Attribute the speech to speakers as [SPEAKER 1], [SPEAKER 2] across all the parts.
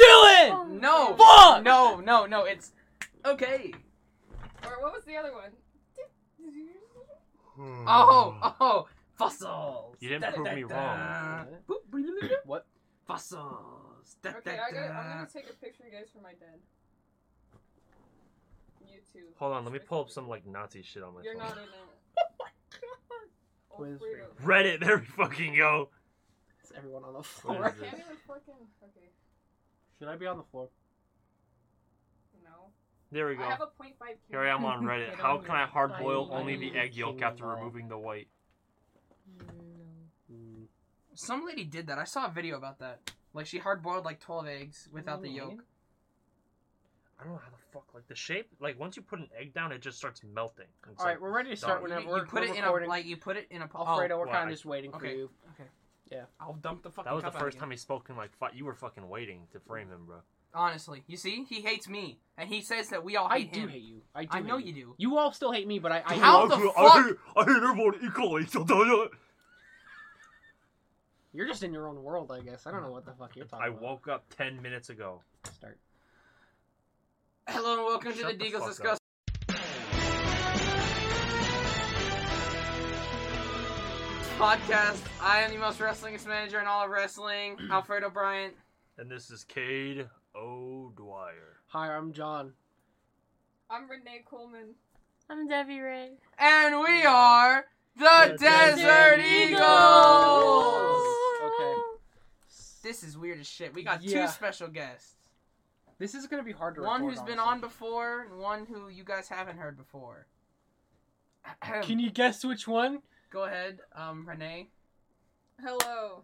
[SPEAKER 1] Oh,
[SPEAKER 2] No.
[SPEAKER 3] Fuck!
[SPEAKER 2] No, no, no. It's okay.
[SPEAKER 1] Or what was the other one?
[SPEAKER 3] Hmm.
[SPEAKER 2] Oh, oh, fossils.
[SPEAKER 3] You didn't
[SPEAKER 2] Da,
[SPEAKER 3] prove
[SPEAKER 2] da,
[SPEAKER 3] me
[SPEAKER 2] da.
[SPEAKER 3] wrong.
[SPEAKER 2] Boop, boop, boop, boop.
[SPEAKER 4] What?
[SPEAKER 2] Fossils. Da, da,
[SPEAKER 1] Okay, I gotta, I'm
[SPEAKER 2] da.
[SPEAKER 1] gonna take a picture, you guys, for my dad. You too.
[SPEAKER 3] Hold on, let me pull up some like Nazi shit on my
[SPEAKER 1] You're
[SPEAKER 3] phone.
[SPEAKER 1] not in it. Oh
[SPEAKER 4] Where's
[SPEAKER 1] freedom.
[SPEAKER 3] Reddit, there we fucking go.
[SPEAKER 4] It's everyone on the
[SPEAKER 1] I
[SPEAKER 4] floor.
[SPEAKER 3] Where is
[SPEAKER 1] can't even fucking. Okay,
[SPEAKER 4] Should I be on the floor?
[SPEAKER 1] no.
[SPEAKER 3] There we
[SPEAKER 1] I have
[SPEAKER 3] go.
[SPEAKER 1] a point five.
[SPEAKER 3] Here I am on Reddit. How can I hard boil
[SPEAKER 4] I
[SPEAKER 3] only
[SPEAKER 4] need
[SPEAKER 3] the egg yolk
[SPEAKER 4] to
[SPEAKER 3] after
[SPEAKER 4] know.
[SPEAKER 3] removing the white?
[SPEAKER 2] Mm, Some lady did that. I saw a video about that. Like she hard boiled like twelve eggs without the yolk.
[SPEAKER 3] I don't know how the fuck like the shape. Like once you put an egg down, it just starts melting. It's
[SPEAKER 4] All right,
[SPEAKER 3] like,
[SPEAKER 4] we're ready to start
[SPEAKER 2] You,
[SPEAKER 3] done.
[SPEAKER 4] whenever
[SPEAKER 2] you
[SPEAKER 4] we're,
[SPEAKER 2] put
[SPEAKER 4] we're
[SPEAKER 2] it in a
[SPEAKER 4] recording.
[SPEAKER 2] like you put it in a.
[SPEAKER 4] Alfredo,
[SPEAKER 2] Oh,
[SPEAKER 4] we're
[SPEAKER 3] Well,
[SPEAKER 4] kind
[SPEAKER 3] I-
[SPEAKER 4] of just waiting for
[SPEAKER 2] okay.
[SPEAKER 4] you.
[SPEAKER 2] okay.
[SPEAKER 4] Yeah.
[SPEAKER 2] I'll dump the fucking.
[SPEAKER 3] that was the
[SPEAKER 2] cup out
[SPEAKER 3] first
[SPEAKER 2] again.
[SPEAKER 3] time he spoke in like five. You were fucking waiting to frame him, bro.
[SPEAKER 2] Honestly, you see, he hates me, and he says that we all
[SPEAKER 4] I
[SPEAKER 2] hate
[SPEAKER 4] do
[SPEAKER 2] him.
[SPEAKER 4] hate you. I do.
[SPEAKER 2] I know
[SPEAKER 4] hate
[SPEAKER 2] you do.
[SPEAKER 4] You all still hate me, but I. I
[SPEAKER 2] How
[SPEAKER 4] hate
[SPEAKER 2] the
[SPEAKER 4] you.
[SPEAKER 2] fuck? I hate-
[SPEAKER 3] everyone equally. So
[SPEAKER 4] You're just in your own world, I guess. I don't know what the fuck you're talking
[SPEAKER 3] I
[SPEAKER 4] about.
[SPEAKER 3] woke up ten minutes ago.
[SPEAKER 4] Start.
[SPEAKER 2] Hello and welcome
[SPEAKER 3] Shut
[SPEAKER 2] to the
[SPEAKER 3] the
[SPEAKER 2] Deagles
[SPEAKER 3] fuck
[SPEAKER 2] Discuss. Podcast. I am the most wrestlingest manager in all of wrestling, Alfredo Bryant.
[SPEAKER 3] And this is Cade O'Dwyer.
[SPEAKER 4] Hi, I'm John.
[SPEAKER 1] I'm Renee Coleman.
[SPEAKER 5] I'm Debbie Ray.
[SPEAKER 2] And we are the
[SPEAKER 4] The
[SPEAKER 2] Desert
[SPEAKER 4] Desert
[SPEAKER 2] Eagles!
[SPEAKER 4] Eagles! Okay.
[SPEAKER 2] This is weird as shit. We got
[SPEAKER 4] Yeah.
[SPEAKER 2] two special guests.
[SPEAKER 4] This is gonna be hard to.
[SPEAKER 2] One
[SPEAKER 4] record,
[SPEAKER 2] who's been on
[SPEAKER 4] honestly.
[SPEAKER 2] before, and one who you guys haven't heard before.
[SPEAKER 4] Can you guess which one?
[SPEAKER 2] Go ahead, um, Renee.
[SPEAKER 1] Hello.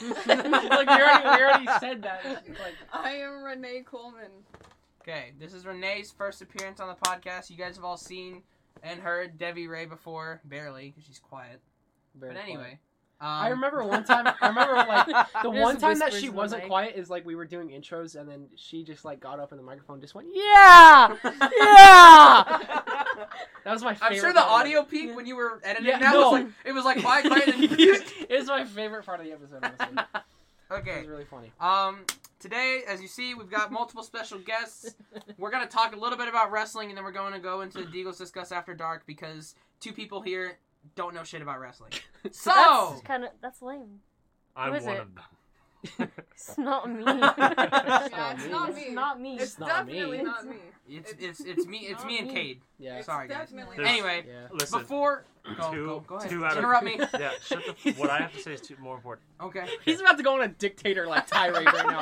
[SPEAKER 4] like we already, we already said that. Like,
[SPEAKER 1] I am Renee Coleman.
[SPEAKER 2] Okay, this is Renee's first appearance on the podcast. You guys have all seen and heard Debbie Ray before, barely, because she's quiet.
[SPEAKER 4] very
[SPEAKER 2] but anyway, um,
[SPEAKER 4] I remember one time- I remember, like, quiet. the
[SPEAKER 5] There's
[SPEAKER 4] one time that
[SPEAKER 5] whispers
[SPEAKER 4] she
[SPEAKER 5] in the
[SPEAKER 4] wasn't
[SPEAKER 5] mic.
[SPEAKER 4] quiet is like we were doing intros and then she just like got up and the microphone just went. Yeah,
[SPEAKER 5] Yeah! Yeah!
[SPEAKER 4] that was my.
[SPEAKER 2] I'm
[SPEAKER 4] favorite
[SPEAKER 2] sure the
[SPEAKER 4] part of
[SPEAKER 2] audio peaked when you were editing.
[SPEAKER 4] Yeah,
[SPEAKER 2] that
[SPEAKER 4] no.
[SPEAKER 2] was like it was like quiet, quiet. And...
[SPEAKER 4] it was my favorite part of the episode. Honestly. It
[SPEAKER 2] okay.
[SPEAKER 4] was really funny.
[SPEAKER 2] Um, today, as you see, we've got multiple special guests. We're gonna talk a little bit about wrestling, and then we're going to go into the Deagles discuss after dark because two people here don't know shit about wrestling. So Oh.
[SPEAKER 5] That's kind of that's lame.
[SPEAKER 3] I'm
[SPEAKER 5] is
[SPEAKER 3] one
[SPEAKER 5] it?
[SPEAKER 3] of them.
[SPEAKER 5] It's not me.
[SPEAKER 4] That's
[SPEAKER 1] Yeah,
[SPEAKER 4] not
[SPEAKER 1] it's
[SPEAKER 4] me.
[SPEAKER 1] not me.
[SPEAKER 5] It's
[SPEAKER 1] It's
[SPEAKER 4] not
[SPEAKER 5] not me.
[SPEAKER 4] me.
[SPEAKER 1] definitely not me.
[SPEAKER 2] it's it's it's me it's me and
[SPEAKER 5] Not me.
[SPEAKER 2] Cade.
[SPEAKER 4] Yeah.
[SPEAKER 1] It's
[SPEAKER 2] Sorry, guys.
[SPEAKER 1] definitely
[SPEAKER 3] There's-
[SPEAKER 1] not
[SPEAKER 2] Anyway,
[SPEAKER 4] Yeah.
[SPEAKER 3] Listen,
[SPEAKER 2] before go,
[SPEAKER 3] two-
[SPEAKER 2] go, go ahead.
[SPEAKER 3] two out of-
[SPEAKER 2] interrupt me.
[SPEAKER 3] yeah, shut the. What I have to say is too, more important.
[SPEAKER 2] Okay.
[SPEAKER 4] He's about to go on a dictator like tirade right now.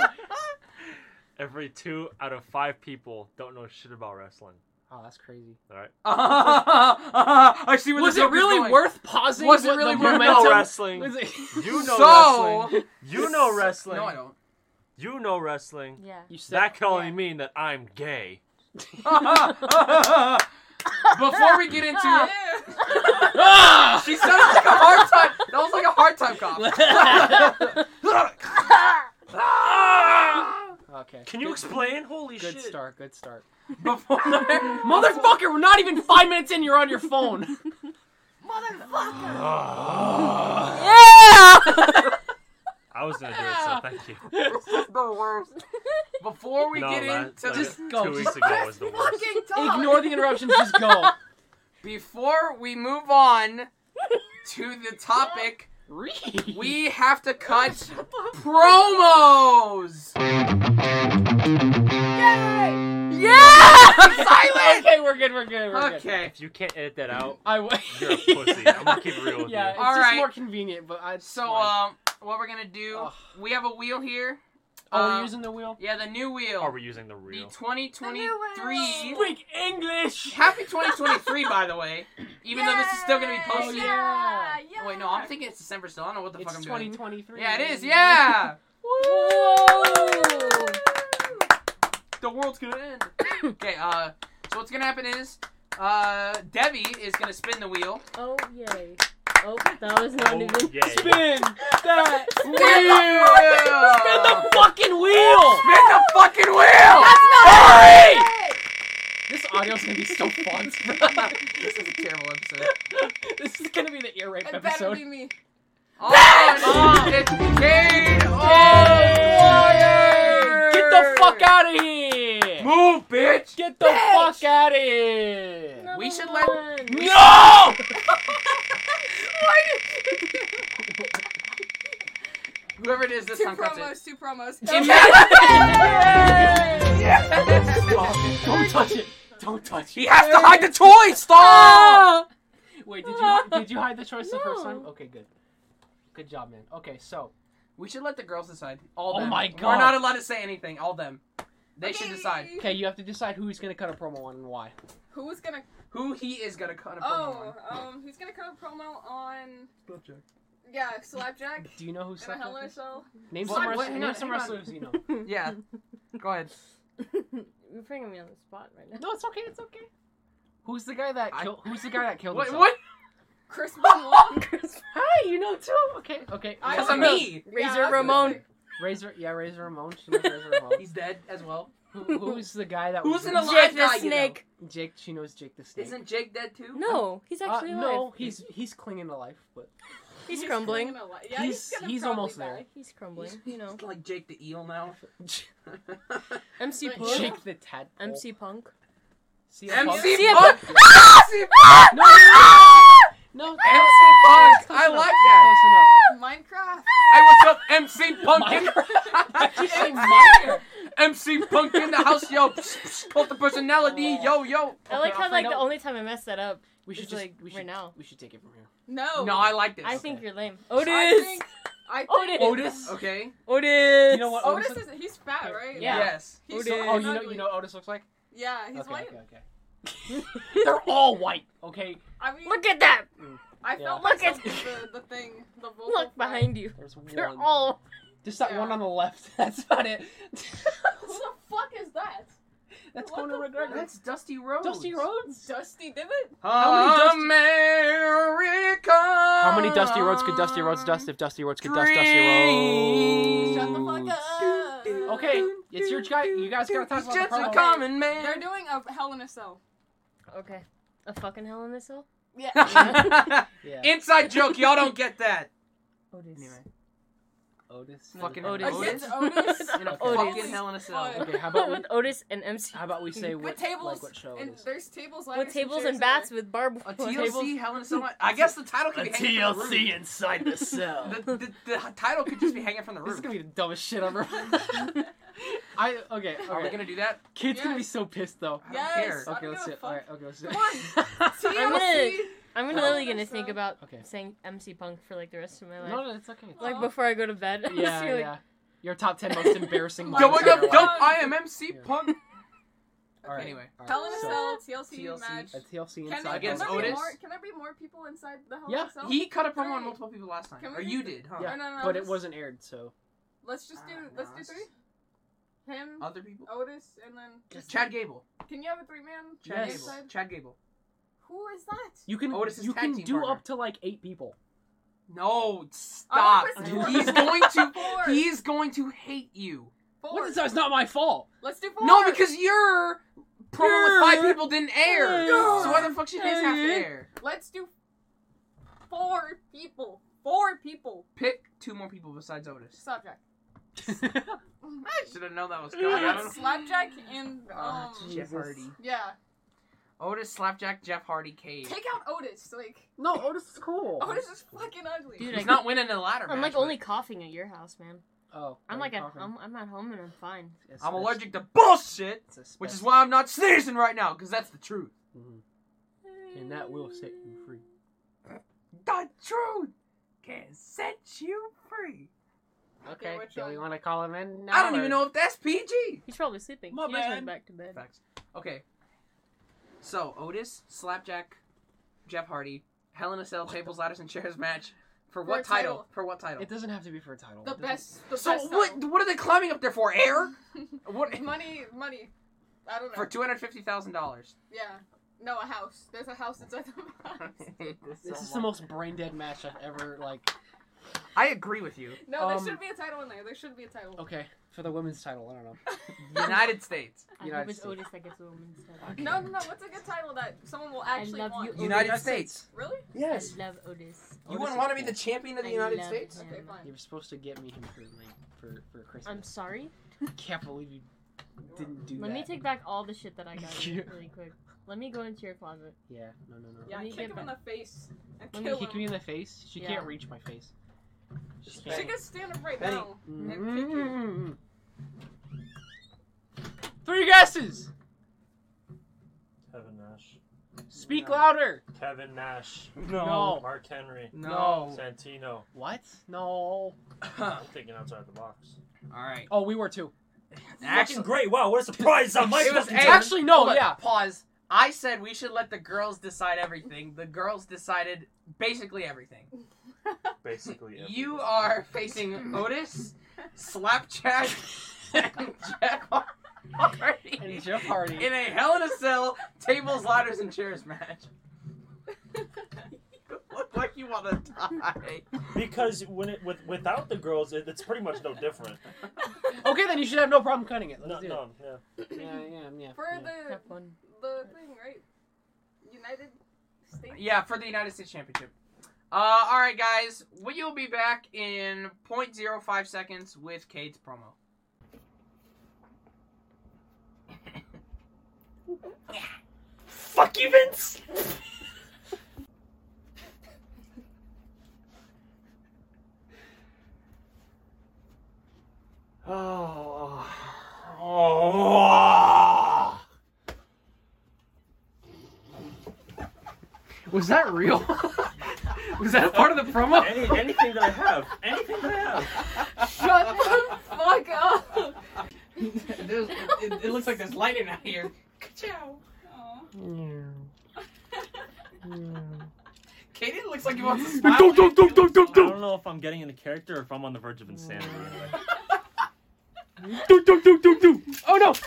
[SPEAKER 3] Every two out of five people don't know shit about wrestling.
[SPEAKER 4] Oh, that's crazy.
[SPEAKER 3] All right.
[SPEAKER 2] Uh, I see where
[SPEAKER 4] was
[SPEAKER 2] this
[SPEAKER 4] it
[SPEAKER 2] joke is
[SPEAKER 4] really
[SPEAKER 2] going.
[SPEAKER 4] worth pausing?
[SPEAKER 2] Was it
[SPEAKER 4] with the
[SPEAKER 2] really worth-
[SPEAKER 3] You
[SPEAKER 4] momentum?
[SPEAKER 3] know wrestling.
[SPEAKER 4] Was it-
[SPEAKER 3] You know
[SPEAKER 2] So-
[SPEAKER 3] wrestling. You know wrestling.
[SPEAKER 2] No, I don't.
[SPEAKER 3] You know wrestling.
[SPEAKER 5] Yeah.
[SPEAKER 4] You said
[SPEAKER 3] That can only
[SPEAKER 5] Yeah.
[SPEAKER 3] mean that I'm gay.
[SPEAKER 2] Before we get into
[SPEAKER 1] Ew.
[SPEAKER 4] Ah!
[SPEAKER 2] she sounded like a hard time. That was like a hard time cop.
[SPEAKER 4] okay.
[SPEAKER 3] Can you
[SPEAKER 4] Good-
[SPEAKER 3] explain? Holy
[SPEAKER 4] Good
[SPEAKER 3] shit.
[SPEAKER 4] start. Good start.
[SPEAKER 2] Before
[SPEAKER 4] Motherfucker, we're not even five minutes in. You're on your phone.
[SPEAKER 1] Motherfucker.
[SPEAKER 3] Ah. I
[SPEAKER 5] Yeah!
[SPEAKER 3] was gonna do it, so thank you.
[SPEAKER 2] This is the worst. Before we
[SPEAKER 3] no,
[SPEAKER 2] get
[SPEAKER 3] la-
[SPEAKER 2] into
[SPEAKER 3] like,
[SPEAKER 2] this,
[SPEAKER 4] Just go,
[SPEAKER 3] Two
[SPEAKER 4] just-
[SPEAKER 3] weeks ago was the worst.
[SPEAKER 1] Fucking dog.
[SPEAKER 4] Ignore the interruptions. Just go.
[SPEAKER 2] before we move on to the topic,
[SPEAKER 4] Read.
[SPEAKER 2] we have to cut promos.
[SPEAKER 5] Yeah!
[SPEAKER 2] Silence.
[SPEAKER 4] Okay, we're good. We're good. We're good.
[SPEAKER 2] Okay.
[SPEAKER 3] If you can't edit that out,
[SPEAKER 4] I w-
[SPEAKER 3] You're a pussy. I'm gonna keep it real with
[SPEAKER 4] yeah,
[SPEAKER 3] you.
[SPEAKER 4] it's
[SPEAKER 2] All
[SPEAKER 4] just
[SPEAKER 2] right.
[SPEAKER 4] more convenient, but I.
[SPEAKER 2] So
[SPEAKER 4] why?
[SPEAKER 2] um, what we're gonna do?
[SPEAKER 4] Ugh.
[SPEAKER 2] We have a wheel here.
[SPEAKER 4] oh,
[SPEAKER 2] um,
[SPEAKER 4] we're using the wheel.
[SPEAKER 2] Yeah, the new wheel.
[SPEAKER 3] are we using the
[SPEAKER 2] the
[SPEAKER 3] real?
[SPEAKER 2] 2023.
[SPEAKER 4] Speak English.
[SPEAKER 2] Happy 2023, by the way. Even though this is still gonna be
[SPEAKER 1] Yay.
[SPEAKER 2] posted.
[SPEAKER 4] yeah.
[SPEAKER 1] yeah.
[SPEAKER 2] Wait, no, I'm thinking it's December still. I don't know what the
[SPEAKER 4] It's
[SPEAKER 2] fuck I'm doing.
[SPEAKER 4] 2023.
[SPEAKER 2] Yeah, it is. Yeah.
[SPEAKER 5] Whoa!
[SPEAKER 2] the world's gonna end. okay. Uh, so what's gonna happen is, uh, Debbie is gonna spin the wheel.
[SPEAKER 5] Oh yay! Oh, that was not
[SPEAKER 3] Oh,
[SPEAKER 5] even.
[SPEAKER 3] yay.
[SPEAKER 4] Spin that wheel. Spin
[SPEAKER 2] Wheel.
[SPEAKER 4] the fucking wheel.
[SPEAKER 2] Spin the fucking wheel.
[SPEAKER 4] Hurry! This audio's gonna be so fun. bro.
[SPEAKER 2] this is a terrible episode.
[SPEAKER 4] this is gonna be the ear rape
[SPEAKER 1] It better
[SPEAKER 4] episode.
[SPEAKER 1] be me.
[SPEAKER 2] Oh, it's Kane O'Dwyer.
[SPEAKER 4] Get the fuck out of here!
[SPEAKER 2] go, bitch!
[SPEAKER 4] Get the fuck out of here!
[SPEAKER 5] Another
[SPEAKER 2] We should
[SPEAKER 5] one.
[SPEAKER 2] let-
[SPEAKER 4] No!
[SPEAKER 2] Whoever it is this
[SPEAKER 1] Two
[SPEAKER 2] time cuts it.
[SPEAKER 1] promos, two promos.
[SPEAKER 4] Stop it. Don't touch it. Don't touch it.
[SPEAKER 2] He has to hide the toy! Stop!
[SPEAKER 4] Wait, did you did you hide the choice the first time?
[SPEAKER 5] No.
[SPEAKER 4] Okay, good. Good job, man. Okay, so
[SPEAKER 2] We should let the girls decide. All
[SPEAKER 4] Oh
[SPEAKER 2] them.
[SPEAKER 4] my
[SPEAKER 2] We're
[SPEAKER 4] God.
[SPEAKER 2] not allowed to say anything. All them. They should decide
[SPEAKER 4] okay, you have to decide who he's gonna cut a promo on and why.
[SPEAKER 1] Who's gonna?
[SPEAKER 2] who he is gonna cut a promo
[SPEAKER 1] Oh,
[SPEAKER 2] on.
[SPEAKER 1] um, who's gonna cut a promo on? Yeah, Slapjack.
[SPEAKER 4] Do you know who
[SPEAKER 1] In a Hell in a
[SPEAKER 4] Slapjack is?
[SPEAKER 1] Cell.
[SPEAKER 4] Name
[SPEAKER 2] What-
[SPEAKER 4] some
[SPEAKER 2] what-
[SPEAKER 4] wrestlers.
[SPEAKER 2] hang
[SPEAKER 4] Name
[SPEAKER 2] on,
[SPEAKER 4] some
[SPEAKER 2] hang on.
[SPEAKER 4] wrestlers you know.
[SPEAKER 2] Yeah. Go ahead.
[SPEAKER 5] You're bringing me on the spot right now.
[SPEAKER 4] No, it's okay. It's okay. Who's the guy that
[SPEAKER 2] I-
[SPEAKER 4] killed? Who's the guy that killed
[SPEAKER 2] What?
[SPEAKER 4] himself?
[SPEAKER 2] What?
[SPEAKER 1] Chris Benoit.
[SPEAKER 4] Hi, you know too. Okay, okay.
[SPEAKER 1] I
[SPEAKER 2] Because
[SPEAKER 1] don't
[SPEAKER 2] of
[SPEAKER 1] know.
[SPEAKER 2] me.
[SPEAKER 5] Razor
[SPEAKER 1] I was gonna
[SPEAKER 5] Ramon.
[SPEAKER 1] say-
[SPEAKER 4] Razor, yeah, Razor Ramon. She knows Razor Ramon.
[SPEAKER 2] He's dead as well.
[SPEAKER 4] Who, who's the guy that?
[SPEAKER 2] Who's
[SPEAKER 4] was
[SPEAKER 2] in
[SPEAKER 4] in-
[SPEAKER 2] a-
[SPEAKER 5] Jake
[SPEAKER 2] Alive
[SPEAKER 5] the
[SPEAKER 2] guy, you know.
[SPEAKER 5] Snake.
[SPEAKER 4] Jake, she knows Jake the Snake.
[SPEAKER 2] Isn't Jake dead too?
[SPEAKER 5] No, he's
[SPEAKER 4] Uh,
[SPEAKER 5] actually alive.
[SPEAKER 4] no, he's he's clinging to life, but
[SPEAKER 5] He's crumbling.
[SPEAKER 1] gonna li- Yeah, he's
[SPEAKER 4] He's-
[SPEAKER 1] gonna
[SPEAKER 4] he's
[SPEAKER 1] probably
[SPEAKER 4] almost there.
[SPEAKER 1] die.
[SPEAKER 5] He's crumbling.
[SPEAKER 2] He's-
[SPEAKER 5] You know.
[SPEAKER 2] It's like Jake the eel now.
[SPEAKER 5] MC
[SPEAKER 1] But
[SPEAKER 5] Punk.
[SPEAKER 4] Jake the tadpole.
[SPEAKER 5] MC Punk.
[SPEAKER 4] See ya, Punk.
[SPEAKER 2] MC
[SPEAKER 5] CM
[SPEAKER 2] Punk. MC
[SPEAKER 4] No, no, no, no, no.
[SPEAKER 2] MC Punk. I like that.
[SPEAKER 1] Minecraft.
[SPEAKER 2] Hey, what's up, MC Punkin?
[SPEAKER 4] Close enough.
[SPEAKER 2] MC Punk in the house, yo. Psh, psh, Cult of personality, yo, yo.
[SPEAKER 5] I like how like the
[SPEAKER 4] no.
[SPEAKER 5] only time I messed that up.
[SPEAKER 4] We should
[SPEAKER 5] It's
[SPEAKER 4] just
[SPEAKER 5] like,
[SPEAKER 4] we
[SPEAKER 5] right
[SPEAKER 4] should
[SPEAKER 5] now.
[SPEAKER 4] we should take it from here.
[SPEAKER 1] No.
[SPEAKER 2] No, I like this.
[SPEAKER 5] I
[SPEAKER 4] Okay.
[SPEAKER 5] think you're lame.
[SPEAKER 1] I
[SPEAKER 5] Otis.
[SPEAKER 1] think. I
[SPEAKER 5] Otis.
[SPEAKER 1] think
[SPEAKER 4] Otis.
[SPEAKER 2] Okay.
[SPEAKER 5] Otis.
[SPEAKER 4] You know what?
[SPEAKER 1] Otis
[SPEAKER 4] Otis
[SPEAKER 1] is he's fat, right?
[SPEAKER 5] Yeah.
[SPEAKER 2] Yes.
[SPEAKER 1] He's
[SPEAKER 5] Otis.
[SPEAKER 1] so
[SPEAKER 4] Oh, you know
[SPEAKER 1] ugly.
[SPEAKER 4] you know what Otis looks like.
[SPEAKER 1] Yeah, he's
[SPEAKER 4] okay,
[SPEAKER 1] white.
[SPEAKER 4] okay, okay. They're all white. Okay,
[SPEAKER 1] I mean,
[SPEAKER 5] Oh, Look at that.
[SPEAKER 1] I
[SPEAKER 4] yeah.
[SPEAKER 1] felt
[SPEAKER 5] Look
[SPEAKER 1] myself
[SPEAKER 5] at-
[SPEAKER 1] with the, the thing, the vocal
[SPEAKER 5] Look
[SPEAKER 1] fry.
[SPEAKER 5] behind you.
[SPEAKER 4] there's one.
[SPEAKER 5] They're all.
[SPEAKER 4] Just that
[SPEAKER 1] Yeah.
[SPEAKER 4] one on the left. That's about it.
[SPEAKER 1] Who the fuck is that?
[SPEAKER 4] That's
[SPEAKER 1] What
[SPEAKER 4] Conor
[SPEAKER 1] the fuck?
[SPEAKER 4] McGregor.
[SPEAKER 2] That's Dusty Rhodes.
[SPEAKER 4] Dusty Rhodes.
[SPEAKER 1] Dusty Divot?
[SPEAKER 4] How many
[SPEAKER 2] America.
[SPEAKER 4] How many Dusty Rhodes could Dusty Rhodes dust if Dusty Rhodes could dust Dusty Rhodes?
[SPEAKER 1] Shut the fuck up.
[SPEAKER 4] Okay, it's your guy. You guys gotta talk about the
[SPEAKER 2] Jets are
[SPEAKER 4] promo.
[SPEAKER 2] coming,
[SPEAKER 1] They're
[SPEAKER 2] man.
[SPEAKER 1] doing a Hell in a Cell.
[SPEAKER 5] Okay. A fucking hell in this hell.
[SPEAKER 1] Yeah.
[SPEAKER 4] Yeah.
[SPEAKER 2] Inside joke, y'all don't get that.
[SPEAKER 5] Otis.
[SPEAKER 2] Anyway,
[SPEAKER 4] Otis.
[SPEAKER 2] fucking
[SPEAKER 5] Otis.
[SPEAKER 2] Otis.
[SPEAKER 1] Against Otis.
[SPEAKER 2] In a
[SPEAKER 5] Otis.
[SPEAKER 2] fucking hell in a cell.
[SPEAKER 1] Fuck.
[SPEAKER 4] Okay, how about we?
[SPEAKER 5] with Otis and MC?
[SPEAKER 4] How about we say
[SPEAKER 1] With
[SPEAKER 4] what
[SPEAKER 1] tables
[SPEAKER 4] like what show it
[SPEAKER 1] and
[SPEAKER 4] is?
[SPEAKER 1] there's tables, ladders,
[SPEAKER 5] With tables
[SPEAKER 1] chairs
[SPEAKER 5] and bats
[SPEAKER 1] there.
[SPEAKER 5] with barbed
[SPEAKER 2] A
[SPEAKER 5] wire.
[SPEAKER 2] TLC hell in a cell. I guess the title could be hanging from the roof.
[SPEAKER 4] inside the cell.
[SPEAKER 2] The, the, the title could just be hanging from the
[SPEAKER 4] this is
[SPEAKER 2] roof.
[SPEAKER 4] gonna be the dumbest shit ever. I okay.
[SPEAKER 2] Are we
[SPEAKER 4] okay.
[SPEAKER 2] gonna do that?
[SPEAKER 4] Kids gonna be
[SPEAKER 1] Yes.
[SPEAKER 4] so pissed though.
[SPEAKER 2] I don't
[SPEAKER 1] Yes.
[SPEAKER 2] care.
[SPEAKER 1] I
[SPEAKER 4] Okay,
[SPEAKER 1] don't
[SPEAKER 4] let's do
[SPEAKER 1] give
[SPEAKER 4] it.
[SPEAKER 1] a
[SPEAKER 4] All right,
[SPEAKER 1] fuck.
[SPEAKER 4] okay, let's do
[SPEAKER 1] Come on.
[SPEAKER 5] I'm
[SPEAKER 1] TLC.
[SPEAKER 5] I'm
[SPEAKER 4] Oh.
[SPEAKER 5] literally gonna
[SPEAKER 1] That's
[SPEAKER 5] think
[SPEAKER 1] so-
[SPEAKER 5] about
[SPEAKER 4] Okay.
[SPEAKER 5] saying MC Punk for like the rest of my life.
[SPEAKER 4] no, no, it's okay.
[SPEAKER 5] like
[SPEAKER 1] Aw.
[SPEAKER 5] before I go to bed. I'm
[SPEAKER 4] yeah,
[SPEAKER 5] just really-
[SPEAKER 4] yeah. Your top ten most embarrassing.
[SPEAKER 1] Yo,
[SPEAKER 2] Going
[SPEAKER 4] moments in
[SPEAKER 2] up
[SPEAKER 4] your
[SPEAKER 2] dope.
[SPEAKER 4] life.
[SPEAKER 2] I am MC
[SPEAKER 4] Yeah.
[SPEAKER 2] Punk.
[SPEAKER 4] All right,
[SPEAKER 2] Anyway.
[SPEAKER 4] all right,
[SPEAKER 1] Hell in a
[SPEAKER 4] so,
[SPEAKER 1] Cell, TLC,
[SPEAKER 2] TLC.
[SPEAKER 1] match.
[SPEAKER 4] A TLC
[SPEAKER 1] Can, there-
[SPEAKER 4] inside
[SPEAKER 1] can
[SPEAKER 2] Against
[SPEAKER 1] there
[SPEAKER 4] Hell in a
[SPEAKER 1] be
[SPEAKER 2] Otis?
[SPEAKER 4] Cell.
[SPEAKER 1] more, can there be more people inside the Hell in
[SPEAKER 4] Yeah,
[SPEAKER 1] a Cell?
[SPEAKER 2] He cut a promo on
[SPEAKER 1] Three.
[SPEAKER 2] multiple people last time,
[SPEAKER 1] Can
[SPEAKER 2] or
[SPEAKER 1] we
[SPEAKER 2] you
[SPEAKER 1] do-
[SPEAKER 2] did, huh?
[SPEAKER 4] Yeah,
[SPEAKER 1] No, no, no,
[SPEAKER 4] but it
[SPEAKER 1] just-
[SPEAKER 4] wasn't aired, so
[SPEAKER 1] Let's just do.
[SPEAKER 2] Ah,
[SPEAKER 1] let's
[SPEAKER 2] no,
[SPEAKER 1] do
[SPEAKER 2] it's
[SPEAKER 1] three. Him,
[SPEAKER 2] Other people.
[SPEAKER 1] Otis, and then just.
[SPEAKER 2] Chad Gable.
[SPEAKER 1] Can you have a three man?
[SPEAKER 2] Chad
[SPEAKER 4] Yes.
[SPEAKER 2] Gable. Chad Gable.
[SPEAKER 1] Who is that?
[SPEAKER 4] you can
[SPEAKER 2] Otis's
[SPEAKER 4] you
[SPEAKER 2] tag
[SPEAKER 4] can
[SPEAKER 2] team
[SPEAKER 4] do
[SPEAKER 2] partner.
[SPEAKER 4] up to like eight people.
[SPEAKER 2] No,
[SPEAKER 1] I
[SPEAKER 2] stop.
[SPEAKER 1] wanna
[SPEAKER 4] Stop.
[SPEAKER 2] He's
[SPEAKER 1] pursue-
[SPEAKER 2] going to.
[SPEAKER 1] Four.
[SPEAKER 2] He's going to hate you.
[SPEAKER 1] Four.
[SPEAKER 4] What is that? It's not my fault.
[SPEAKER 1] Let's do four.
[SPEAKER 2] No, because your promo with five
[SPEAKER 4] Yeah.
[SPEAKER 2] people didn't air.
[SPEAKER 4] Yeah.
[SPEAKER 2] So why the fuck should his have to
[SPEAKER 4] Yeah.
[SPEAKER 2] air?
[SPEAKER 1] let's do four people. Four people.
[SPEAKER 2] Pick two more people besides Otis.
[SPEAKER 1] Slapjack.
[SPEAKER 2] Should have known that was
[SPEAKER 4] Yeah,
[SPEAKER 2] coming. I don't know.
[SPEAKER 1] Slapjack and
[SPEAKER 5] Oh,
[SPEAKER 1] um.
[SPEAKER 2] Ah,
[SPEAKER 4] Jesus.
[SPEAKER 2] Jeff Hardy.
[SPEAKER 1] yeah.
[SPEAKER 2] Otis, Slapjack, Jeff Hardy, Cage.
[SPEAKER 1] Take out Otis. Like
[SPEAKER 4] no, Otis is cool.
[SPEAKER 1] Otis is fucking ugly.
[SPEAKER 5] Dude,
[SPEAKER 2] He's not winning the ladder
[SPEAKER 5] I'm
[SPEAKER 2] match,
[SPEAKER 5] like
[SPEAKER 2] but
[SPEAKER 5] only coughing at your house, man.
[SPEAKER 4] Oh,
[SPEAKER 5] I'm like um- at
[SPEAKER 4] coughing.
[SPEAKER 5] home. I'm at home and I'm fine.
[SPEAKER 4] It's
[SPEAKER 2] I'm
[SPEAKER 4] a-
[SPEAKER 2] allergic to bullshit,
[SPEAKER 4] it's a
[SPEAKER 2] which
[SPEAKER 4] spec-
[SPEAKER 2] is why I'm not sneezing right now, because that's the truth.
[SPEAKER 4] Mhm. and that will set you free.
[SPEAKER 2] The truth can set you free.
[SPEAKER 4] Okay,
[SPEAKER 1] we're
[SPEAKER 4] do we
[SPEAKER 1] done.
[SPEAKER 4] want to call him in?
[SPEAKER 2] I don't
[SPEAKER 4] now,
[SPEAKER 2] even
[SPEAKER 4] or-
[SPEAKER 2] know if that's PG.
[SPEAKER 5] He's probably sleeping.
[SPEAKER 4] My
[SPEAKER 5] he just
[SPEAKER 4] bad.
[SPEAKER 5] went back to bed.
[SPEAKER 2] Facts. Okay. So Otis, Slapjack, Jeff Hardy, Hell in a Cell, tables, ladders, and chairs match. For what
[SPEAKER 1] a
[SPEAKER 2] title?
[SPEAKER 1] title.
[SPEAKER 2] For what title?
[SPEAKER 4] It doesn't have to be for a title.
[SPEAKER 5] uh,
[SPEAKER 1] the
[SPEAKER 4] It doesn't-
[SPEAKER 1] best. The
[SPEAKER 2] So
[SPEAKER 1] best.
[SPEAKER 2] what? What are they climbing up there for? Air? What?
[SPEAKER 1] though. Money, money. I don't know.
[SPEAKER 2] For two hundred fifty thousand dollars.
[SPEAKER 1] yeah. No, a house. There's a house inside the house.
[SPEAKER 5] Um,
[SPEAKER 4] This is the most brain dead match I've ever like.
[SPEAKER 2] I agree with you.
[SPEAKER 1] No, there
[SPEAKER 4] Um,
[SPEAKER 1] should be a title in there. There should be a title.
[SPEAKER 4] Okay, for the women's title, I don't know.
[SPEAKER 2] United States.
[SPEAKER 5] I
[SPEAKER 4] United
[SPEAKER 5] hope it's
[SPEAKER 4] States.
[SPEAKER 5] Otis that gets a woman's stuff.
[SPEAKER 4] Okay.
[SPEAKER 1] No, no, no. What's a good title that someone will actually
[SPEAKER 5] love
[SPEAKER 1] want?
[SPEAKER 5] you, Otis.
[SPEAKER 2] United States.
[SPEAKER 1] Really?
[SPEAKER 5] I love Otis.
[SPEAKER 2] You
[SPEAKER 4] Otis
[SPEAKER 2] wouldn't
[SPEAKER 4] is
[SPEAKER 2] want to be
[SPEAKER 4] cool.
[SPEAKER 2] the champion of the
[SPEAKER 5] I
[SPEAKER 2] United
[SPEAKER 5] love
[SPEAKER 2] States?
[SPEAKER 5] him.
[SPEAKER 1] Okay, fine.
[SPEAKER 4] You were supposed to get me him for like for for Christmas.
[SPEAKER 5] I'm sorry.
[SPEAKER 4] I can't believe you didn't do
[SPEAKER 5] Let
[SPEAKER 4] that.
[SPEAKER 5] me take back all the shit that I got you
[SPEAKER 4] Yeah.
[SPEAKER 5] really quick. Let me go into your closet.
[SPEAKER 4] Yeah, no, no, no.
[SPEAKER 1] Yeah,
[SPEAKER 5] Let me
[SPEAKER 1] kick
[SPEAKER 5] get
[SPEAKER 1] him in the face and
[SPEAKER 4] Let me
[SPEAKER 1] kill
[SPEAKER 4] kick
[SPEAKER 1] him.
[SPEAKER 4] me in the face. She
[SPEAKER 5] Yeah.
[SPEAKER 4] can't reach my face.
[SPEAKER 2] Just
[SPEAKER 4] She
[SPEAKER 1] She
[SPEAKER 4] can't.
[SPEAKER 1] can stand up right
[SPEAKER 2] Benny.
[SPEAKER 1] now.
[SPEAKER 4] Mm. Three guesses.
[SPEAKER 3] Kevin Nash.
[SPEAKER 4] Speak
[SPEAKER 2] No.
[SPEAKER 4] louder.
[SPEAKER 3] Kevin Nash.
[SPEAKER 4] No.
[SPEAKER 3] Mark Henry.
[SPEAKER 2] Oh.
[SPEAKER 4] No.
[SPEAKER 3] Santino.
[SPEAKER 4] What? No.
[SPEAKER 3] I'm thinking outside the box.
[SPEAKER 2] All right.
[SPEAKER 4] Oh, we were too.
[SPEAKER 3] Fucking great! Wow, what a surprise on my
[SPEAKER 2] It was
[SPEAKER 3] fucking
[SPEAKER 2] Hey,
[SPEAKER 3] turn.
[SPEAKER 4] Actually, no.
[SPEAKER 2] Hold on,
[SPEAKER 4] Oh, Yeah.
[SPEAKER 2] Pause. I said we should let the girls decide everything. The girls decided basically everything.
[SPEAKER 3] Basically, everything.
[SPEAKER 2] You are facing Otis, Slapjack, and Jeff Hardy.
[SPEAKER 4] And Jeff Hardy.
[SPEAKER 2] In a Hell in a Cell tables, ladders, and chairs match. you look like you want to die.
[SPEAKER 3] because when it with without the girls, it, it's pretty much no different.
[SPEAKER 4] Okay, then you should have no problem cutting it.
[SPEAKER 3] No,
[SPEAKER 4] Let's do
[SPEAKER 3] no, yeah.
[SPEAKER 4] it. Yeah, yeah, yeah.
[SPEAKER 1] For
[SPEAKER 4] yeah.
[SPEAKER 1] the
[SPEAKER 5] Have fun.
[SPEAKER 1] the thing, right? United States.
[SPEAKER 2] Yeah, for the United States Championship. Uh, all right, guys. We will be back in 0.05 seconds with Kate's promo.
[SPEAKER 3] Fuck you, Vince. oh. oh.
[SPEAKER 4] Was that real? Was that part of the promo?
[SPEAKER 3] Any, anything that I have, anything that I have.
[SPEAKER 1] Shut the fuck up.
[SPEAKER 2] There's- it, it looks like there's lightning out here.
[SPEAKER 1] Ciao. Aw.
[SPEAKER 2] Kaden looks like he wants to smile.
[SPEAKER 4] Don't, don't, don't, don't,
[SPEAKER 3] I
[SPEAKER 4] don't,
[SPEAKER 3] don't know if I'm getting into character or if I'm on the verge of insanity. Anyway.
[SPEAKER 4] do, do, do, do, do. Oh no!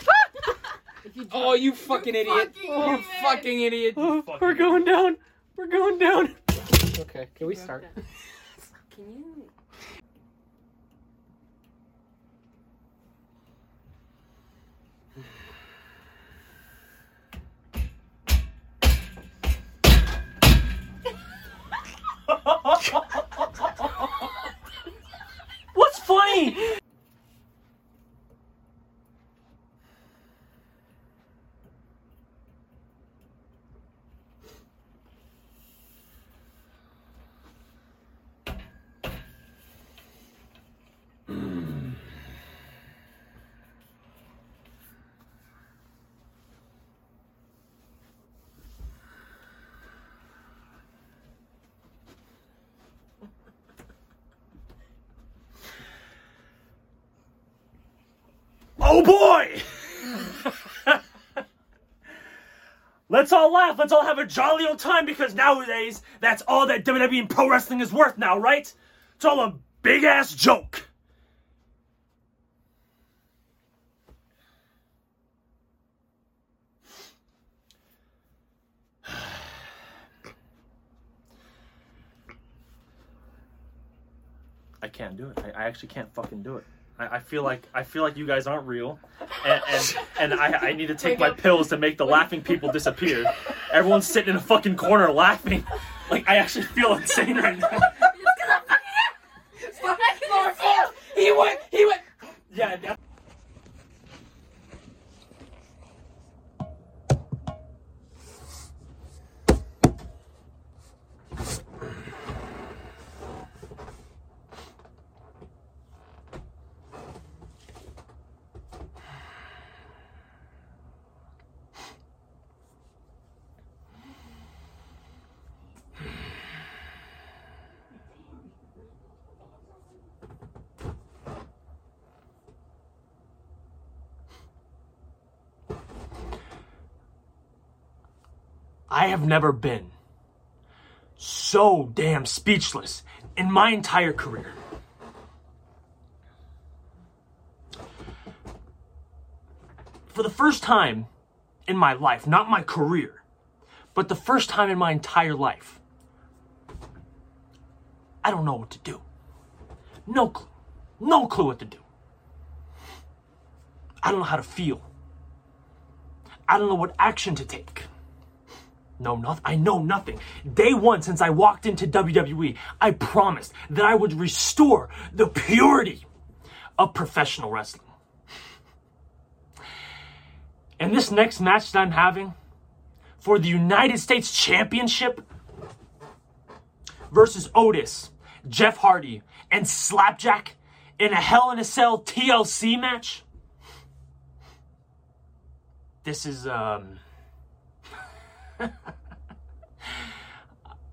[SPEAKER 2] Oh, you fucking idiot!
[SPEAKER 1] fucking
[SPEAKER 2] you
[SPEAKER 1] idiot.
[SPEAKER 2] fucking idiot!
[SPEAKER 4] Oh,
[SPEAKER 3] Fucking-
[SPEAKER 4] we're going down. We're going down. Okay, can we start?
[SPEAKER 5] Can you?
[SPEAKER 3] What's funny? Oh boy! Let's all laugh. Let's all have a jolly old time because nowadays that's all that WWE and pro wrestling is worth now, right? It's all a big ass joke. I can't do it. I, I actually can't fucking do it. I, I feel like I feel like you guys aren't real, and and, and I, I need to take my pills to make the laughing people disappear. Everyone's sitting in a fucking corner laughing. Like I actually feel insane right now.
[SPEAKER 2] He went. He went.
[SPEAKER 3] Yeah. that- I have never been so damn speechless in my entire career. For the first time in my life, not my career, but the first time in my entire life, I don't know what to do. No clue. No clue what to do. I don't know how to feel. I don't know what action to take. No, nothing. I know nothing. Day one, since I walked into WWE, I promised that I would restore the purity of professional wrestling. And this next match that I'm having for the United States Championship versus Otis, Jeff Hardy, and Slapjack in a Hell in a Cell TLC match. This is um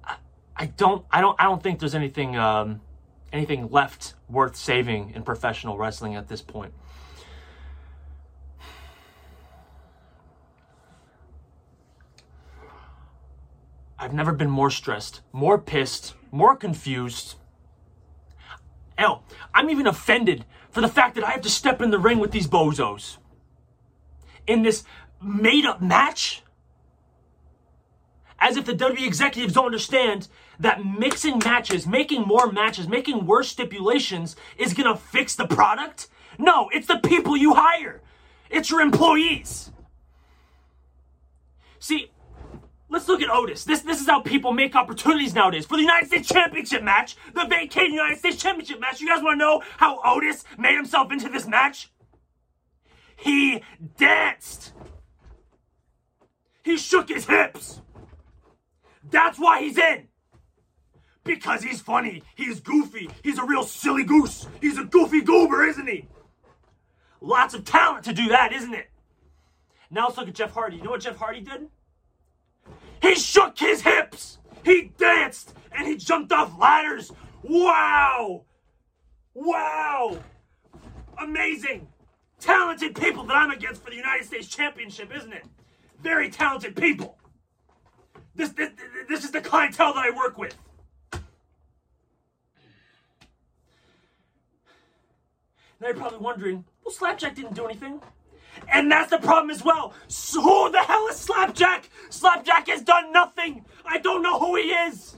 [SPEAKER 3] I- I don't I don't I don't think there's anything um anything left worth saving in professional wrestling at this point. I've never been more stressed, more pissed, more confused. Hell, I'm even offended for the fact that I have to step in the ring with these bozos. In this made up match? As if the WWE executives don't understand that mixing matches, making more matches, making worse stipulations is gonna fix the product? No, it's the people you hire, it's your employees. See, Let's look at Otis. This this is how people make opportunities nowadays. For the United States Championship match, the vacated United States Championship match. You guys want to know how Otis made himself into this match? He danced. He shook his hips. That's why he's in. Because he's funny. He's goofy. He's a real silly goose. He's a goofy goober, isn't he? Lots of talent to do that, isn't it? Now let's look at Jeff Hardy. You know what Jeff Hardy did? He shook his hips. He danced and he jumped off ladders. Wow. Wow. Amazing. Talented people that I'm against for the United States Championship, isn't it? Very talented people. This this, this is the clientele that I work with. Now you're probably wondering, well, Slapjack didn't do anything. And that's the problem as well. So who the hell is Slapjack? Slapjack has done nothing. I don't know who he is.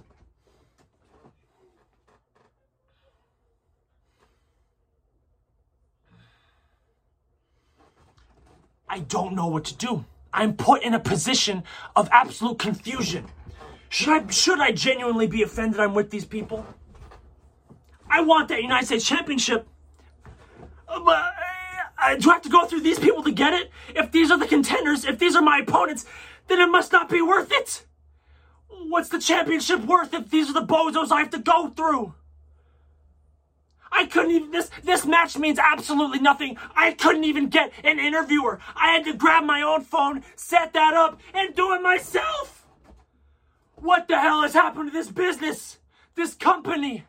[SPEAKER 3] I don't know what to do. I'm put in a position of absolute confusion. Should I should I genuinely be offended I'm with these people? I want that United States Championship. Uh, but uh, I, do I have to go through these people to get it? If these are the contenders, if these are my opponents, then it must not be worth it. What's the championship worth if these are the bozos I have to go through? I couldn't even this this match means absolutely nothing. I couldn't even get an interviewer. I had to grab my own phone, set that up, and do it myself. What the hell has happened to this business? This company?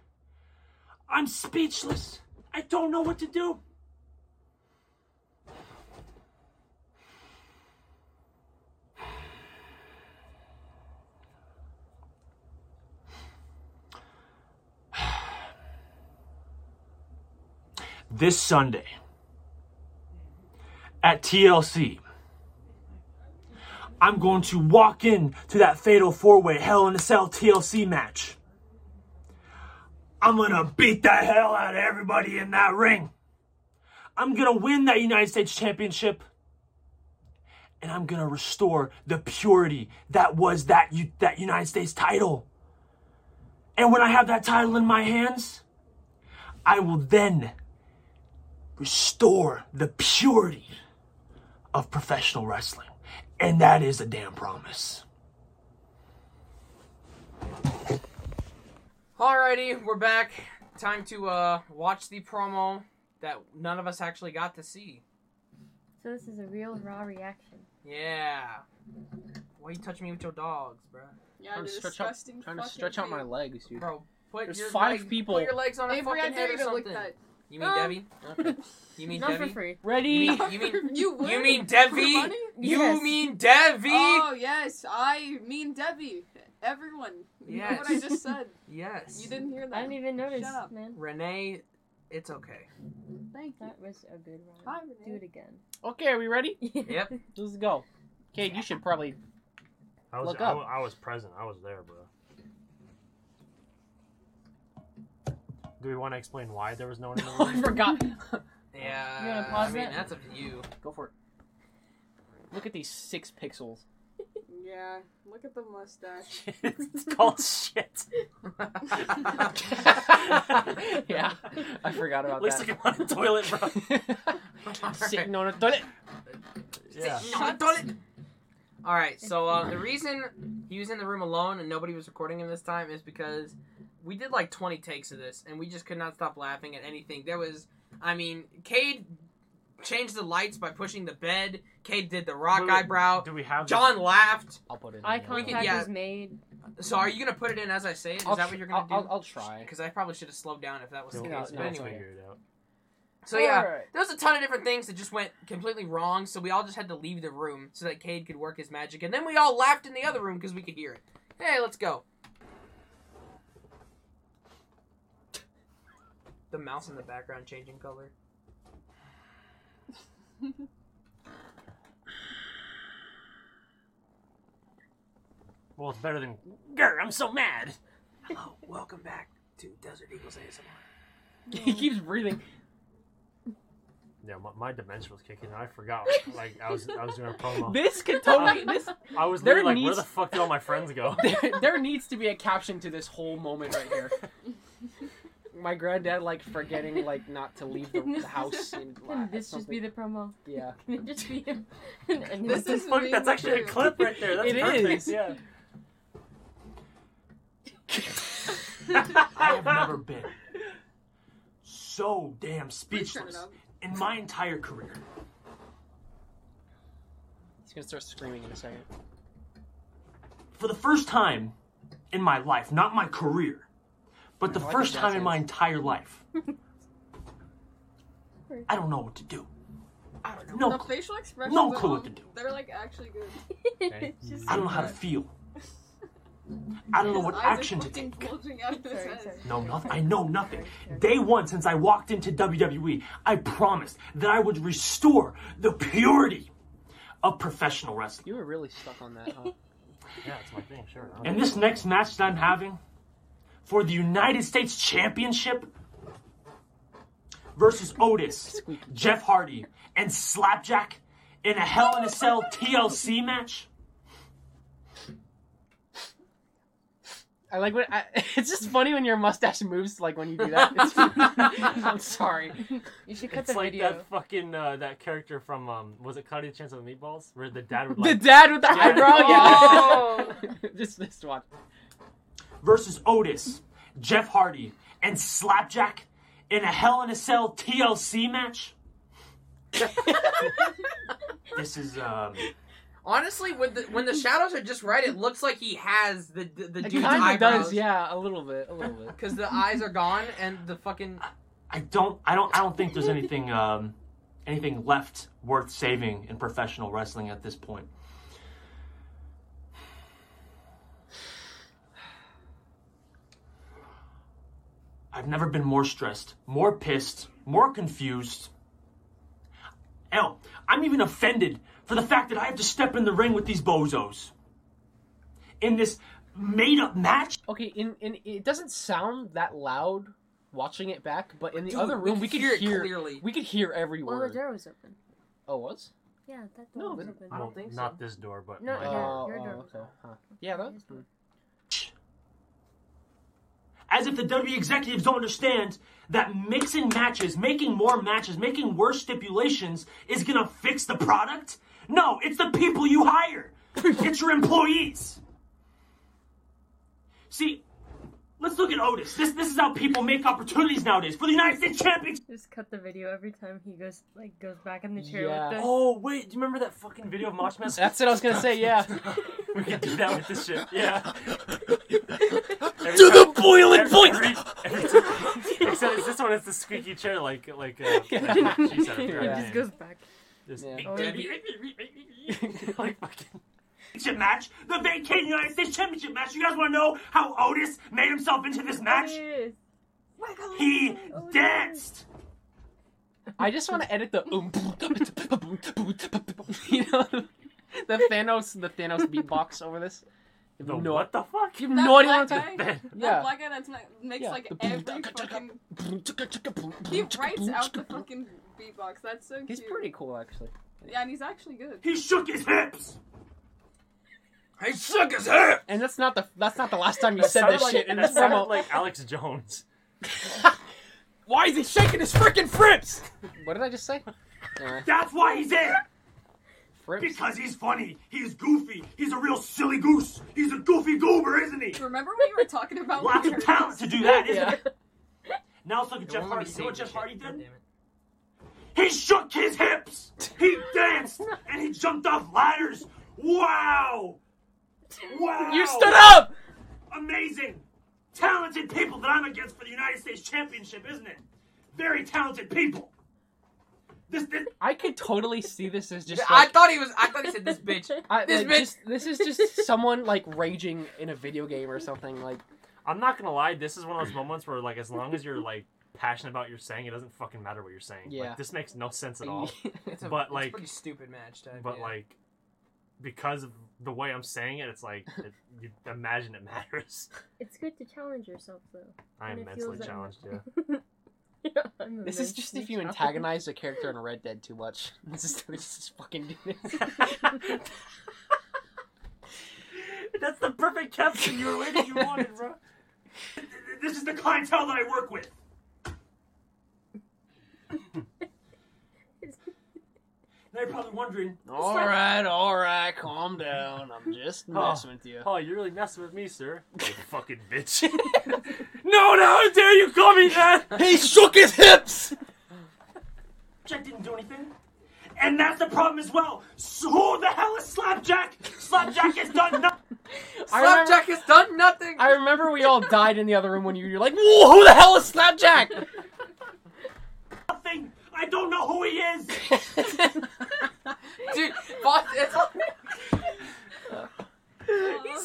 [SPEAKER 3] I'm speechless. I don't know what to do. This Sunday at TLC, I'm going to walk in to that fatal four way Hell in a Cell TLC match. I'm gonna beat the hell out of everybody in that ring. I'm gonna win that United States Championship. And I'm gonna restore the purity that was that U- that United States title. And when I have that title in my hands, I will then restore the purity of professional wrestling. And that is a damn promise.
[SPEAKER 2] Alrighty, we're back. Time to uh, watch the promo that none of us actually got to see.
[SPEAKER 5] So this is a real raw reaction.
[SPEAKER 2] Yeah. Why you touching me with your dogs, bro?
[SPEAKER 1] Yeah,
[SPEAKER 4] trying
[SPEAKER 1] the
[SPEAKER 4] to stretch out,
[SPEAKER 1] disgusting
[SPEAKER 4] trying to
[SPEAKER 1] fucking
[SPEAKER 4] stretch out my
[SPEAKER 1] thing.
[SPEAKER 4] legs, dude.
[SPEAKER 2] Bro, put
[SPEAKER 4] There's
[SPEAKER 2] your
[SPEAKER 4] five
[SPEAKER 2] leg-
[SPEAKER 4] people.
[SPEAKER 2] Put your legs on a
[SPEAKER 1] Avery, I
[SPEAKER 2] fucking
[SPEAKER 1] dare
[SPEAKER 2] head
[SPEAKER 1] you
[SPEAKER 2] or
[SPEAKER 1] to lick
[SPEAKER 2] something.
[SPEAKER 1] that.
[SPEAKER 2] You mean
[SPEAKER 1] Um,
[SPEAKER 2] Debbie? You mean
[SPEAKER 5] Not
[SPEAKER 2] Debbie?
[SPEAKER 5] for free.
[SPEAKER 4] Ready?
[SPEAKER 2] You mean- you mean-
[SPEAKER 1] you,
[SPEAKER 2] You
[SPEAKER 1] would?
[SPEAKER 2] mean
[SPEAKER 1] For
[SPEAKER 2] Debbie?
[SPEAKER 1] money?
[SPEAKER 2] You
[SPEAKER 5] Yes.
[SPEAKER 2] mean Debbie?
[SPEAKER 1] Oh yes, I mean Debbie. Everyone, you know what I
[SPEAKER 2] Yes.
[SPEAKER 1] just said.
[SPEAKER 2] Yes.
[SPEAKER 1] You didn't hear that.
[SPEAKER 5] I didn't even notice,
[SPEAKER 1] Shut up.
[SPEAKER 5] man.
[SPEAKER 2] Renee, it's okay.
[SPEAKER 1] Thank you.
[SPEAKER 5] That was a good
[SPEAKER 1] Hi,
[SPEAKER 5] one.
[SPEAKER 1] Renee.
[SPEAKER 5] Do it again.
[SPEAKER 4] Okay, are we ready?
[SPEAKER 2] Yep.
[SPEAKER 4] Let's go. Cade, you should probably.
[SPEAKER 3] I was,
[SPEAKER 4] Look
[SPEAKER 3] I,
[SPEAKER 4] up.
[SPEAKER 3] wa- I was present. I was there, bro. Do we want to explain why there was no one in the
[SPEAKER 4] Oh, I
[SPEAKER 3] room?
[SPEAKER 4] forgot.
[SPEAKER 2] Yeah.
[SPEAKER 5] You wanna pause
[SPEAKER 2] I mean,
[SPEAKER 5] it?
[SPEAKER 2] that's up to you.
[SPEAKER 4] go for it. Look at these six pixels.
[SPEAKER 1] Yeah, look at the mustache.
[SPEAKER 3] it's called shit.
[SPEAKER 4] yeah, I forgot about
[SPEAKER 3] Looks like I'm on a toilet, bro.
[SPEAKER 4] that. Sitting on a toilet.
[SPEAKER 3] Yeah.
[SPEAKER 2] Shut it. All right. So uh, the reason he was in the room alone and nobody was recording him this time is because we did like 20 takes of this and we just could not stop laughing at anything. There was, I mean, Cade changed the lights by pushing the bed. Cade did the rock
[SPEAKER 3] Wait, wait.
[SPEAKER 2] eyebrow.
[SPEAKER 3] Oh, Do we have
[SPEAKER 2] John laughed.
[SPEAKER 4] I'll put it. In
[SPEAKER 5] Eye
[SPEAKER 4] there.
[SPEAKER 5] contact
[SPEAKER 2] yeah.
[SPEAKER 5] was made.
[SPEAKER 2] So are you gonna put it in as I say it? Is
[SPEAKER 4] I'll
[SPEAKER 2] that
[SPEAKER 4] tr-
[SPEAKER 2] what you're gonna
[SPEAKER 4] I'll,
[SPEAKER 2] do?
[SPEAKER 4] I'll, I'll try.
[SPEAKER 2] Because I probably should have slowed down if that was
[SPEAKER 3] This?
[SPEAKER 2] the
[SPEAKER 4] No,
[SPEAKER 2] case.
[SPEAKER 4] no,
[SPEAKER 2] but
[SPEAKER 4] it's
[SPEAKER 2] anyway,
[SPEAKER 3] figure it out.
[SPEAKER 2] so yeah,
[SPEAKER 4] Alright.
[SPEAKER 2] there was a ton of different things that just went completely wrong. So we all just had to leave the room so that Cade could work his magic, and then we all laughed in the other room because we could hear it. Hey, let's go. The mouse in the background changing color.
[SPEAKER 3] Well, it's better than. Grr, I'm so mad.
[SPEAKER 2] Hello, welcome back to Desert Eagles ASMR.
[SPEAKER 4] he keeps breathing.
[SPEAKER 3] Yeah, my, my dementia was kicking in. I forgot. Like I was, I was doing a promo.
[SPEAKER 4] This could totally. This
[SPEAKER 3] I was
[SPEAKER 4] there
[SPEAKER 3] literally like,
[SPEAKER 4] needs-
[SPEAKER 3] where the fuck did all my friends go?
[SPEAKER 4] there, there needs to be a caption to this whole moment right here. My granddad like forgetting like not to leave the, the house. And,
[SPEAKER 5] Can this just be the promo?
[SPEAKER 4] yeah.
[SPEAKER 5] Can it just be him? And- and
[SPEAKER 2] This
[SPEAKER 5] him-
[SPEAKER 2] is
[SPEAKER 3] Fuck, that's actually a clip right there. That's
[SPEAKER 4] It
[SPEAKER 3] perfect.
[SPEAKER 4] is.
[SPEAKER 3] Yeah. I have never been so
[SPEAKER 1] Please
[SPEAKER 3] damn
[SPEAKER 1] turn it
[SPEAKER 3] speechless
[SPEAKER 1] up.
[SPEAKER 3] in my entire career.
[SPEAKER 4] He's gonna start screaming in a second.
[SPEAKER 3] For the first time in my life, not my career, but the
[SPEAKER 4] I like
[SPEAKER 3] first
[SPEAKER 4] the
[SPEAKER 3] time in my
[SPEAKER 4] jazz
[SPEAKER 3] entire life, I don't know what to do. I don't know.
[SPEAKER 1] the
[SPEAKER 3] No, clue.
[SPEAKER 1] facial expressions.
[SPEAKER 3] no
[SPEAKER 1] are
[SPEAKER 3] clue what
[SPEAKER 1] on-
[SPEAKER 3] to do.
[SPEAKER 1] They're like actually good.
[SPEAKER 5] it's just-
[SPEAKER 3] I don't know how to feel. I don't know what
[SPEAKER 1] His eyes are
[SPEAKER 3] action to
[SPEAKER 1] fucking
[SPEAKER 3] take.
[SPEAKER 1] bulging out of his
[SPEAKER 5] Sorry,
[SPEAKER 1] head.
[SPEAKER 5] sorry.
[SPEAKER 3] No, nothing. I know nothing. Day one, since I walked into WWE, I promised that I would restore the purity of professional wrestling.
[SPEAKER 4] You were really stuck on that, huh?
[SPEAKER 3] Yeah, that's my thing, sure. And this next match that I'm having for the United States Championship versus Otis, Jeff Hardy, and Slapjack in a Hell in a Cell TLC match.
[SPEAKER 4] I like when I, it's just funny when your mustache moves like when you do that. It's, I'm sorry.
[SPEAKER 5] You should cut
[SPEAKER 6] it's
[SPEAKER 5] the
[SPEAKER 6] like
[SPEAKER 5] video.
[SPEAKER 6] that fucking uh, that character from um was it Cloudy with a Chance of Meatballs where the dad would
[SPEAKER 4] the
[SPEAKER 6] like
[SPEAKER 4] dad with the eyebrow,
[SPEAKER 2] Oh.
[SPEAKER 4] yeah. just this one.
[SPEAKER 3] versus Otis, Jeff Hardy, and Slapjack in a Hell in a Cell TLC match. this is um,
[SPEAKER 2] Honestly, when the when the shadows are just right, it looks like he has the the, the
[SPEAKER 4] It
[SPEAKER 2] dude's
[SPEAKER 4] kind of
[SPEAKER 2] eyebrows.
[SPEAKER 4] does, yeah, a little bit, a little bit.
[SPEAKER 2] Because the eyes are gone and the fucking
[SPEAKER 3] I don't I don't I don't think there's anything um, anything left worth saving in professional wrestling at this point. I've never been more stressed, more pissed, more confused. Hell, I'm even offended for the fact that I have to step in the ring with these bozos. In this made up match?
[SPEAKER 4] Okay, in, in it doesn't sound that loud watching it back, but in the
[SPEAKER 2] Dude,
[SPEAKER 4] other room we, could hear,
[SPEAKER 2] it clearly.
[SPEAKER 4] we could hear every
[SPEAKER 5] Well, the
[SPEAKER 4] word.
[SPEAKER 5] door was open.
[SPEAKER 4] Oh, was?
[SPEAKER 5] Yeah, that door
[SPEAKER 4] No,
[SPEAKER 5] was
[SPEAKER 4] they-
[SPEAKER 5] open.
[SPEAKER 2] I don't think so.
[SPEAKER 6] not this door but
[SPEAKER 5] No,
[SPEAKER 6] my-
[SPEAKER 5] Yeah, no.
[SPEAKER 4] oh,
[SPEAKER 5] your
[SPEAKER 4] oh,
[SPEAKER 5] door was
[SPEAKER 4] okay.
[SPEAKER 5] open.
[SPEAKER 4] Huh. Yeah, that's
[SPEAKER 3] as if the WWE executives don't understand that mixing matches, making more matches, making worse stipulations is gonna fix the product. No, it's the people you hire. it's your employees. See, let's look at Otis. This this is how people make opportunities nowadays for the United States Championship.
[SPEAKER 5] Just cut the video every time he goes like goes back in the chair
[SPEAKER 4] Yeah.
[SPEAKER 5] with the
[SPEAKER 6] Oh wait, do you remember that fucking video of Mosh Mask?
[SPEAKER 4] that's it. I was gonna say, yeah.
[SPEAKER 6] we could do that with this shit. Yeah.
[SPEAKER 3] To the boiling
[SPEAKER 6] every,
[SPEAKER 3] point!
[SPEAKER 6] every- every time- except it's this one, it's the squeaky chair, like like uh,
[SPEAKER 4] Yeah.
[SPEAKER 6] she said. I forgot her
[SPEAKER 4] Yeah.
[SPEAKER 5] just
[SPEAKER 6] name.
[SPEAKER 5] goes back.
[SPEAKER 6] Just-
[SPEAKER 4] Yeah.
[SPEAKER 6] like fucking.
[SPEAKER 3] Championship match, the vacating United States Championship match. You guys want to know how Otis made himself into this match?
[SPEAKER 5] Yes.
[SPEAKER 6] Oh,
[SPEAKER 3] He
[SPEAKER 5] Otis.
[SPEAKER 3] danced.
[SPEAKER 4] I just want to edit the um, you know, the Thanos, the Thanos beatbox over this. You
[SPEAKER 6] The
[SPEAKER 4] have no,
[SPEAKER 6] what the fuck?
[SPEAKER 4] You have
[SPEAKER 1] That
[SPEAKER 4] no idea what I'm
[SPEAKER 1] black
[SPEAKER 4] talking.
[SPEAKER 1] guy,
[SPEAKER 4] Yeah.
[SPEAKER 1] that black guy that's not, makes
[SPEAKER 4] Yeah.
[SPEAKER 1] like every fucking. He writes out the fucking beatbox. That's so cute.
[SPEAKER 4] He's pretty cool, actually.
[SPEAKER 1] Yeah, and he's actually good.
[SPEAKER 3] He shook his hips.
[SPEAKER 2] I suck his hair.
[SPEAKER 4] And that's not the that's not the last time you
[SPEAKER 6] That
[SPEAKER 4] said
[SPEAKER 6] sounded
[SPEAKER 4] this
[SPEAKER 6] like,
[SPEAKER 4] shit in
[SPEAKER 6] that
[SPEAKER 4] this
[SPEAKER 6] sounded
[SPEAKER 4] promo.
[SPEAKER 6] like Alex Jones.
[SPEAKER 4] Why is he shaking his freaking frips? What did I just say? Alright.
[SPEAKER 3] That's why he's there.
[SPEAKER 4] frips.
[SPEAKER 3] Because he's funny. He's goofy. He's a real silly goose. He's a goofy goober, isn't he?
[SPEAKER 1] Remember when you were talking about
[SPEAKER 3] Lots of
[SPEAKER 1] weird-
[SPEAKER 3] talent to do that, isn't
[SPEAKER 4] Yeah.
[SPEAKER 3] it? Now let's look at
[SPEAKER 2] It
[SPEAKER 3] Jeff
[SPEAKER 2] won't let me
[SPEAKER 3] Hardy. See
[SPEAKER 2] save
[SPEAKER 3] what
[SPEAKER 2] the
[SPEAKER 3] Jeff
[SPEAKER 2] shit.
[SPEAKER 3] Hardy
[SPEAKER 2] God
[SPEAKER 3] did?
[SPEAKER 2] damn it.
[SPEAKER 3] He shook his hips. He danced and he jumped off ladders. Wow! Wow!
[SPEAKER 4] You stood up.
[SPEAKER 3] Amazing, talented people that I'm against for the United States Championship, isn't it? Very talented people. This, this
[SPEAKER 4] I could totally see this as just.
[SPEAKER 2] I
[SPEAKER 4] Like,
[SPEAKER 2] thought he was. I thought he said this bitch.
[SPEAKER 4] I-
[SPEAKER 2] this
[SPEAKER 4] like,
[SPEAKER 2] bitch-
[SPEAKER 4] just- this is just someone like raging in a video game or something. Like
[SPEAKER 6] I'm not gonna lie, this is one of those moments where like as long as you're like passionate about what you're saying, it doesn't fucking matter what you're saying.
[SPEAKER 4] Yeah.
[SPEAKER 6] Like this makes no sense at all.
[SPEAKER 2] It's a,
[SPEAKER 6] But,
[SPEAKER 2] it's a
[SPEAKER 6] like-
[SPEAKER 2] pretty stupid match type.
[SPEAKER 6] But
[SPEAKER 2] yeah.
[SPEAKER 6] like because of the way I'm saying it, it's like it, you imagine it matters.
[SPEAKER 5] It's good to challenge yourself though.
[SPEAKER 6] I
[SPEAKER 5] And
[SPEAKER 6] am
[SPEAKER 5] it
[SPEAKER 6] mentally
[SPEAKER 5] feels like-
[SPEAKER 6] challenged, yeah.
[SPEAKER 5] Yeah, I'm
[SPEAKER 4] this is just
[SPEAKER 5] immensely
[SPEAKER 4] if you
[SPEAKER 5] challenged.
[SPEAKER 4] antagonize a character in Red Dead too much. This is this is fucking do this.
[SPEAKER 6] That's the perfect caption you were waiting you wanted, bro.
[SPEAKER 3] this is the clientele that I work with. Now you're probably wondering,
[SPEAKER 4] all right, all right, calm down. I'm just
[SPEAKER 6] Oh.
[SPEAKER 4] messing with you.
[SPEAKER 6] Oh, you're really messing with me, sir. You fucking bitch. no, no, how dare you call me that?
[SPEAKER 4] He shook his hips.
[SPEAKER 3] Jack didn't do anything. And that's the problem as well. So who the hell is Slapjack? Slapjack has done nothing.
[SPEAKER 2] Slapjack has done nothing.
[SPEAKER 4] I remember we all died in the other room when you were like, Whoa, "Who the hell is Slapjack?"
[SPEAKER 3] I don't know who he is.
[SPEAKER 2] Dude, fuck, it's all-
[SPEAKER 1] Aw.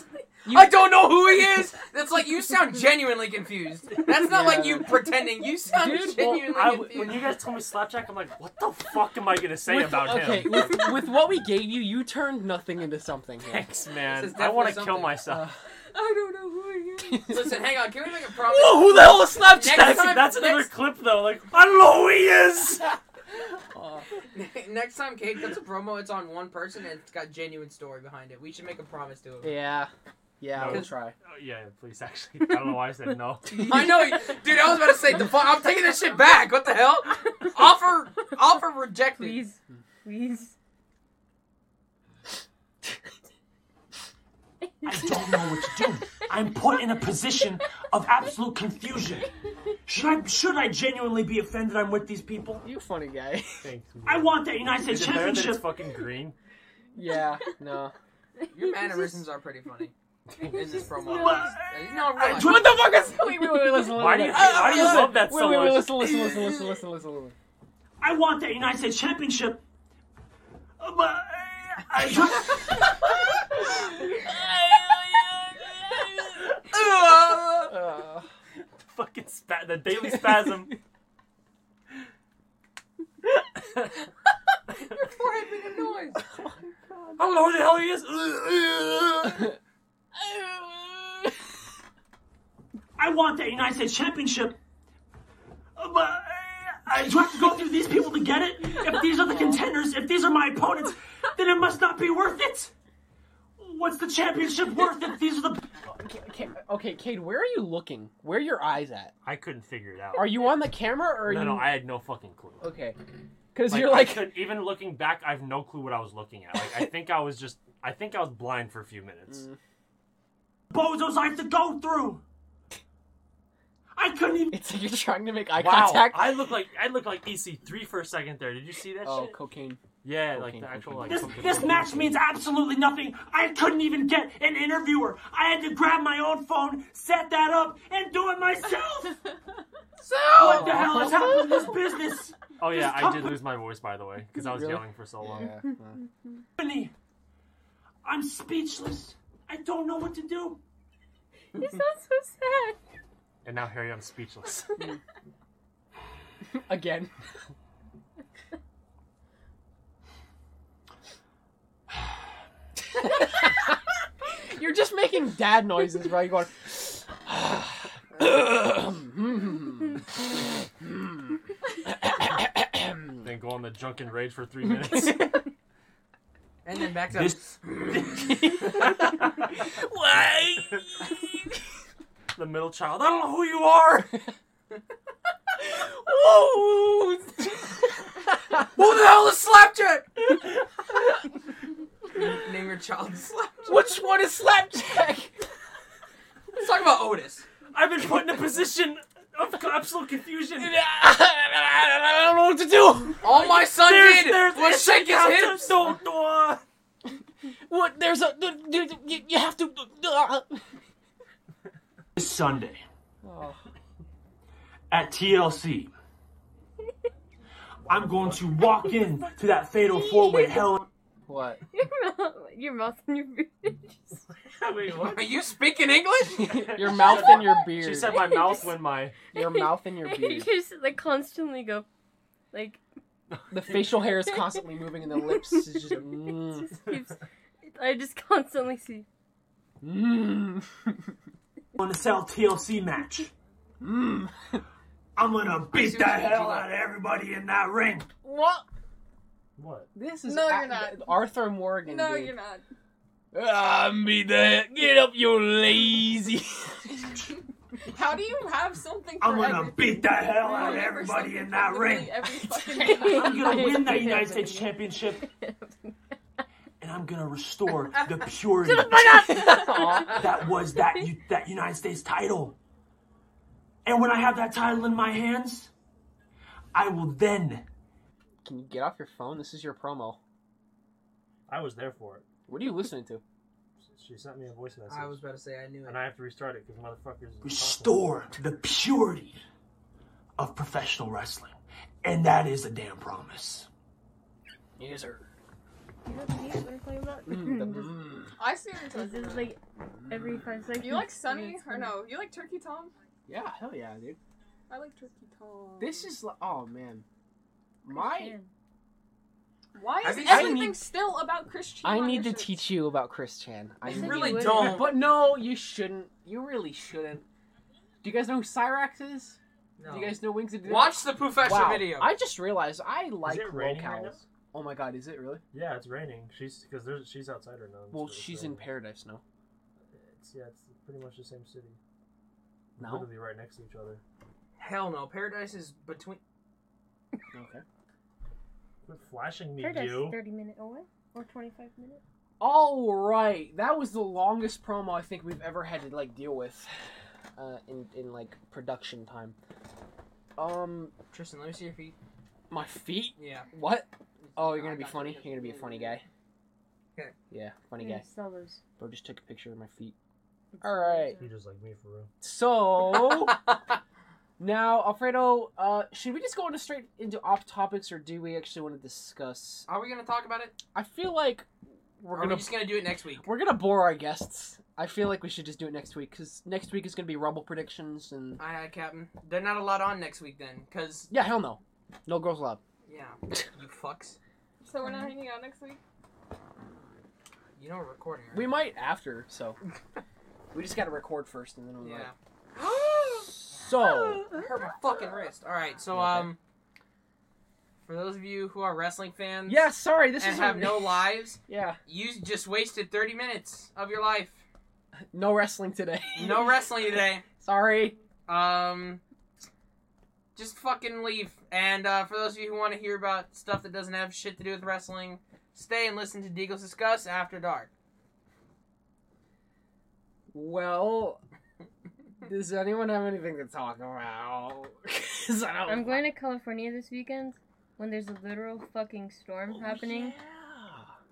[SPEAKER 2] I don't know who he is. That's like you sound genuinely confused. That's not like you pretending. You sound
[SPEAKER 4] Dude, well,
[SPEAKER 2] genuinely
[SPEAKER 6] I,
[SPEAKER 2] confused.
[SPEAKER 6] when you guys told me Slapjack, I'm like, what the fuck am I gonna say
[SPEAKER 4] With-
[SPEAKER 6] about
[SPEAKER 4] okay,
[SPEAKER 6] him?
[SPEAKER 4] with, with what we gave you, you turned nothing into something here.
[SPEAKER 6] Thanks,
[SPEAKER 2] This
[SPEAKER 6] man.
[SPEAKER 2] is
[SPEAKER 6] I want to
[SPEAKER 2] definitely
[SPEAKER 6] kill
[SPEAKER 2] something.
[SPEAKER 6] myself.
[SPEAKER 4] Uh.
[SPEAKER 1] I don't know who he is.
[SPEAKER 2] Listen, hang on. Can we make a promise?
[SPEAKER 4] Whoa, who the hell is Slapjack?
[SPEAKER 2] Next
[SPEAKER 6] that's
[SPEAKER 2] time,
[SPEAKER 6] that's another
[SPEAKER 2] next,
[SPEAKER 6] clip though. Like, I don't know who he is.
[SPEAKER 4] Oh,
[SPEAKER 2] next time Kate cuts a promo, it's on one person and it's got genuine story behind it. We should make a promise to him.
[SPEAKER 4] Yeah, yeah,
[SPEAKER 6] No.
[SPEAKER 4] we'll try.
[SPEAKER 6] Oh, yeah, please. Actually, I don't know why I said no.
[SPEAKER 2] I know, dude. I was about to say, the fu- I'm taking this shit back. What the hell? Offer, offer, rejected.
[SPEAKER 5] Please,
[SPEAKER 4] Hmm.
[SPEAKER 5] please.
[SPEAKER 3] I don't know what to do. I'm put in a position of absolute confusion. Should I should I genuinely be offended I'm with these people?
[SPEAKER 4] You funny guy.
[SPEAKER 6] Thanks.
[SPEAKER 3] I want that United States
[SPEAKER 6] Is it better that it's
[SPEAKER 3] Championship.
[SPEAKER 6] fucking green?
[SPEAKER 4] yeah, no.
[SPEAKER 2] Your mannerisms are pretty funny in this promo.
[SPEAKER 3] But, uh,
[SPEAKER 2] No,
[SPEAKER 3] I
[SPEAKER 2] really.
[SPEAKER 4] What the fuck is? Wait, wait, wait, listen, listen.
[SPEAKER 6] Why do you-
[SPEAKER 4] listen.
[SPEAKER 6] why do you
[SPEAKER 4] Listen,
[SPEAKER 6] love that so
[SPEAKER 4] wait, wait, wait,
[SPEAKER 6] much?
[SPEAKER 4] Listen, listen, listen, listen, listen, listen, listen.
[SPEAKER 3] I want that United States Championship. Uh, But uh, I,
[SPEAKER 4] Uh,
[SPEAKER 6] Fucking spa- the daily spasm.
[SPEAKER 2] Forehead made a noise.
[SPEAKER 4] Oh
[SPEAKER 6] I don't know who the hell he is.
[SPEAKER 3] I want that United States Championship. Uh, But uh, I do I have to go through these people to get it. If these are the contenders, if these are my opponents, then it must not be worth it. What's the championship worth if these are the
[SPEAKER 4] okay, okay, Cade, where are you looking? Where are your eyes at?
[SPEAKER 6] I couldn't figure it out.
[SPEAKER 4] Are you on the camera or are
[SPEAKER 6] no,
[SPEAKER 4] you?
[SPEAKER 6] no, I had no fucking clue.
[SPEAKER 4] Okay, because
[SPEAKER 6] Like,
[SPEAKER 4] you're
[SPEAKER 6] I
[SPEAKER 4] like,
[SPEAKER 6] could- even looking back, I have no clue what I was looking at. Like, I think I was just, I think I was blind for a few minutes.
[SPEAKER 4] Mm.
[SPEAKER 3] bozos I have to go through? I couldn't even.
[SPEAKER 4] it's like you're trying to make eye
[SPEAKER 6] Wow,
[SPEAKER 4] contact.
[SPEAKER 6] I look like I look like EC3 for a second there. Did you see that
[SPEAKER 4] Oh,
[SPEAKER 6] shit?
[SPEAKER 4] cocaine.
[SPEAKER 6] Yeah,
[SPEAKER 4] Cocaine,
[SPEAKER 6] like the actual like.
[SPEAKER 3] This,
[SPEAKER 6] fucking-
[SPEAKER 3] this match means absolutely nothing. I couldn't even get an interviewer. I had to grab my own phone, set that up, and do it myself. What the hell is happening in this business?
[SPEAKER 6] Oh
[SPEAKER 3] this
[SPEAKER 6] yeah, I did
[SPEAKER 3] company-
[SPEAKER 6] lose my voice by the way because I was
[SPEAKER 4] Really?
[SPEAKER 6] yelling for so long.
[SPEAKER 3] company. I'm speechless. I don't know what to do.
[SPEAKER 5] You sound so sad.
[SPEAKER 6] And now Harry, I'm speechless.
[SPEAKER 4] Again. You're just making dad noises, bro. You're going.
[SPEAKER 6] then go on the drunken rage for three minutes.
[SPEAKER 2] And then back to
[SPEAKER 6] Why? the middle child. I don't know who you are.
[SPEAKER 4] Whoa!
[SPEAKER 2] who the hell is Slapjack? your child slapped.
[SPEAKER 4] Which one is slapjack?
[SPEAKER 2] Let's talk about Otis.
[SPEAKER 6] I've been put in a position of absolute confusion.
[SPEAKER 4] I don't know what to do.
[SPEAKER 2] All my son
[SPEAKER 6] There's,
[SPEAKER 2] did
[SPEAKER 6] there's
[SPEAKER 2] was shake his hips.
[SPEAKER 6] No, no.
[SPEAKER 4] What? There's a. dude, You you have to. uh,
[SPEAKER 3] This Sunday
[SPEAKER 4] Oh.
[SPEAKER 3] at TLC, I'm going to walk in to that fatal four way hell.
[SPEAKER 4] What?
[SPEAKER 5] Your mouth, your mouth and your beard.
[SPEAKER 6] Wait, what?
[SPEAKER 2] Are you speaking English?
[SPEAKER 4] Your mouth and your beard.
[SPEAKER 6] She said my mouth when my.
[SPEAKER 4] your mouth and your
[SPEAKER 5] you
[SPEAKER 4] beard.
[SPEAKER 5] just like constantly go, like
[SPEAKER 4] The facial hair is constantly moving, and the lips is just.
[SPEAKER 5] it
[SPEAKER 4] Mm,
[SPEAKER 5] just keeps. I just constantly see.
[SPEAKER 4] mm,
[SPEAKER 3] want to sell TLC match.
[SPEAKER 4] mm.
[SPEAKER 3] I'm gonna beat the
[SPEAKER 2] what you
[SPEAKER 3] hell
[SPEAKER 2] did.
[SPEAKER 3] out of everybody in that ring.
[SPEAKER 4] What?
[SPEAKER 6] What?
[SPEAKER 4] This is
[SPEAKER 1] No,
[SPEAKER 4] a-
[SPEAKER 1] you're not.
[SPEAKER 4] Arthur Morgan.
[SPEAKER 1] No,
[SPEAKER 4] dude.
[SPEAKER 1] you're not.
[SPEAKER 4] Ah, me the get up, you lazy.
[SPEAKER 1] How do you have something for
[SPEAKER 3] I'm gonna
[SPEAKER 1] everything?
[SPEAKER 3] beat the hell out of
[SPEAKER 1] Remember something
[SPEAKER 3] everybody in
[SPEAKER 1] for
[SPEAKER 3] that
[SPEAKER 1] literally
[SPEAKER 3] ring.
[SPEAKER 1] Every fucking time.
[SPEAKER 3] I'm gonna win that United States Championship,
[SPEAKER 5] Oh
[SPEAKER 3] and I'm gonna restore the purity
[SPEAKER 4] Aw.
[SPEAKER 3] that was that U- that United States title. And when I have that title in my hands, I will then.
[SPEAKER 4] Can you get off your phone? This is your promo.
[SPEAKER 6] I was there for it.
[SPEAKER 4] What are you listening to?
[SPEAKER 6] She sent me a voice message.
[SPEAKER 2] I was about to say I knew it.
[SPEAKER 6] And I have to restart it because motherfuckers. is
[SPEAKER 3] restore the purity of professional wrestling. And that is a damn promise.
[SPEAKER 4] Yes, sir.
[SPEAKER 5] You know the beard we're talking about?
[SPEAKER 4] Mm, the,
[SPEAKER 5] Just-
[SPEAKER 4] mm.
[SPEAKER 1] I see what you're
[SPEAKER 5] This
[SPEAKER 1] talking
[SPEAKER 5] is
[SPEAKER 1] about.
[SPEAKER 5] like every five seconds.
[SPEAKER 1] You like Sunny
[SPEAKER 5] It's
[SPEAKER 1] or
[SPEAKER 5] funny.
[SPEAKER 1] no? You like Turkey Tom?
[SPEAKER 4] Yeah, hell yeah, dude.
[SPEAKER 1] I like Turkey Tom.
[SPEAKER 4] This is li- oh man, my
[SPEAKER 5] Man.
[SPEAKER 1] Why
[SPEAKER 2] I
[SPEAKER 1] is
[SPEAKER 2] think- I
[SPEAKER 1] everything
[SPEAKER 4] need-
[SPEAKER 1] still about Christian?
[SPEAKER 4] I need to teach you about Chris Chan. I
[SPEAKER 5] said
[SPEAKER 2] you
[SPEAKER 5] you
[SPEAKER 2] really
[SPEAKER 5] would.
[SPEAKER 2] don't.
[SPEAKER 4] but no, you shouldn't. You really shouldn't. Do you guys know who Cyrax is?
[SPEAKER 2] No.
[SPEAKER 4] Do you guys know Wings of Doom?
[SPEAKER 2] Watch the professional
[SPEAKER 4] wow.
[SPEAKER 2] video.
[SPEAKER 4] I just realized I like
[SPEAKER 6] it
[SPEAKER 4] roll
[SPEAKER 6] raining right now?
[SPEAKER 4] cows. oh my god, is it really?
[SPEAKER 6] Yeah, it's raining. She's because there's she's outside right now. and
[SPEAKER 4] Well,
[SPEAKER 6] it's
[SPEAKER 4] she's in
[SPEAKER 6] raining.
[SPEAKER 4] paradise now.
[SPEAKER 6] It's, yeah, it's pretty much the same city.
[SPEAKER 4] No.
[SPEAKER 6] Literally right next to each other.
[SPEAKER 2] Hell no. Paradise is between.
[SPEAKER 4] Okay.
[SPEAKER 6] Quit flashing me,
[SPEAKER 5] Paradise
[SPEAKER 6] you.
[SPEAKER 5] is 30 minute away or 25 minutes.
[SPEAKER 4] All right, that was the longest promo I think we've ever had to like deal with, uh, in in like production time. Um,
[SPEAKER 2] Tristan, let me see your feet.
[SPEAKER 4] my feet.
[SPEAKER 2] Yeah.
[SPEAKER 4] What? Oh, you're
[SPEAKER 2] I
[SPEAKER 4] gonna be
[SPEAKER 2] got
[SPEAKER 4] funny.
[SPEAKER 2] you.
[SPEAKER 4] You're gonna be a funny guy.
[SPEAKER 2] Okay. Hmm.
[SPEAKER 4] Yeah, funny
[SPEAKER 5] Yeah,
[SPEAKER 4] guy.
[SPEAKER 5] sell those.
[SPEAKER 4] Bro just took a picture of my feet. All right.
[SPEAKER 6] You just like me for real.
[SPEAKER 4] So now, Alfredo, uh, should we just go into straight into off topics, or do we actually want to discuss?
[SPEAKER 2] Are we gonna talk about it?
[SPEAKER 4] I feel like we're
[SPEAKER 2] Or are
[SPEAKER 4] gonna
[SPEAKER 2] we just gonna do it next week?
[SPEAKER 4] we're gonna bore our guests. I feel like we should just do it next week because next week is gonna be rumble predictions and
[SPEAKER 2] Aye, aye, Captain. They're not a lot on next week then, cause
[SPEAKER 4] yeah, hell no, no girls allowed.
[SPEAKER 2] yeah, you fucks.
[SPEAKER 1] So we're not hanging out next week.
[SPEAKER 2] You know we're recording. Right?
[SPEAKER 4] We might after, so we just gotta record first and then we might.
[SPEAKER 2] Yeah.
[SPEAKER 4] So
[SPEAKER 2] I hurt my fucking wrist. All right, so
[SPEAKER 4] You Oh. okay?
[SPEAKER 2] um, for those of you who are wrestling fans,
[SPEAKER 4] yeah, sorry, this
[SPEAKER 2] and
[SPEAKER 4] is
[SPEAKER 2] have no lives,
[SPEAKER 4] yeah,
[SPEAKER 2] you just wasted 30 minutes of your life.
[SPEAKER 4] no wrestling today.
[SPEAKER 2] No wrestling today.
[SPEAKER 4] sorry.
[SPEAKER 2] Um, just fucking leave. And uh, for those of you who want to hear about stuff that doesn't have shit to do with wrestling, stay and listen to Deagles discuss after dark.
[SPEAKER 4] Well, does anyone have anything to talk about? 'Cause I don't.
[SPEAKER 5] I'm going to California this weekend when there's a literal fucking storm
[SPEAKER 4] Oh,
[SPEAKER 5] happening.
[SPEAKER 4] yeah.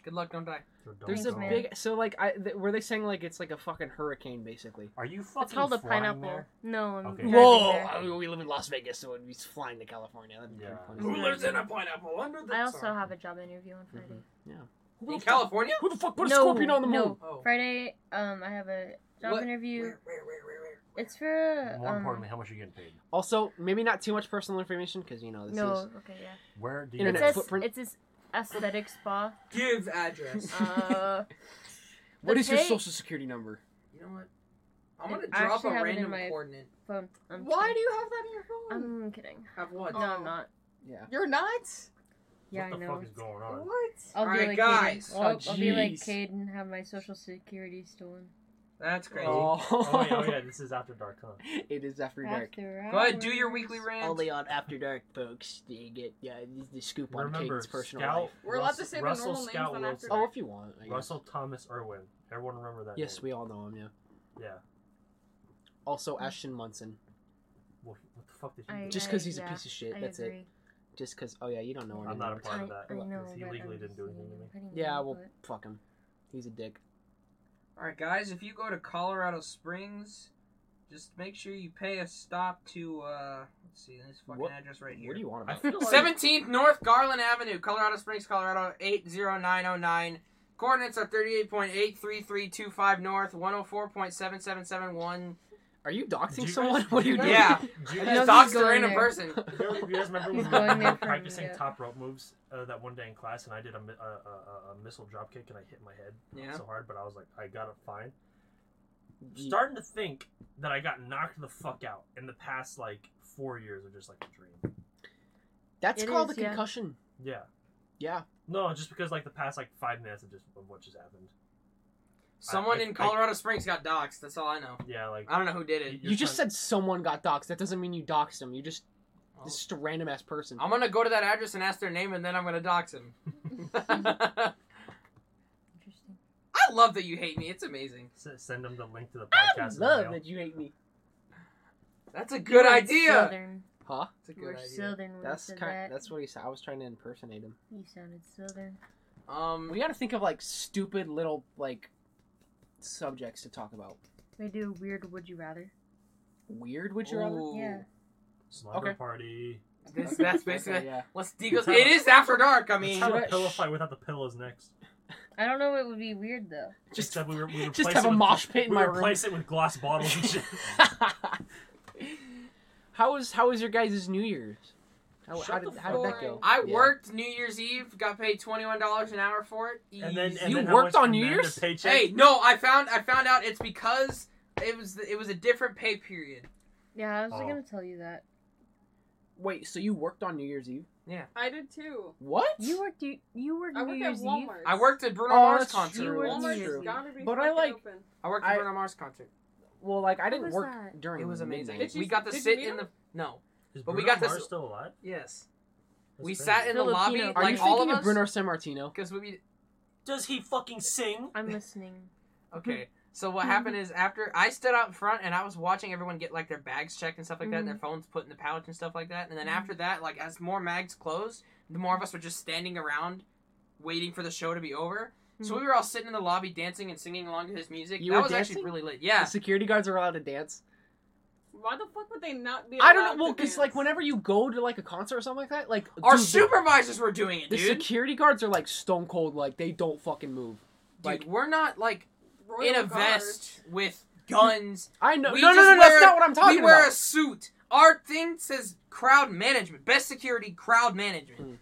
[SPEAKER 2] Good luck, don't die.
[SPEAKER 6] So don't
[SPEAKER 4] There's a
[SPEAKER 6] go.
[SPEAKER 5] man.
[SPEAKER 4] big so like I th- were they saying like it's like a fucking hurricane basically.
[SPEAKER 6] Are you fucking
[SPEAKER 5] It's called a
[SPEAKER 6] flying
[SPEAKER 5] pineapple.
[SPEAKER 6] there?
[SPEAKER 5] No, I'm
[SPEAKER 6] Okay.
[SPEAKER 5] driving there.
[SPEAKER 4] I mean, we live in Las Vegas, so it'd be flying to California. That'd be
[SPEAKER 6] Yeah.
[SPEAKER 4] pretty funny.
[SPEAKER 5] Who lives in a
[SPEAKER 3] pineapple under
[SPEAKER 5] I also have a job interview on
[SPEAKER 4] Mm-hmm.
[SPEAKER 5] Friday.
[SPEAKER 1] Mm-hmm.
[SPEAKER 2] In California?
[SPEAKER 4] Who the fuck put a
[SPEAKER 5] no,
[SPEAKER 4] scorpion on the moon?
[SPEAKER 5] no.
[SPEAKER 2] Oh.
[SPEAKER 5] Friday, um, I have a job
[SPEAKER 2] What?
[SPEAKER 5] interview.
[SPEAKER 2] Where, where, where, where, where?
[SPEAKER 5] It's for
[SPEAKER 6] More
[SPEAKER 5] um,
[SPEAKER 6] importantly, how much are you getting paid?
[SPEAKER 4] Also, maybe not too much personal information because you know this
[SPEAKER 5] no,
[SPEAKER 4] is
[SPEAKER 5] okay, yeah.
[SPEAKER 6] Where do you?
[SPEAKER 4] Internet
[SPEAKER 5] it's,
[SPEAKER 4] footprint.
[SPEAKER 5] It's this aesthetic spa.
[SPEAKER 2] Give address.
[SPEAKER 5] Uh,
[SPEAKER 4] What
[SPEAKER 5] the
[SPEAKER 4] is your
[SPEAKER 5] pay-
[SPEAKER 4] social security number?
[SPEAKER 2] you know what? I'm gonna
[SPEAKER 5] I
[SPEAKER 2] drop a
[SPEAKER 5] actually have it in
[SPEAKER 2] random
[SPEAKER 5] my-
[SPEAKER 2] coordinate.
[SPEAKER 5] phone. I'm
[SPEAKER 1] Why do
[SPEAKER 5] kidding.
[SPEAKER 1] you have that in your phone?
[SPEAKER 5] I'm kidding.
[SPEAKER 2] Have what?
[SPEAKER 5] No, I'm not.
[SPEAKER 4] Yeah.
[SPEAKER 1] You're not.
[SPEAKER 5] Yeah,
[SPEAKER 6] what
[SPEAKER 5] I
[SPEAKER 6] the
[SPEAKER 5] know.
[SPEAKER 6] fuck is going on?
[SPEAKER 1] What?
[SPEAKER 5] I'll
[SPEAKER 2] All right,
[SPEAKER 5] be like
[SPEAKER 2] guys.
[SPEAKER 5] Caden. I'll,
[SPEAKER 4] Oh,
[SPEAKER 5] I'll be like
[SPEAKER 4] jeez.
[SPEAKER 5] Caden and have my social security stolen.
[SPEAKER 2] That's crazy.
[SPEAKER 4] Oh.
[SPEAKER 6] Oh, yeah, oh yeah, this is after dark, huh?
[SPEAKER 4] It is after dark.
[SPEAKER 5] After
[SPEAKER 2] Go ahead, do your
[SPEAKER 5] hours.
[SPEAKER 2] weekly rant.
[SPEAKER 4] Only on After Dark, folks. Do you get yeah, the- the scoop on
[SPEAKER 6] Remember,
[SPEAKER 4] Kate's personal
[SPEAKER 6] Scout,
[SPEAKER 4] life.
[SPEAKER 1] We're allowed to
[SPEAKER 6] Russell-
[SPEAKER 1] say their
[SPEAKER 6] Russell
[SPEAKER 1] normal names
[SPEAKER 6] Scout
[SPEAKER 1] on After
[SPEAKER 6] Wilson.
[SPEAKER 1] Dark.
[SPEAKER 4] Oh, if you want. I guess.
[SPEAKER 6] Russell Thomas Irwin. Everyone remember that?
[SPEAKER 4] Yes,
[SPEAKER 6] name.
[SPEAKER 4] we all know him. Yeah.
[SPEAKER 6] Yeah.
[SPEAKER 4] Also, Ashton Munson.
[SPEAKER 6] Well, what the fuck did
[SPEAKER 5] I-
[SPEAKER 6] you do?
[SPEAKER 4] Mm-hmm. Just because
[SPEAKER 5] I-
[SPEAKER 4] he's a
[SPEAKER 5] yeah,
[SPEAKER 4] piece of shit.
[SPEAKER 5] I
[SPEAKER 4] that's
[SPEAKER 5] agree.
[SPEAKER 4] it. Just because. Oh yeah, you don't know him.
[SPEAKER 6] I'm not a
[SPEAKER 4] anymore.
[SPEAKER 6] part of that.
[SPEAKER 5] I, I know,
[SPEAKER 6] He
[SPEAKER 5] but
[SPEAKER 6] legally
[SPEAKER 5] I'm
[SPEAKER 6] didn't do
[SPEAKER 5] just
[SPEAKER 6] anything to me.
[SPEAKER 5] putting it
[SPEAKER 4] Yeah,
[SPEAKER 5] out,
[SPEAKER 4] well,
[SPEAKER 5] but-
[SPEAKER 4] fuck him. He's a dick.
[SPEAKER 2] All right, guys, if you go to Colorado Springs, just make sure you pay a stop to, uh, let's see, this fucking
[SPEAKER 4] What-
[SPEAKER 2] address right
[SPEAKER 4] What
[SPEAKER 2] here.
[SPEAKER 4] do you want
[SPEAKER 6] I
[SPEAKER 4] about?
[SPEAKER 6] feel like
[SPEAKER 2] 17th North Garland Avenue, Colorado Springs, Colorado 80909. Coordinates are 38.83325 north, 104.7771.
[SPEAKER 4] Are you
[SPEAKER 6] Do
[SPEAKER 4] doxing
[SPEAKER 6] you guys-
[SPEAKER 4] someone? what are you doing?
[SPEAKER 2] Yeah.
[SPEAKER 6] Do
[SPEAKER 5] I
[SPEAKER 6] you
[SPEAKER 2] I
[SPEAKER 5] know
[SPEAKER 2] just
[SPEAKER 6] guys,
[SPEAKER 5] he's
[SPEAKER 2] doxed a
[SPEAKER 5] going
[SPEAKER 2] random
[SPEAKER 5] there.
[SPEAKER 2] person.
[SPEAKER 6] do you guys remember
[SPEAKER 5] He's
[SPEAKER 6] when
[SPEAKER 5] going
[SPEAKER 6] we
[SPEAKER 5] there
[SPEAKER 6] were
[SPEAKER 5] for
[SPEAKER 6] practicing
[SPEAKER 5] real.
[SPEAKER 6] top rope moves uh, that one day in class, and I did a, mi- a, a, a- a missile drop kick and I hit my head
[SPEAKER 2] Yeah.
[SPEAKER 6] so hard, but I was like, I got it fine.
[SPEAKER 4] You-
[SPEAKER 6] Starting to think that I got knocked the fuck out in the past like four years of just like a dream.
[SPEAKER 4] That's
[SPEAKER 5] It
[SPEAKER 4] called
[SPEAKER 5] is,
[SPEAKER 4] a
[SPEAKER 5] yeah.
[SPEAKER 4] concussion.
[SPEAKER 6] Yeah.
[SPEAKER 4] Yeah.
[SPEAKER 6] No, just because like the past like five minutes of just of what just happened.
[SPEAKER 2] Someone
[SPEAKER 6] I-
[SPEAKER 2] in
[SPEAKER 6] I-
[SPEAKER 2] Colorado Springs got doxed. That's all I know.
[SPEAKER 6] Yeah, like
[SPEAKER 4] Ah.
[SPEAKER 2] I don't know who did it.
[SPEAKER 6] y-
[SPEAKER 4] You
[SPEAKER 6] you're
[SPEAKER 4] just
[SPEAKER 6] trying-
[SPEAKER 4] said someone got doxed. That doesn't mean you doxed him. You just
[SPEAKER 2] Oh.
[SPEAKER 4] this is just a random ass person.
[SPEAKER 2] I'm gonna go to that address and ask their name, and then I'm gonna dox him. I
[SPEAKER 5] Interesting.
[SPEAKER 2] love that you hate me. It's amazing.
[SPEAKER 6] s- send them the link to the podcast. in the
[SPEAKER 4] Ah, love
[SPEAKER 6] mail.
[SPEAKER 4] that you hate me.
[SPEAKER 2] That's a good
[SPEAKER 5] We're
[SPEAKER 2] idea.
[SPEAKER 5] Southern.
[SPEAKER 4] Huh?
[SPEAKER 2] It's a
[SPEAKER 5] We're
[SPEAKER 2] good idea.
[SPEAKER 5] southern. when we
[SPEAKER 4] That's
[SPEAKER 5] said
[SPEAKER 4] kind.
[SPEAKER 5] that.
[SPEAKER 4] That's what he said. I was trying to impersonate him.
[SPEAKER 5] You sounded southern.
[SPEAKER 2] Um,
[SPEAKER 4] We got to think of like stupid little like subjects to talk about.
[SPEAKER 5] They do a weird would you rather.
[SPEAKER 4] Weird, would you rather?
[SPEAKER 2] ooh.
[SPEAKER 5] Yeah.
[SPEAKER 6] Slumber
[SPEAKER 4] Okay.
[SPEAKER 6] party.
[SPEAKER 2] This, that's basically.
[SPEAKER 4] Okay, yeah.
[SPEAKER 2] Let's deco's. It is after dark. I mean,
[SPEAKER 6] Let's have a
[SPEAKER 4] Right.
[SPEAKER 6] pillow fight without the pillows next.
[SPEAKER 5] I don't know. It would be weird though.
[SPEAKER 4] Just
[SPEAKER 6] Except we were, we
[SPEAKER 4] just
[SPEAKER 6] replace
[SPEAKER 4] have
[SPEAKER 6] it
[SPEAKER 4] a
[SPEAKER 6] with-
[SPEAKER 4] mosh pit in
[SPEAKER 6] we
[SPEAKER 4] my room.
[SPEAKER 6] replace it with glass bottles and shit.
[SPEAKER 4] how was how was your guys' New Year's? How, how
[SPEAKER 6] Shut
[SPEAKER 4] did
[SPEAKER 6] the
[SPEAKER 4] how did that
[SPEAKER 1] fuck
[SPEAKER 4] go?
[SPEAKER 1] up.
[SPEAKER 2] I
[SPEAKER 4] Yeah.
[SPEAKER 2] worked New Year's Eve. Got paid twenty one dollars an hour for it.
[SPEAKER 6] And then
[SPEAKER 2] Easy.
[SPEAKER 6] and
[SPEAKER 4] You
[SPEAKER 6] then how
[SPEAKER 4] worked
[SPEAKER 6] much-
[SPEAKER 4] on New
[SPEAKER 6] and then
[SPEAKER 4] Year's?
[SPEAKER 6] The paycheck.
[SPEAKER 2] hey, no, I found I found out it's because it was the, it was a different pay period.
[SPEAKER 5] Yeah, I was
[SPEAKER 6] Oh.
[SPEAKER 5] gonna tell you that.
[SPEAKER 4] Wait, so you worked on New Year's Eve?
[SPEAKER 1] I did too.
[SPEAKER 4] What?
[SPEAKER 5] You worked. You, you worked
[SPEAKER 1] I
[SPEAKER 5] New
[SPEAKER 1] worked at
[SPEAKER 5] Year's Eve.
[SPEAKER 1] Walmart.
[SPEAKER 2] I worked at Bruno
[SPEAKER 4] Oh,
[SPEAKER 2] Mars
[SPEAKER 4] that's
[SPEAKER 2] concert.
[SPEAKER 5] true.
[SPEAKER 4] That's
[SPEAKER 1] Walmart
[SPEAKER 4] true.
[SPEAKER 1] has gotta be
[SPEAKER 4] But I
[SPEAKER 1] freaking
[SPEAKER 4] like-
[SPEAKER 1] open.
[SPEAKER 2] I worked at
[SPEAKER 4] I-
[SPEAKER 2] Bruno Mars concert.
[SPEAKER 4] well, like I didn't
[SPEAKER 5] was
[SPEAKER 4] work
[SPEAKER 5] that?
[SPEAKER 4] during.
[SPEAKER 2] It was amazing.
[SPEAKER 4] midnight.
[SPEAKER 1] Did you-
[SPEAKER 2] we got to
[SPEAKER 1] did you
[SPEAKER 2] sit
[SPEAKER 1] meet
[SPEAKER 2] in
[SPEAKER 1] him?
[SPEAKER 2] the no.
[SPEAKER 6] Is
[SPEAKER 2] But we
[SPEAKER 6] Bruno
[SPEAKER 2] got this-
[SPEAKER 6] Mars still alive?
[SPEAKER 2] Yes,
[SPEAKER 6] That's
[SPEAKER 2] we
[SPEAKER 6] crazy.
[SPEAKER 2] sat in the
[SPEAKER 5] Filipino
[SPEAKER 2] lobby
[SPEAKER 5] Are
[SPEAKER 4] Are
[SPEAKER 2] like
[SPEAKER 4] you
[SPEAKER 2] all
[SPEAKER 4] thinking
[SPEAKER 2] of
[SPEAKER 4] of
[SPEAKER 2] us
[SPEAKER 4] Bruno San Martino?
[SPEAKER 2] because we
[SPEAKER 6] Does he fucking sing?
[SPEAKER 5] I'm listening.
[SPEAKER 4] Mm-hmm.
[SPEAKER 2] Okay. So what happened is after I stood out in front and I was watching everyone get like their bags checked and stuff like that, and
[SPEAKER 4] Mm-hmm.
[SPEAKER 2] their phones put in the pouch and stuff like that. And then after that, like as more mags closed, the more of us were just standing around, waiting for the show to be over. So we were all sitting in the lobby dancing and singing along to his music.
[SPEAKER 4] Mm-hmm. You
[SPEAKER 2] that
[SPEAKER 4] were
[SPEAKER 2] was actually
[SPEAKER 4] dancing?
[SPEAKER 2] really lit.
[SPEAKER 4] The
[SPEAKER 2] Yeah.
[SPEAKER 4] security guards are allowed to dance.
[SPEAKER 1] Why the fuck would they not be?
[SPEAKER 4] I don't
[SPEAKER 1] allowed
[SPEAKER 4] know. Well,
[SPEAKER 1] to
[SPEAKER 4] because
[SPEAKER 1] dance?
[SPEAKER 4] like whenever you go to like a concert or something like that, like
[SPEAKER 2] Our
[SPEAKER 4] dude, the-
[SPEAKER 2] supervisors were doing it,
[SPEAKER 4] The
[SPEAKER 2] dude.
[SPEAKER 4] security guards are like stone cold. Like they don't fucking move.
[SPEAKER 2] dude,
[SPEAKER 4] like-
[SPEAKER 2] we're not like
[SPEAKER 1] Royal
[SPEAKER 2] in a
[SPEAKER 1] Guard.
[SPEAKER 2] vest with guns.
[SPEAKER 4] I know.
[SPEAKER 2] We
[SPEAKER 4] no, no,
[SPEAKER 2] just
[SPEAKER 4] no, no,
[SPEAKER 2] wear-
[SPEAKER 4] That's not what I'm talking
[SPEAKER 2] we wear a
[SPEAKER 4] about.
[SPEAKER 2] suit. Our thing says crowd management, best security, crowd management.
[SPEAKER 4] Mm.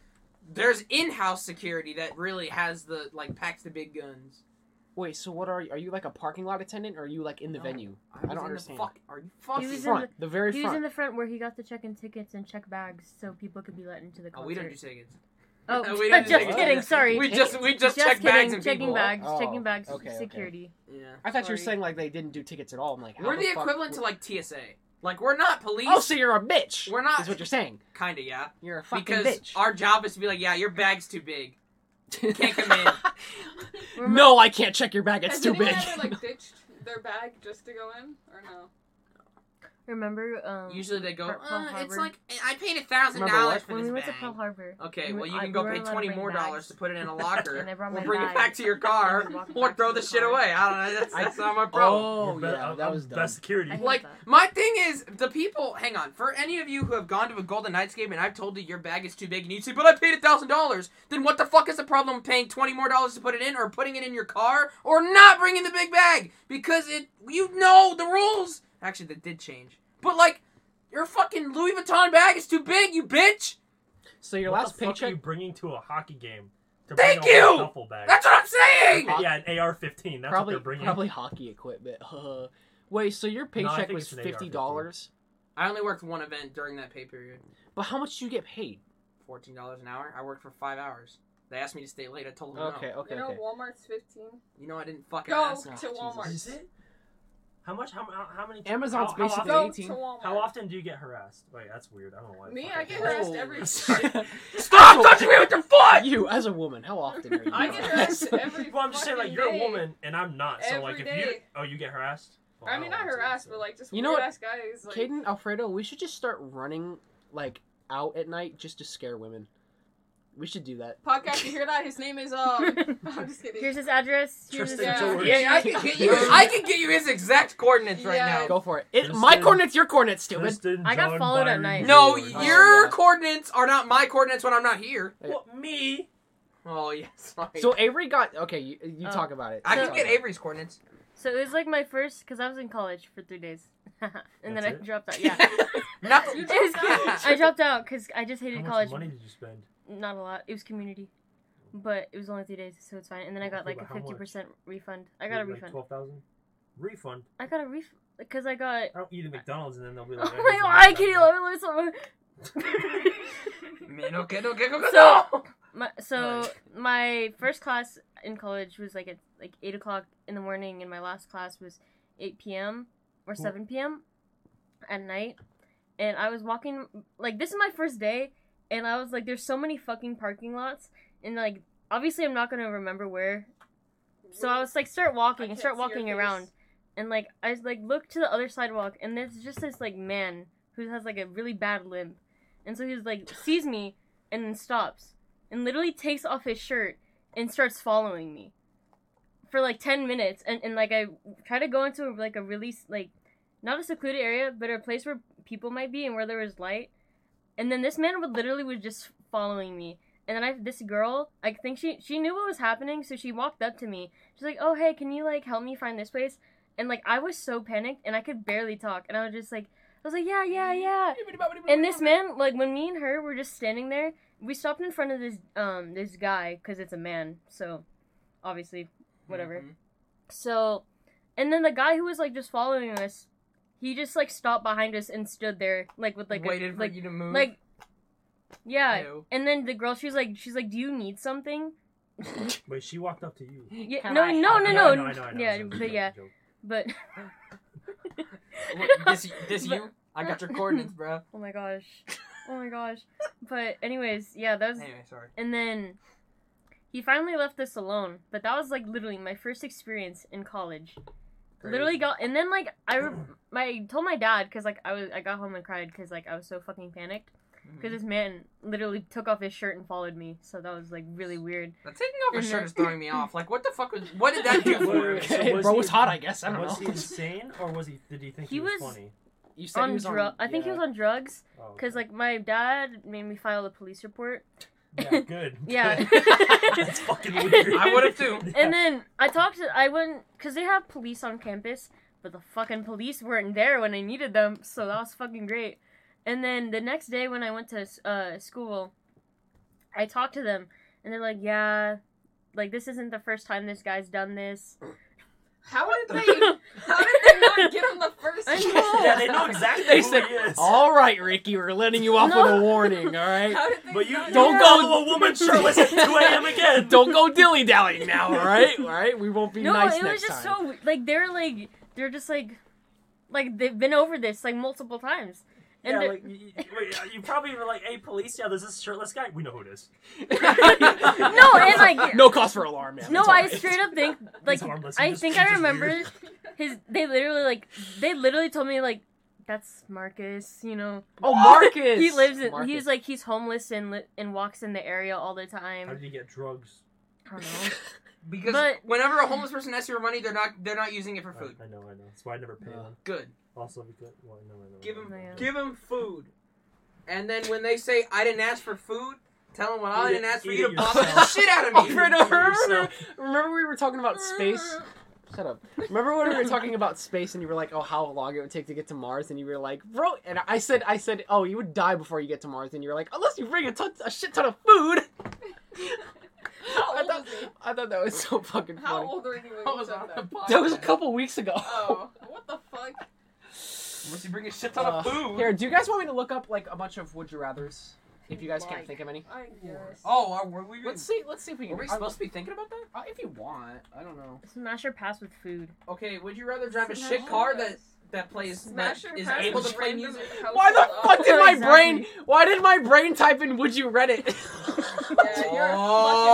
[SPEAKER 2] There's in-house security that really has the like packs the big guns.
[SPEAKER 4] Wait. So what are you? Are you like a parking lot attendant, or are you like in the
[SPEAKER 2] No.
[SPEAKER 4] venue?
[SPEAKER 2] was
[SPEAKER 4] I
[SPEAKER 2] in
[SPEAKER 4] don't
[SPEAKER 2] the
[SPEAKER 4] understand.
[SPEAKER 2] Fuck, are you
[SPEAKER 5] He
[SPEAKER 2] fucking?
[SPEAKER 5] was in
[SPEAKER 4] front, the, very
[SPEAKER 5] He was
[SPEAKER 4] front.
[SPEAKER 5] in the front where he got to check in tickets and check bags so people could be let into the concert.
[SPEAKER 2] oh, we don't do tickets.
[SPEAKER 5] Oh,
[SPEAKER 2] we don't do
[SPEAKER 5] just
[SPEAKER 2] tickets.
[SPEAKER 5] kidding. Sorry.
[SPEAKER 2] We just we just, check
[SPEAKER 5] kidding,
[SPEAKER 2] bags and
[SPEAKER 5] checking
[SPEAKER 2] people.
[SPEAKER 5] bags,
[SPEAKER 4] Oh,
[SPEAKER 5] checking bags,
[SPEAKER 4] okay, okay.
[SPEAKER 5] security.
[SPEAKER 2] Yeah,
[SPEAKER 4] I thought you were
[SPEAKER 5] Sorry.
[SPEAKER 4] saying like they didn't do tickets at all. I'm like, how
[SPEAKER 2] we're the,
[SPEAKER 4] fuck-
[SPEAKER 2] equivalent to like TSA. Like we're not police.
[SPEAKER 4] Oh, so you're a bitch.
[SPEAKER 2] we're not
[SPEAKER 4] Is what you're saying.
[SPEAKER 2] kind of yeah.
[SPEAKER 4] You're a fucking
[SPEAKER 2] because
[SPEAKER 4] bitch.
[SPEAKER 2] our job is to be like, yeah, your bag's too big. can't come in.
[SPEAKER 5] We're
[SPEAKER 4] no, I can't check your bag. It's
[SPEAKER 1] Has
[SPEAKER 4] too
[SPEAKER 1] anyone
[SPEAKER 4] big.
[SPEAKER 1] ever like ditched their bag just to go in or no?
[SPEAKER 5] Remember, um,
[SPEAKER 2] Usually they go.
[SPEAKER 5] Pearl
[SPEAKER 2] Uh, it's
[SPEAKER 5] Harbor?
[SPEAKER 2] like I paid a thousand
[SPEAKER 4] Remember
[SPEAKER 2] dollars
[SPEAKER 4] what?
[SPEAKER 2] for
[SPEAKER 5] when
[SPEAKER 2] this
[SPEAKER 5] we went to
[SPEAKER 2] bag."
[SPEAKER 5] Pearl Harbor.
[SPEAKER 2] Okay,
[SPEAKER 5] And
[SPEAKER 2] well
[SPEAKER 5] we-
[SPEAKER 2] you
[SPEAKER 5] I-
[SPEAKER 2] can
[SPEAKER 5] we
[SPEAKER 2] go
[SPEAKER 5] were
[SPEAKER 2] pay
[SPEAKER 5] allowed to
[SPEAKER 2] twenty
[SPEAKER 5] bring
[SPEAKER 2] more
[SPEAKER 5] bags.
[SPEAKER 2] dollars to put it in a
[SPEAKER 5] And I
[SPEAKER 2] locker,
[SPEAKER 5] brought
[SPEAKER 2] or
[SPEAKER 5] my
[SPEAKER 2] bring it
[SPEAKER 5] bag.
[SPEAKER 2] back to your
[SPEAKER 5] And
[SPEAKER 2] car,
[SPEAKER 5] walked
[SPEAKER 2] or
[SPEAKER 5] back
[SPEAKER 2] throw
[SPEAKER 5] to
[SPEAKER 2] the
[SPEAKER 5] the
[SPEAKER 2] shit
[SPEAKER 5] car.
[SPEAKER 2] away. I don't know. That's,
[SPEAKER 4] I-
[SPEAKER 2] that's not my problem.
[SPEAKER 4] Oh,
[SPEAKER 6] But
[SPEAKER 4] yeah,
[SPEAKER 6] I'm-
[SPEAKER 4] that
[SPEAKER 6] I'm
[SPEAKER 4] was dumb.
[SPEAKER 6] best security.
[SPEAKER 5] I- hate
[SPEAKER 2] Like
[SPEAKER 5] that.
[SPEAKER 2] my thing is the people. Hang on, for any of you who have gone to a Golden Knights game and I've told you your bag is too big and you say, "But I paid a thousand dollars," then what the fuck is the problem paying twenty more dollars to put it in, or putting it in your car, or not bringing the big bag because it you know the rules. Actually, that did change, but like your fucking Louis Vuitton bag is too big, you bitch.
[SPEAKER 4] So your
[SPEAKER 6] What
[SPEAKER 4] last
[SPEAKER 6] the fuck are
[SPEAKER 4] paycheck.
[SPEAKER 6] you bringing to a hockey game? To
[SPEAKER 2] Thank
[SPEAKER 6] bring a whole
[SPEAKER 2] you!
[SPEAKER 6] duffel bag.
[SPEAKER 2] That's what I'm saying.
[SPEAKER 4] Fuck.
[SPEAKER 6] yeah, an AR-15.
[SPEAKER 4] probably
[SPEAKER 6] That's what they're bringing.
[SPEAKER 4] probably hockey equipment. Wait, so your paycheck
[SPEAKER 6] think
[SPEAKER 4] was
[SPEAKER 6] it's an AR-15.
[SPEAKER 4] fifty dollars,
[SPEAKER 2] I only worked one event during that pay period.
[SPEAKER 4] but how much do you get paid?
[SPEAKER 2] Fourteen dollars an hour. I worked for five hours. They asked me to stay late. I told them
[SPEAKER 4] Okay,
[SPEAKER 2] no.
[SPEAKER 4] okay,
[SPEAKER 1] you know
[SPEAKER 4] okay.
[SPEAKER 1] Walmart's fifteen.
[SPEAKER 2] You know I didn't fucking
[SPEAKER 1] Go
[SPEAKER 2] ask.
[SPEAKER 1] to
[SPEAKER 4] Jesus.
[SPEAKER 1] Walmart.
[SPEAKER 6] Is it? How much? How, how, how many?
[SPEAKER 4] Amazon's
[SPEAKER 6] how, how
[SPEAKER 4] basically
[SPEAKER 6] often,
[SPEAKER 1] Go
[SPEAKER 4] 18.
[SPEAKER 1] to Walmart.
[SPEAKER 6] how often do you get harassed? Wait, that's weird. I don't know why.
[SPEAKER 1] Me,
[SPEAKER 6] fucking-
[SPEAKER 1] I get harassed
[SPEAKER 2] Oh.
[SPEAKER 1] every.
[SPEAKER 2] Stop touching me with your foot!
[SPEAKER 4] You, as a woman, how often are you?
[SPEAKER 1] I get harassed every.
[SPEAKER 6] Well, I'm just saying, like,
[SPEAKER 1] fucking
[SPEAKER 6] you're a
[SPEAKER 1] day.
[SPEAKER 6] woman, and I'm not. So, like, if
[SPEAKER 1] Every
[SPEAKER 6] you.
[SPEAKER 1] day.
[SPEAKER 6] Oh, you get harassed? Well,
[SPEAKER 1] I mean,
[SPEAKER 6] don't
[SPEAKER 1] not
[SPEAKER 6] want to,
[SPEAKER 1] harassed,
[SPEAKER 6] so-
[SPEAKER 1] but like just
[SPEAKER 4] You know what?
[SPEAKER 1] weird-ass guys. Like,
[SPEAKER 4] Caden, Alfredo, we should just start running like out at night just to scare women. We should do that.
[SPEAKER 1] podcast, you hear that? His name is um. I'm just kidding.
[SPEAKER 5] Here's his address. Here's his
[SPEAKER 6] Tristan
[SPEAKER 1] Yeah.
[SPEAKER 6] George.
[SPEAKER 2] Yeah, I can get you. I can get you his exact coordinates right
[SPEAKER 1] Yeah.
[SPEAKER 2] now.
[SPEAKER 4] Go for it. it my
[SPEAKER 6] Kristen-
[SPEAKER 4] coordinates, your coordinates, stupid.
[SPEAKER 6] Kristen
[SPEAKER 5] I got
[SPEAKER 6] John
[SPEAKER 5] followed at
[SPEAKER 6] Byron
[SPEAKER 5] night.
[SPEAKER 2] No,
[SPEAKER 6] George.
[SPEAKER 4] Oh,
[SPEAKER 2] your
[SPEAKER 4] yeah.
[SPEAKER 2] coordinates are not my coordinates when I'm not here.
[SPEAKER 6] Well, me?
[SPEAKER 2] Oh yes.
[SPEAKER 4] So Avery got okay. You, you
[SPEAKER 5] Oh.
[SPEAKER 4] talk about it.
[SPEAKER 2] I
[SPEAKER 5] so-
[SPEAKER 2] can get Avery's coordinates.
[SPEAKER 5] So it was like my first, because I was in college for three days. and then
[SPEAKER 6] That's
[SPEAKER 5] I
[SPEAKER 6] it?
[SPEAKER 5] dropped out. Yeah.
[SPEAKER 2] no.
[SPEAKER 1] You
[SPEAKER 5] It was-
[SPEAKER 1] dropped
[SPEAKER 5] I dropped out because I just hated
[SPEAKER 6] How much
[SPEAKER 5] college.
[SPEAKER 6] money did you spend?
[SPEAKER 5] Not a lot. It was community. But it was only three days, so it's fine. And then I got
[SPEAKER 6] Okay,
[SPEAKER 5] like a
[SPEAKER 6] but how much?
[SPEAKER 5] 50% refund. I got a
[SPEAKER 6] Like,
[SPEAKER 5] refund.
[SPEAKER 6] 12,000? Refund?
[SPEAKER 5] I got a refund. Because I got.
[SPEAKER 6] I don't eat at McDonald's, and then they'll be
[SPEAKER 5] Oh
[SPEAKER 6] like,
[SPEAKER 5] my god, I can't let me learn some more.
[SPEAKER 2] Man, okay, okay, okay,
[SPEAKER 5] So-
[SPEAKER 2] no.
[SPEAKER 5] My, so my first class in college was like at like eight o'clock in the morning, and my last class was eight p.m. or
[SPEAKER 6] Cool.
[SPEAKER 5] seven p.m. at night. And I was walking like this is my first day, and I was like, "There's so many fucking parking lots," and like obviously I'm not gonna remember where. So I was like, start walking and
[SPEAKER 1] can't
[SPEAKER 5] start
[SPEAKER 1] see your
[SPEAKER 5] walking
[SPEAKER 1] face.
[SPEAKER 5] around, and like I was like look to the other sidewalk, and there's just this like man who has like a really bad limp, and so he's like sees me and then stops and literally takes off his shirt and starts following me for like 10 minutes and, and like i try to go into like a really s- like not a secluded area but a place where people might be and where there was light and then this man would literally was just following me and then i this girl i think she she knew what was happening so she walked up to me she's like oh hey can you like help me find this place and like i was so panicked and i could barely talk and i was just like i was like yeah yeah yeah and this man, like when me and her were just standing there, we stopped in front of this um this guy because it's a man, so obviously whatever.
[SPEAKER 2] Mhm.
[SPEAKER 5] So, and then the guy who was like just following us, he just like stopped behind us and stood there like with like
[SPEAKER 2] waited
[SPEAKER 5] a,
[SPEAKER 2] for
[SPEAKER 5] like
[SPEAKER 2] you to move.
[SPEAKER 5] like yeah.
[SPEAKER 2] Ew.
[SPEAKER 5] And then the girl, she's like she's like, do you need something?
[SPEAKER 6] Wait, she walked up to you. Oh,
[SPEAKER 5] Yeah,
[SPEAKER 7] Can
[SPEAKER 5] no,
[SPEAKER 7] I
[SPEAKER 5] no,
[SPEAKER 7] help
[SPEAKER 5] no, no,
[SPEAKER 6] I know, I know, I know,
[SPEAKER 5] yeah,
[SPEAKER 6] it was a
[SPEAKER 5] but
[SPEAKER 6] joke,
[SPEAKER 5] yeah,
[SPEAKER 6] it was a joke.
[SPEAKER 5] but uh,
[SPEAKER 2] Look, this, this you? I got your coordinates, bro.
[SPEAKER 5] oh my gosh, oh my gosh. But anyways, yeah, that was
[SPEAKER 2] Anyway, sorry.
[SPEAKER 5] And then he finally left us alone. But that was like literally my first experience in college. Literally got and then like I re- my I told my dad because like I was I got home and cried because like I was so fucking panicked
[SPEAKER 2] Mm-hmm.
[SPEAKER 4] Hmm.
[SPEAKER 5] because this man literally took off his shirt and followed me. So that was like really weird.
[SPEAKER 2] But taking off his
[SPEAKER 5] Mhm.
[SPEAKER 2] shirt is throwing me off. Like, what the fuck was? What did that do for him?
[SPEAKER 6] So was
[SPEAKER 4] bro,
[SPEAKER 6] he-
[SPEAKER 4] it's hot. I guess I don't
[SPEAKER 6] Was he
[SPEAKER 4] know.
[SPEAKER 6] insane, or was he? Did he think he,
[SPEAKER 5] He
[SPEAKER 6] was,
[SPEAKER 5] was-
[SPEAKER 6] funny?
[SPEAKER 4] You said he
[SPEAKER 5] On
[SPEAKER 4] was on-
[SPEAKER 5] drug, I think he
[SPEAKER 4] yeah.
[SPEAKER 5] was on drugs
[SPEAKER 6] Oh,
[SPEAKER 5] because
[SPEAKER 6] okay.
[SPEAKER 5] like my dad made me file a police report.
[SPEAKER 6] yeah, good.
[SPEAKER 5] Yeah.
[SPEAKER 6] good. That's fucking weird.
[SPEAKER 2] I would have too.
[SPEAKER 5] And then I talked to I went because they have police on campus, but the fucking police weren't there when I needed them, so that was fucking great. And then the next day when I went to uh, school, I talked to them, and they're like, "Yeah, like this isn't the first time this guy's done this."
[SPEAKER 1] How did they?
[SPEAKER 5] I
[SPEAKER 1] How did they not get him the first?
[SPEAKER 5] I know.
[SPEAKER 1] time?
[SPEAKER 6] yeah, they know exactly
[SPEAKER 4] They
[SPEAKER 6] who
[SPEAKER 4] said, "Oh,
[SPEAKER 6] he is.
[SPEAKER 4] All right, Ricky, we're letting you off
[SPEAKER 5] No.
[SPEAKER 4] with a warning. All right,
[SPEAKER 1] How did they?
[SPEAKER 6] But you
[SPEAKER 1] not
[SPEAKER 4] Don't
[SPEAKER 6] you
[SPEAKER 4] go-
[SPEAKER 6] follow a woman shirtless at 2 a.m. again.
[SPEAKER 4] don't go dilly dallying now. All right, all right, we won't be
[SPEAKER 5] no,
[SPEAKER 4] nice
[SPEAKER 5] it was
[SPEAKER 4] next
[SPEAKER 5] just
[SPEAKER 4] time.
[SPEAKER 5] so like they're like they're just like like they've been over this like multiple times. And
[SPEAKER 6] Yeah,
[SPEAKER 5] they're-
[SPEAKER 6] like you, you- wait, you probably were like, "Hey, police! Yeah, there's this shirtless guy. We know who it is.
[SPEAKER 5] no, and like
[SPEAKER 4] no cause for alarm, man.
[SPEAKER 5] No,
[SPEAKER 4] It's all
[SPEAKER 5] I
[SPEAKER 4] right.
[SPEAKER 5] straight up think like
[SPEAKER 6] harmless. He
[SPEAKER 5] I
[SPEAKER 6] just-
[SPEAKER 5] think
[SPEAKER 6] he's
[SPEAKER 5] I
[SPEAKER 6] just
[SPEAKER 5] remember
[SPEAKER 6] weird.
[SPEAKER 5] his. They literally like they literally told me like that's Marcus. You know
[SPEAKER 4] Oh, Marcus.
[SPEAKER 5] he lives in.
[SPEAKER 4] Marcus.
[SPEAKER 5] He's like he's homeless and li- and walks in the area all the
[SPEAKER 6] How
[SPEAKER 5] time.
[SPEAKER 6] did he get drugs?
[SPEAKER 5] I don't know.
[SPEAKER 2] Because
[SPEAKER 5] But-
[SPEAKER 2] whenever a homeless person asks you for money, they're not they're not using it for food.
[SPEAKER 6] I, I know, I know. That's why I never pay
[SPEAKER 4] Yeah.
[SPEAKER 6] him.
[SPEAKER 2] Good.
[SPEAKER 6] Also, because well, I know, I know.
[SPEAKER 2] Give him
[SPEAKER 5] Oh, yeah.
[SPEAKER 2] give him food, and then when they say I didn't ask for food, tell them well I
[SPEAKER 6] Eat
[SPEAKER 2] didn't
[SPEAKER 6] it-
[SPEAKER 2] ask for
[SPEAKER 6] eat
[SPEAKER 2] you
[SPEAKER 6] it
[SPEAKER 2] to bother the
[SPEAKER 6] yourself.
[SPEAKER 2] shit out of me.
[SPEAKER 4] Alfredo, remember,
[SPEAKER 6] Yourself.
[SPEAKER 4] remember we were talking about space. Shut up. Remember when we were talking about space and you were like, "Oh, how long it would take to get to Mars?" And you were like, "Bro," and I said, "I said, oh, you would die before you get to Mars." And you were like, "Unless you bring a, ton, a shit ton of food."
[SPEAKER 1] How
[SPEAKER 4] I
[SPEAKER 1] old
[SPEAKER 4] thought,
[SPEAKER 1] was he?
[SPEAKER 4] I thought that was so fucking
[SPEAKER 1] How
[SPEAKER 4] funny.
[SPEAKER 1] old were you
[SPEAKER 2] I
[SPEAKER 1] when you
[SPEAKER 2] was
[SPEAKER 1] said
[SPEAKER 2] on the
[SPEAKER 1] that?
[SPEAKER 2] podcast.
[SPEAKER 4] That was a couple weeks ago.
[SPEAKER 1] Oh, what the fuck?
[SPEAKER 2] Unless you bring a shit ton of
[SPEAKER 4] Uh,
[SPEAKER 2] food.
[SPEAKER 4] Here, do you guys want me to look up like a bunch of would you rather's? If you guys can't
[SPEAKER 1] Like-
[SPEAKER 4] think of any,
[SPEAKER 1] I guess.
[SPEAKER 2] Oh, are we?
[SPEAKER 4] let's see. Let's see if Mm. we can.
[SPEAKER 2] Were we
[SPEAKER 4] I-
[SPEAKER 2] supposed to be thinking about that?
[SPEAKER 4] Uh, if you want, I don't know.
[SPEAKER 5] Smash her pass with food.
[SPEAKER 2] Okay, would you rather drive a
[SPEAKER 1] Smash
[SPEAKER 2] shit car that
[SPEAKER 1] us.
[SPEAKER 2] that plays
[SPEAKER 1] Smash
[SPEAKER 2] that
[SPEAKER 1] your
[SPEAKER 2] is
[SPEAKER 1] pass
[SPEAKER 2] able
[SPEAKER 1] with
[SPEAKER 2] to play
[SPEAKER 1] random
[SPEAKER 2] music?
[SPEAKER 1] household
[SPEAKER 4] Why the fuck did my
[SPEAKER 5] Exactly.
[SPEAKER 4] brain? Why did my brain type in "Would you Reddit"?
[SPEAKER 1] Yeah, you're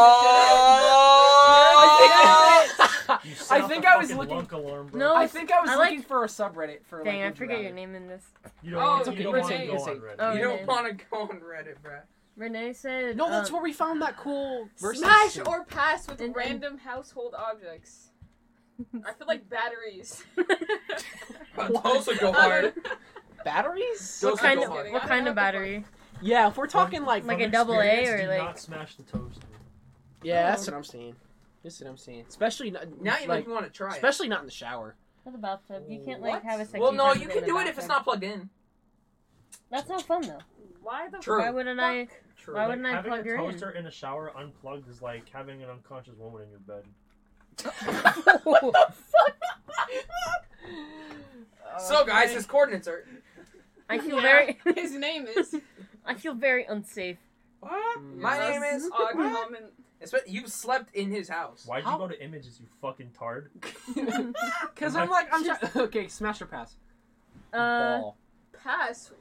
[SPEAKER 2] Oh.
[SPEAKER 1] oh.
[SPEAKER 4] I think
[SPEAKER 6] You
[SPEAKER 4] I
[SPEAKER 6] set off
[SPEAKER 4] think
[SPEAKER 6] the
[SPEAKER 4] I was
[SPEAKER 6] fucking
[SPEAKER 4] looking-
[SPEAKER 6] Lunk alarm, bro.
[SPEAKER 5] No,
[SPEAKER 4] I think I was
[SPEAKER 5] I like-
[SPEAKER 4] looking for a subreddit for.
[SPEAKER 5] Dang,
[SPEAKER 4] like,
[SPEAKER 5] I
[SPEAKER 4] would you
[SPEAKER 5] forget your
[SPEAKER 4] rather.
[SPEAKER 5] name in this.
[SPEAKER 6] You
[SPEAKER 1] Oh,
[SPEAKER 6] don't,
[SPEAKER 1] it's
[SPEAKER 6] you
[SPEAKER 1] okay,
[SPEAKER 6] don't want to
[SPEAKER 1] it's
[SPEAKER 6] go on
[SPEAKER 4] okay.
[SPEAKER 6] Reddit.
[SPEAKER 5] Oh,
[SPEAKER 2] You don't
[SPEAKER 5] Reddit.
[SPEAKER 2] want to go on Reddit, bro.
[SPEAKER 5] Renee said.
[SPEAKER 4] No, that's
[SPEAKER 5] um,
[SPEAKER 4] where we found that cool. versus
[SPEAKER 1] Smash
[SPEAKER 4] suit.
[SPEAKER 1] or pass with
[SPEAKER 5] And-
[SPEAKER 1] random household objects. I feel like batteries.
[SPEAKER 2] Those would go hard.
[SPEAKER 4] batteries?
[SPEAKER 2] Those
[SPEAKER 5] What
[SPEAKER 2] would
[SPEAKER 5] kind
[SPEAKER 2] go
[SPEAKER 5] of
[SPEAKER 2] hard.
[SPEAKER 5] what kind of battery?
[SPEAKER 4] Yeah, if we're talking like,
[SPEAKER 5] Like a
[SPEAKER 6] From
[SPEAKER 5] double A
[SPEAKER 6] experience,
[SPEAKER 5] or
[SPEAKER 6] do
[SPEAKER 5] like-
[SPEAKER 6] not smash the toaster.
[SPEAKER 4] yeah, that's what I'm saying. That's what I'm saying. Especially not,
[SPEAKER 2] Now you
[SPEAKER 4] like,
[SPEAKER 2] make me want to try it.
[SPEAKER 4] especially not in the shower.
[SPEAKER 5] For the bathtub, you can't
[SPEAKER 2] What?
[SPEAKER 5] like have a sexy.
[SPEAKER 2] Well, no,
[SPEAKER 5] time
[SPEAKER 2] you
[SPEAKER 5] in
[SPEAKER 2] can
[SPEAKER 5] the
[SPEAKER 2] do it if it's
[SPEAKER 5] bathroom.
[SPEAKER 2] not plugged in.
[SPEAKER 5] That's not fun though.
[SPEAKER 1] Why the
[SPEAKER 2] True.
[SPEAKER 5] Why wouldn't I?
[SPEAKER 2] True.
[SPEAKER 5] Why wouldn't I
[SPEAKER 6] having
[SPEAKER 5] plug her
[SPEAKER 6] a
[SPEAKER 5] in?
[SPEAKER 6] toaster in a shower unplugged is like having an unconscious woman in your bed.
[SPEAKER 4] what the fuck? Oh,
[SPEAKER 2] So, guys, his coordinates are.
[SPEAKER 5] I feel
[SPEAKER 1] Yeah.
[SPEAKER 5] very.
[SPEAKER 1] His name is
[SPEAKER 5] I feel very unsafe.
[SPEAKER 2] What?
[SPEAKER 4] Mm.
[SPEAKER 2] My name is.
[SPEAKER 1] Og
[SPEAKER 2] What?
[SPEAKER 1] Mom and
[SPEAKER 2] It's what- you slept in his house.
[SPEAKER 6] Why'd
[SPEAKER 4] How-
[SPEAKER 6] you go to images, you fucking tard?
[SPEAKER 4] Because I'm like, I'm just okay. Smash or pass?
[SPEAKER 5] Uh,
[SPEAKER 4] Ball.
[SPEAKER 1] pass.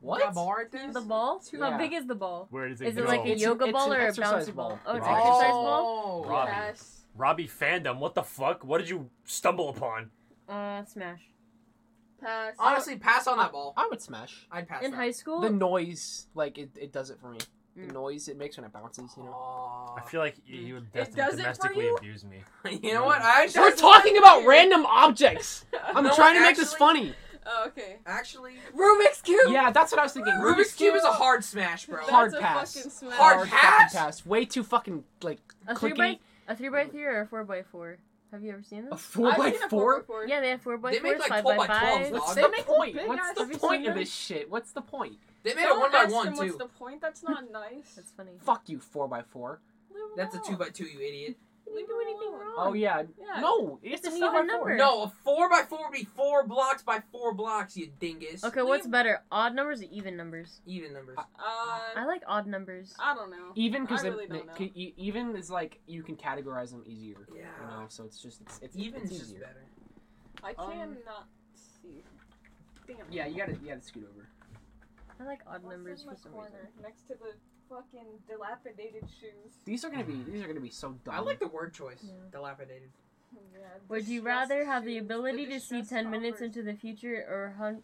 [SPEAKER 4] What?
[SPEAKER 2] That bar right there?
[SPEAKER 5] the ball.
[SPEAKER 4] Yeah.
[SPEAKER 5] How big is the ball?
[SPEAKER 7] Where does it
[SPEAKER 5] Is
[SPEAKER 7] go?
[SPEAKER 5] it like a
[SPEAKER 4] It's-
[SPEAKER 5] yoga
[SPEAKER 4] it's
[SPEAKER 5] ball
[SPEAKER 4] an
[SPEAKER 5] or a
[SPEAKER 4] exercise
[SPEAKER 5] bouncy
[SPEAKER 4] ball.
[SPEAKER 5] ball? Oh, it's
[SPEAKER 6] Right.
[SPEAKER 5] exercise ball.
[SPEAKER 2] Oh.
[SPEAKER 6] Robbie.
[SPEAKER 1] Pass.
[SPEAKER 6] Robbie fandom, what the fuck? What did you stumble upon?
[SPEAKER 5] Uh, smash.
[SPEAKER 1] Pass.
[SPEAKER 2] Honestly, pass on that ball.
[SPEAKER 4] I would smash.
[SPEAKER 2] I'd pass.
[SPEAKER 5] In
[SPEAKER 2] that.
[SPEAKER 5] high school,
[SPEAKER 4] The noise, like it, it does it for me.
[SPEAKER 5] Mm.
[SPEAKER 4] The noise it makes when it bounces, you know.
[SPEAKER 2] Aw.
[SPEAKER 6] I feel like you you were destined
[SPEAKER 1] does
[SPEAKER 6] to
[SPEAKER 1] it for
[SPEAKER 6] domestically
[SPEAKER 1] you?
[SPEAKER 6] abuse me.
[SPEAKER 2] you know what? I
[SPEAKER 4] We're
[SPEAKER 2] just
[SPEAKER 4] talking about random objects. I'm
[SPEAKER 2] No,
[SPEAKER 4] trying to make this
[SPEAKER 2] actually-
[SPEAKER 4] funny.
[SPEAKER 1] oh, okay.
[SPEAKER 2] actually.
[SPEAKER 1] Rubik's cube.
[SPEAKER 4] Yeah, that's what I was thinking.
[SPEAKER 2] Rubik's cube is a hard smash, bro.
[SPEAKER 1] That's
[SPEAKER 4] Hard
[SPEAKER 1] a
[SPEAKER 4] pass.
[SPEAKER 1] Fucking smash.
[SPEAKER 2] Hard
[SPEAKER 4] Hard
[SPEAKER 2] pass?
[SPEAKER 4] fucking pass. Way too fucking like
[SPEAKER 5] a three by
[SPEAKER 4] clicky.
[SPEAKER 5] a three by three or a four by four. Have you ever seen
[SPEAKER 4] A
[SPEAKER 5] them?
[SPEAKER 4] four
[SPEAKER 1] I've
[SPEAKER 4] by
[SPEAKER 1] seen a
[SPEAKER 4] four.
[SPEAKER 1] before.
[SPEAKER 5] Yeah, they have four by
[SPEAKER 2] They make,
[SPEAKER 5] fours,
[SPEAKER 2] like,
[SPEAKER 5] five
[SPEAKER 2] 12 by
[SPEAKER 5] by
[SPEAKER 2] 12s.
[SPEAKER 5] fives.
[SPEAKER 4] What's
[SPEAKER 2] Dog.
[SPEAKER 4] the point?
[SPEAKER 1] big
[SPEAKER 4] What's
[SPEAKER 1] ass-
[SPEAKER 4] the
[SPEAKER 5] Have you
[SPEAKER 4] point
[SPEAKER 5] seen
[SPEAKER 4] of
[SPEAKER 5] them?
[SPEAKER 4] this shit? What's the point?
[SPEAKER 2] They made a
[SPEAKER 1] Don't
[SPEAKER 2] one by
[SPEAKER 1] ask
[SPEAKER 2] one
[SPEAKER 1] him what's
[SPEAKER 2] too.
[SPEAKER 1] the point. That's not nice.
[SPEAKER 5] That's funny.
[SPEAKER 4] Fuck you, four by four.
[SPEAKER 1] Leave him
[SPEAKER 2] That's a two
[SPEAKER 1] alone.
[SPEAKER 2] by two, you idiot.
[SPEAKER 5] You didn't do anything wrong.
[SPEAKER 4] Oh yeah.
[SPEAKER 1] Yeah.
[SPEAKER 4] No, it's a
[SPEAKER 5] It's an
[SPEAKER 4] four by
[SPEAKER 5] even
[SPEAKER 4] four.
[SPEAKER 5] number.
[SPEAKER 2] No, a four by four would be four blocks by four blocks, you dingus.
[SPEAKER 5] Okay, what's better, odd numbers or even numbers?
[SPEAKER 2] Even numbers.
[SPEAKER 1] Uh,
[SPEAKER 5] I like odd numbers.
[SPEAKER 1] I don't know.
[SPEAKER 4] Even because
[SPEAKER 1] I really don't know.
[SPEAKER 4] e- even is like you can categorize them easier. You
[SPEAKER 2] Yeah.
[SPEAKER 4] know, so it's just it's, it's
[SPEAKER 2] Even's
[SPEAKER 4] it's
[SPEAKER 2] just
[SPEAKER 4] easier.
[SPEAKER 2] better.
[SPEAKER 1] I
[SPEAKER 4] Um,
[SPEAKER 1] cannot see. Damn. it.
[SPEAKER 4] Yeah, you gotta you gotta scoot over.
[SPEAKER 5] I like odd
[SPEAKER 1] What's
[SPEAKER 5] numbers
[SPEAKER 1] in
[SPEAKER 5] for
[SPEAKER 1] the
[SPEAKER 5] some reason.
[SPEAKER 1] corner next to the fucking dilapidated shoes?
[SPEAKER 4] These are gonna be these are gonna be so dumb.
[SPEAKER 2] I like the word choice.
[SPEAKER 5] Yeah.
[SPEAKER 2] Dilapidated.
[SPEAKER 1] Yeah,
[SPEAKER 5] Would you
[SPEAKER 1] distressed
[SPEAKER 5] rather have the
[SPEAKER 1] shoes,
[SPEAKER 5] ability to see
[SPEAKER 1] distressed
[SPEAKER 5] 10 minutes
[SPEAKER 1] offers.
[SPEAKER 5] into the future or hun-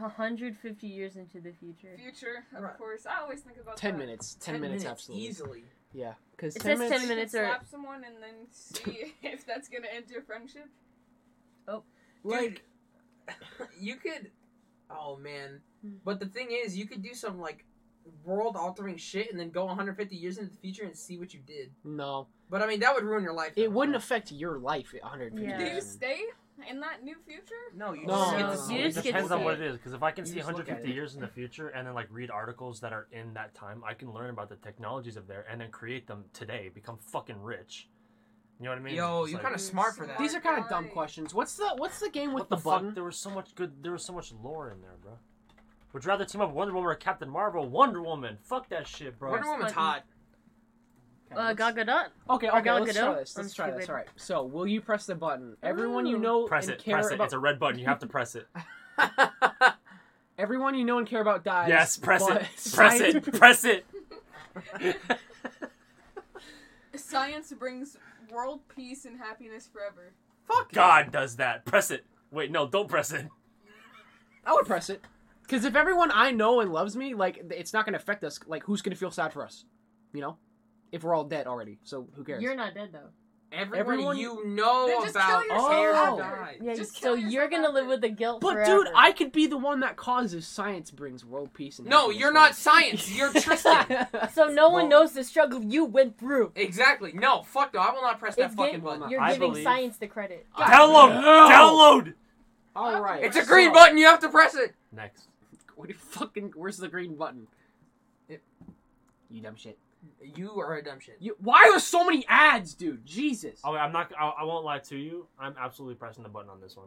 [SPEAKER 5] 150 years into the future?
[SPEAKER 1] future? Of
[SPEAKER 2] Right.
[SPEAKER 1] course, I always think about
[SPEAKER 4] ten
[SPEAKER 1] that.
[SPEAKER 4] minutes. Ten, minutes, absolutely.
[SPEAKER 2] Easily.
[SPEAKER 4] Yeah, because
[SPEAKER 5] It
[SPEAKER 4] ten
[SPEAKER 5] says
[SPEAKER 4] minutes.
[SPEAKER 5] 10 minutes
[SPEAKER 1] You could
[SPEAKER 5] are-
[SPEAKER 1] slap someone and then see if that's gonna end your friendship.
[SPEAKER 2] Like, you could. Oh man.
[SPEAKER 5] Hmm.
[SPEAKER 2] But the thing is, you could do some like world altering shit and then go 150 years into the future and see what you did.
[SPEAKER 4] No,
[SPEAKER 2] But I mean, that would ruin your life.
[SPEAKER 4] it
[SPEAKER 2] though.
[SPEAKER 4] wouldn't affect your life. One hundred fifty.
[SPEAKER 5] Yeah.
[SPEAKER 1] Do you
[SPEAKER 5] Yes.
[SPEAKER 1] stay in that new future?
[SPEAKER 2] No, you
[SPEAKER 4] No,
[SPEAKER 2] just get
[SPEAKER 5] no,
[SPEAKER 2] to
[SPEAKER 5] no.
[SPEAKER 2] see
[SPEAKER 5] You
[SPEAKER 2] it.
[SPEAKER 6] It
[SPEAKER 5] just get
[SPEAKER 6] depends
[SPEAKER 5] to
[SPEAKER 6] on
[SPEAKER 5] see
[SPEAKER 6] what
[SPEAKER 5] it.
[SPEAKER 6] it is, because if I can
[SPEAKER 4] You
[SPEAKER 6] see
[SPEAKER 4] just look at
[SPEAKER 6] 150
[SPEAKER 4] it.
[SPEAKER 6] years in the future and then like read articles that are in that time, I can learn about the technologies of there and then create them today, become fucking rich. You know what I mean?
[SPEAKER 2] Yo,
[SPEAKER 6] It's
[SPEAKER 2] you're
[SPEAKER 6] like,
[SPEAKER 2] kind of smart for that.
[SPEAKER 4] These are kind of dumb
[SPEAKER 1] Right.
[SPEAKER 4] questions. What's the what's the game with
[SPEAKER 6] what the,
[SPEAKER 4] button?
[SPEAKER 6] fuck? There was so much good. There was so much lore in there, bro. Would you rather team up with Wonder Woman or Captain Marvel? Wonder Woman. Fuck that shit, bro.
[SPEAKER 2] Wonder Woman's
[SPEAKER 5] Button.
[SPEAKER 2] hot.
[SPEAKER 4] Okay,
[SPEAKER 5] Uh,
[SPEAKER 4] let's-
[SPEAKER 5] Gal Gadot?
[SPEAKER 4] Okay,
[SPEAKER 5] or
[SPEAKER 4] okay,
[SPEAKER 5] Gal
[SPEAKER 4] let's try
[SPEAKER 5] Gadot?
[SPEAKER 4] this. Let's
[SPEAKER 5] I'm
[SPEAKER 4] try this.
[SPEAKER 5] stupid.
[SPEAKER 4] All right. So, will you press the button? Everyone you know
[SPEAKER 6] Press
[SPEAKER 4] and
[SPEAKER 6] it.
[SPEAKER 4] care
[SPEAKER 6] Press it.
[SPEAKER 4] about
[SPEAKER 6] It's a red button. You have to press it.
[SPEAKER 4] everyone you know and care about dies.
[SPEAKER 6] yes, press
[SPEAKER 4] but-
[SPEAKER 6] it. Press it. Press it.
[SPEAKER 1] Science brings world peace and happiness forever.
[SPEAKER 2] Fuck
[SPEAKER 6] God does that. Press it. Wait, no, don't press it.
[SPEAKER 4] I would press it. Because if everyone I know and loves me, like, th- it's not going to affect us. Like, who's going to feel sad for us? You know? If we're all dead already. So, who cares?
[SPEAKER 5] You're not dead though.
[SPEAKER 2] Everyone,
[SPEAKER 4] Everyone-
[SPEAKER 2] you know
[SPEAKER 1] Then just kill
[SPEAKER 2] about
[SPEAKER 1] yourself
[SPEAKER 2] cares
[SPEAKER 4] after.
[SPEAKER 2] died.
[SPEAKER 5] Yeah,
[SPEAKER 1] Just
[SPEAKER 5] so
[SPEAKER 1] kill yourself
[SPEAKER 5] you're gonna live
[SPEAKER 1] after.
[SPEAKER 5] with the guilt
[SPEAKER 4] but,
[SPEAKER 5] forever.
[SPEAKER 4] dude, I could be the one that causes science brings world peace and
[SPEAKER 2] No,
[SPEAKER 4] happiness
[SPEAKER 2] you're
[SPEAKER 4] for
[SPEAKER 2] not
[SPEAKER 4] us.
[SPEAKER 2] science. You're Tristan.
[SPEAKER 5] So no
[SPEAKER 4] Well-
[SPEAKER 5] one knows the struggle you went through.
[SPEAKER 2] exactly. No, fuck no. I will not press that
[SPEAKER 5] It's
[SPEAKER 2] fucking
[SPEAKER 5] game-
[SPEAKER 2] button.
[SPEAKER 5] You're
[SPEAKER 6] I
[SPEAKER 5] giving
[SPEAKER 6] believe-
[SPEAKER 5] science the credit.
[SPEAKER 4] God.
[SPEAKER 6] Download. Download.
[SPEAKER 4] All right.
[SPEAKER 2] It's a
[SPEAKER 4] so-
[SPEAKER 2] green button. You have to press it.
[SPEAKER 6] Next.
[SPEAKER 4] What do you fucking. Where's the green button? It- you dumb shit.
[SPEAKER 2] You are a dumb shit.
[SPEAKER 4] You, why are there so many ads, dude? Jesus.
[SPEAKER 6] Oh, wait, I'm not. I, I won't lie to you. I'm absolutely pressing the button on this one.